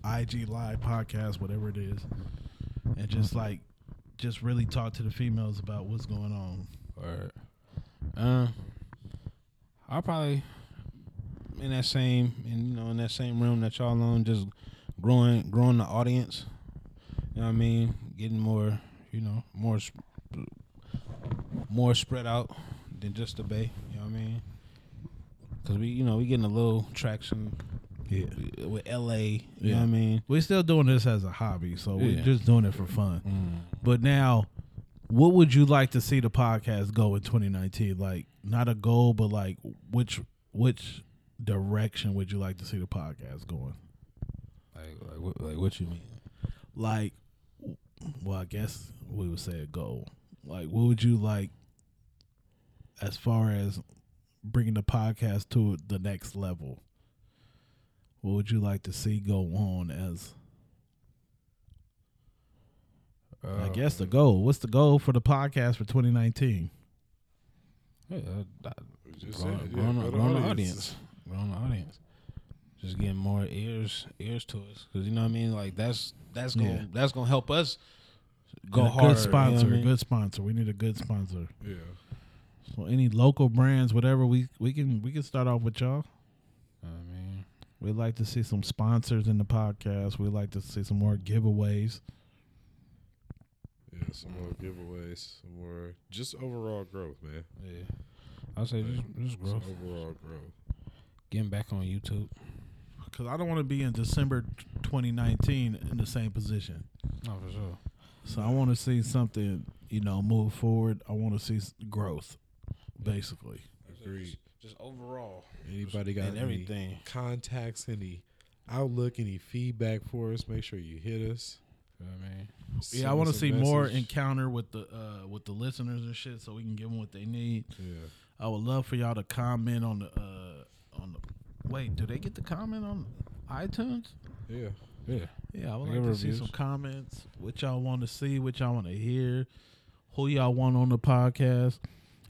Speaker 5: IG live podcast, whatever it is, and just like, just really talk to the females about what's going on.
Speaker 4: Or, um, I'll probably, man, in that same and you know in that same room that y'all on, just growing growing the audience. You know what I mean? Getting more, you know, more sp- more spread out than just the Bay. You know what I mean? Because we, you know, we getting a little traction. Yeah. With LA, you know what I mean?
Speaker 5: We're still doing this as a hobby, so we're
Speaker 4: Yeah. Mm.
Speaker 5: just doing it for fun. But now, what would you like to see the podcast go in 2019? Like, not a goal, but like, which which direction would you like to see the podcast going?
Speaker 4: Like, like, what, like what you mean?
Speaker 5: Like, w- well, I guess we would say a goal. Like, what would you like as far as bringing the podcast to the next level? What would you like to see go on as I guess the goal. What's the goal for the podcast for 2019?
Speaker 4: Yeah, I,
Speaker 3: just
Speaker 4: growing,
Speaker 3: said, yeah,
Speaker 4: growing,
Speaker 3: grow the
Speaker 4: growing
Speaker 3: audience.
Speaker 4: the audience, growing the audience, just getting more ears ears to us because you know what I mean. Like that's that's gonna
Speaker 5: Yeah.
Speaker 4: that's gonna help us go
Speaker 5: And a
Speaker 4: harder.
Speaker 5: Good sponsor.
Speaker 4: you know what I mean?
Speaker 5: Good sponsor. We need a good sponsor.
Speaker 3: Yeah.
Speaker 5: So any local brands, whatever we we can we can start off with y'all.
Speaker 4: I mean,
Speaker 5: We'd like to see some sponsors in the podcast. We'd like to see some more giveaways.
Speaker 3: Yeah, some more giveaways, some more just overall growth, man.
Speaker 4: yeah, I say just, just
Speaker 3: Some
Speaker 4: growth,
Speaker 3: overall growth.
Speaker 4: getting back on YouTube.
Speaker 5: Because I don't want to be in December 2019 in the same position.
Speaker 4: No, for sure.
Speaker 5: So I want to see something, you know, move forward. I want to see s- growth, basically.
Speaker 3: Agreed.
Speaker 4: Just overall,
Speaker 3: Anybody got
Speaker 4: and
Speaker 3: any
Speaker 4: everything.
Speaker 3: contacts, any outlook, any feedback for us? Make sure you hit us.
Speaker 4: You know what I mean,
Speaker 5: yeah, I want to see more encounter with the uh, with the listeners and shit, so we can give them what they need.
Speaker 3: yeah.
Speaker 5: I would love for y'all to comment on the uh, on the. Wait, do they get to comment on iTunes?
Speaker 3: Yeah.
Speaker 4: yeah,
Speaker 5: Yeah, I would
Speaker 4: They
Speaker 5: like to
Speaker 4: give
Speaker 5: see some
Speaker 4: reviews.
Speaker 5: comments. What y'all want to see? What y'all want to hear? Who y'all want on the podcast?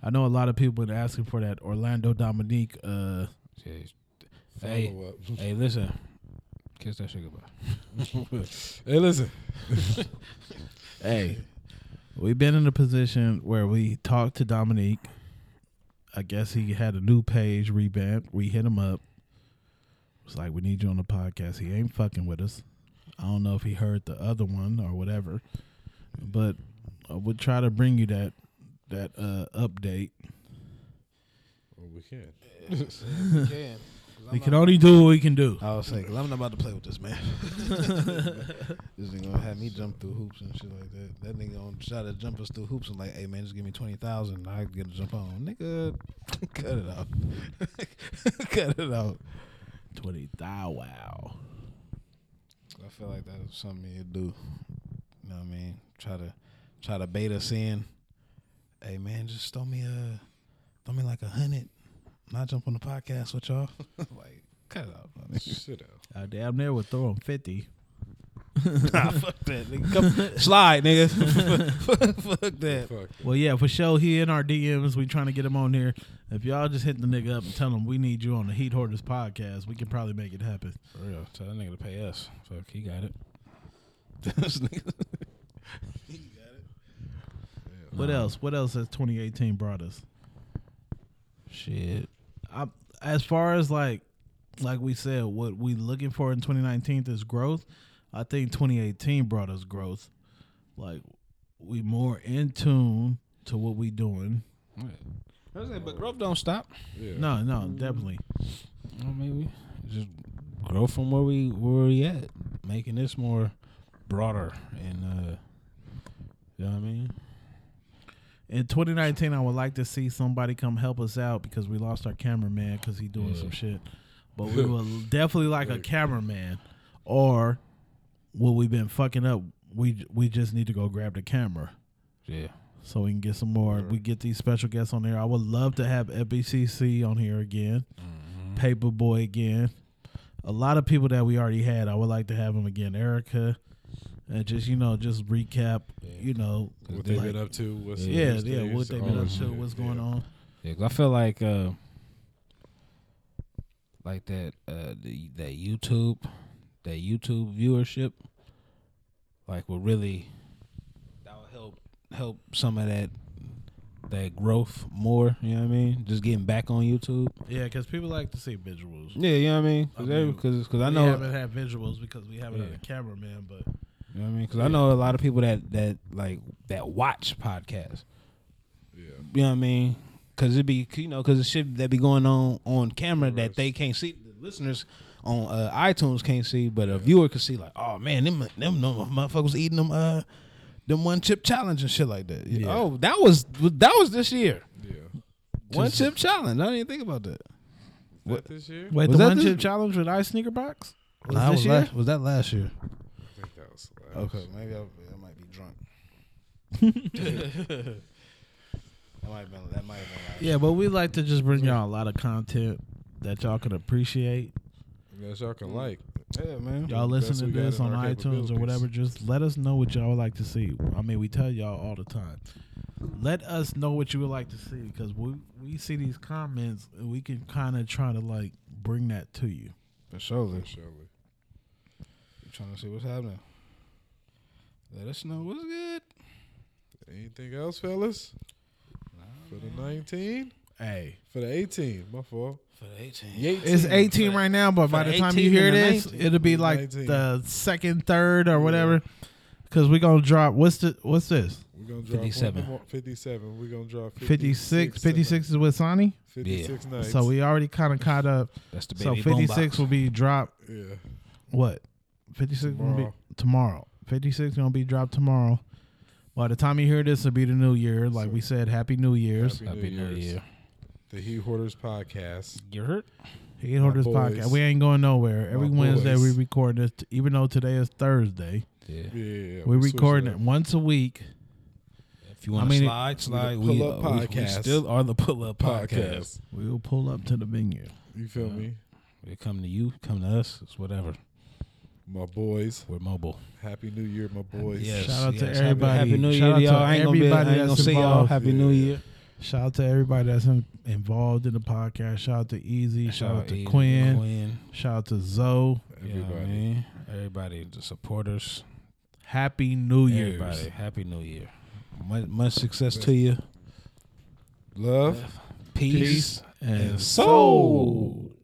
Speaker 5: I know a lot of people been asking for that Orlando Dominique. Uh,
Speaker 4: Jeez. hey,
Speaker 3: Follow up.
Speaker 4: hey, listen, kiss that shit goodbye.
Speaker 3: Hey, listen.
Speaker 5: hey, we've been in a position where we talked to Dominique. I guess he had a new page revamped. We hit him up. It's like we need you on the podcast. He ain't fucking with us. I don't know if he heard the other one or whatever, but I would try to bring you that that uh, update.
Speaker 3: Well, Oh, we can.
Speaker 4: Yeah,
Speaker 5: We can only do what we can do.
Speaker 4: I was like, I'm not about to play with this man. this nigga gonna have me jump through hoops and shit like that. That nigga gonna try to jump us through hoops and like, hey man, just give me twenty thousand, I get to jump on. Nigga, cut it out, cut it out.
Speaker 5: Twenty thou wow.
Speaker 4: I feel like that was something you do. You know what I mean? Try to try to bait us in. Hey man, just throw me a throw me like a hundred. and I jump on the podcast with y'all. like, cut it out. my nigga.
Speaker 3: Sit down.
Speaker 5: I Uh, damn near would throw him fifty.
Speaker 4: nah, fuck that, nigga. Come, slide, nigga. fuck that.
Speaker 3: Fuck.
Speaker 5: Well, yeah, for sure. He in our DMs. We trying to get him on here. If y'all just hit the nigga up and tell him we need you on the Heat Hoarders podcast, we can probably make it happen.
Speaker 4: For real. Tell that nigga to pay us. Fuck, he got it. this nigga.
Speaker 5: What else? What else has 2018 brought us?
Speaker 4: Shit.
Speaker 5: I, as far as like, like we said, what we looking for in 2019 is growth. I think 2018 brought us growth. Like, we more in tune to what we doing.
Speaker 4: But growth don't stop.
Speaker 3: Yeah.
Speaker 5: No, no, definitely.
Speaker 4: I mean, we just grow from where we where we at, making this more broader and uh, you know what I mean.
Speaker 5: In 2019, I would like to see somebody come help us out because we lost our cameraman because he doing some shit. But we would definitely like a cameraman, or what we've been fucking up. We we just need to go grab the camera
Speaker 4: Yeah.
Speaker 5: so we can get some more. We get these special guests on there. I would love to have FBCC on here again, Paperboy again. A lot of people that we already had. I would like to have them again, Erica, and just you know just recap. You know
Speaker 3: What they've
Speaker 5: like-
Speaker 3: been up to? What's
Speaker 5: yeah,
Speaker 3: what's
Speaker 5: yeah.
Speaker 3: things,
Speaker 5: What they've
Speaker 3: all
Speaker 5: been up
Speaker 3: that
Speaker 5: to?
Speaker 3: shit,
Speaker 5: What's
Speaker 3: Oh, yeah.
Speaker 5: going on?
Speaker 4: Yeah, 'cause I feel like uh, like that uh, the, that YouTube, that YouTube viewership, like will really that will help help some of that that growth more. You know what I mean? Just getting back on YouTube.
Speaker 5: Yeah, because people like to see visuals.
Speaker 4: Yeah, you know what I mean?
Speaker 5: I
Speaker 4: Because
Speaker 5: mean,
Speaker 4: I
Speaker 5: we
Speaker 4: know
Speaker 5: haven't had visuals because we haven't had a cameraman, but
Speaker 4: You know what I mean? Because I know a lot of people that that like that watch podcasts. Yeah. You know what I mean? Because it be you know because the shit that be going on on camera that they can't see the listeners on uh, iTunes can't see, but a viewer can see like, oh man, them them, them motherfuckers eating them uh them one chip challenge and shit like that. Oh, that was that was this year. Yeah. One
Speaker 5: Just-
Speaker 4: chip challenge. I didn't even think about that. What
Speaker 3: this year?
Speaker 5: Wait,
Speaker 4: Was
Speaker 5: the
Speaker 4: that
Speaker 5: one
Speaker 4: this-
Speaker 5: chip challenge with ice sneaker box? Was
Speaker 4: Nah,
Speaker 5: this
Speaker 4: was,
Speaker 5: year?
Speaker 4: last, was that last year?
Speaker 3: I think that was last.
Speaker 4: Okay, maybe I, I might be drunk. that might have been that might have been last
Speaker 5: Yeah, but we like to just bring y'all a lot of content that y'all can appreciate.
Speaker 3: That's y'all can like.
Speaker 4: Yeah, man.
Speaker 5: Y'all listen to this on iTunes or
Speaker 3: capabilities.
Speaker 5: whatever. Just let us know what y'all would like to see. I mean, we tell y'all all the time. Let us know what you would like to see because we we see these comments and we can kind of try to like bring that to you.
Speaker 4: For sure.
Speaker 3: For sure.
Speaker 4: trying to see what's happening. Let us know what's good.
Speaker 3: Anything else, fellas? For the 19?
Speaker 5: Hey,
Speaker 3: For the 18. My fault.
Speaker 4: For the 18.
Speaker 5: it's 18 right now, but by
Speaker 4: for
Speaker 5: the time
Speaker 4: 18
Speaker 5: you hear
Speaker 4: and the
Speaker 5: this,
Speaker 4: 19.
Speaker 5: it'll be like
Speaker 3: 19.
Speaker 5: the second, third, or whatever. Because we're gonna drop. What's the what's this?
Speaker 3: We're going to drop
Speaker 4: 57.
Speaker 3: 57. 57. We're going to drop
Speaker 5: 56. 56 is with Sonny.
Speaker 3: 56 nights.
Speaker 5: So we already kind of caught up.
Speaker 4: That's the
Speaker 5: So
Speaker 4: baby
Speaker 5: 56 will be dropped.
Speaker 3: Yeah.
Speaker 5: What? 56 tomorrow. Gonna be,
Speaker 3: Tomorrow.
Speaker 5: tomorrow. 56 gonna be dropped tomorrow. By the time you hear this, it'll be the new year. Like we said, Happy New Year's.
Speaker 3: Happy, New, Year's. The He Hoarders Podcast.
Speaker 4: You heard?
Speaker 5: Heat Holders
Speaker 3: boys.
Speaker 5: Podcast. We ain't going nowhere. Every
Speaker 3: My
Speaker 5: Wednesday we
Speaker 3: boys.
Speaker 5: record this, t- even though today is Thursday.
Speaker 4: Yeah.
Speaker 3: Yeah.
Speaker 5: we
Speaker 3: we switched
Speaker 5: recording
Speaker 3: up.
Speaker 5: it once a week.
Speaker 4: If you want to
Speaker 5: mean,
Speaker 4: slide, slide.
Speaker 3: we the
Speaker 4: We,
Speaker 3: Pull Up
Speaker 4: uh, we- we
Speaker 3: Podcast.
Speaker 4: still are the pull up podcast.
Speaker 3: podcast.
Speaker 5: We will pull up to the venue.
Speaker 3: You feel me?
Speaker 4: We come to you, come to us. It's whatever.
Speaker 3: My boys.
Speaker 4: We're mobile.
Speaker 3: Happy New Year, my boys.
Speaker 4: Yes,
Speaker 5: Shout out to
Speaker 4: yes.
Speaker 5: everybody.
Speaker 4: Happy, happy New
Speaker 5: Shout out
Speaker 4: Year, to
Speaker 5: to
Speaker 4: y'all. I ain't gonna be. I
Speaker 5: everybody
Speaker 4: ain't gonna
Speaker 5: that's
Speaker 4: see y'all.
Speaker 5: involved.
Speaker 4: Happy New Year.
Speaker 5: Shout out to everybody that's in, involved in the podcast. Shout out to Easy. Shout, out to Quinn.
Speaker 4: Quinn.
Speaker 5: Shout out to Zoe.
Speaker 4: Everybody,
Speaker 3: Everybody.
Speaker 4: everybody, the supporters,
Speaker 5: Happy New Year's.
Speaker 4: everybody, happy New Year. Much, much success to you.
Speaker 3: Love.
Speaker 4: Peace,
Speaker 5: And
Speaker 4: and soul.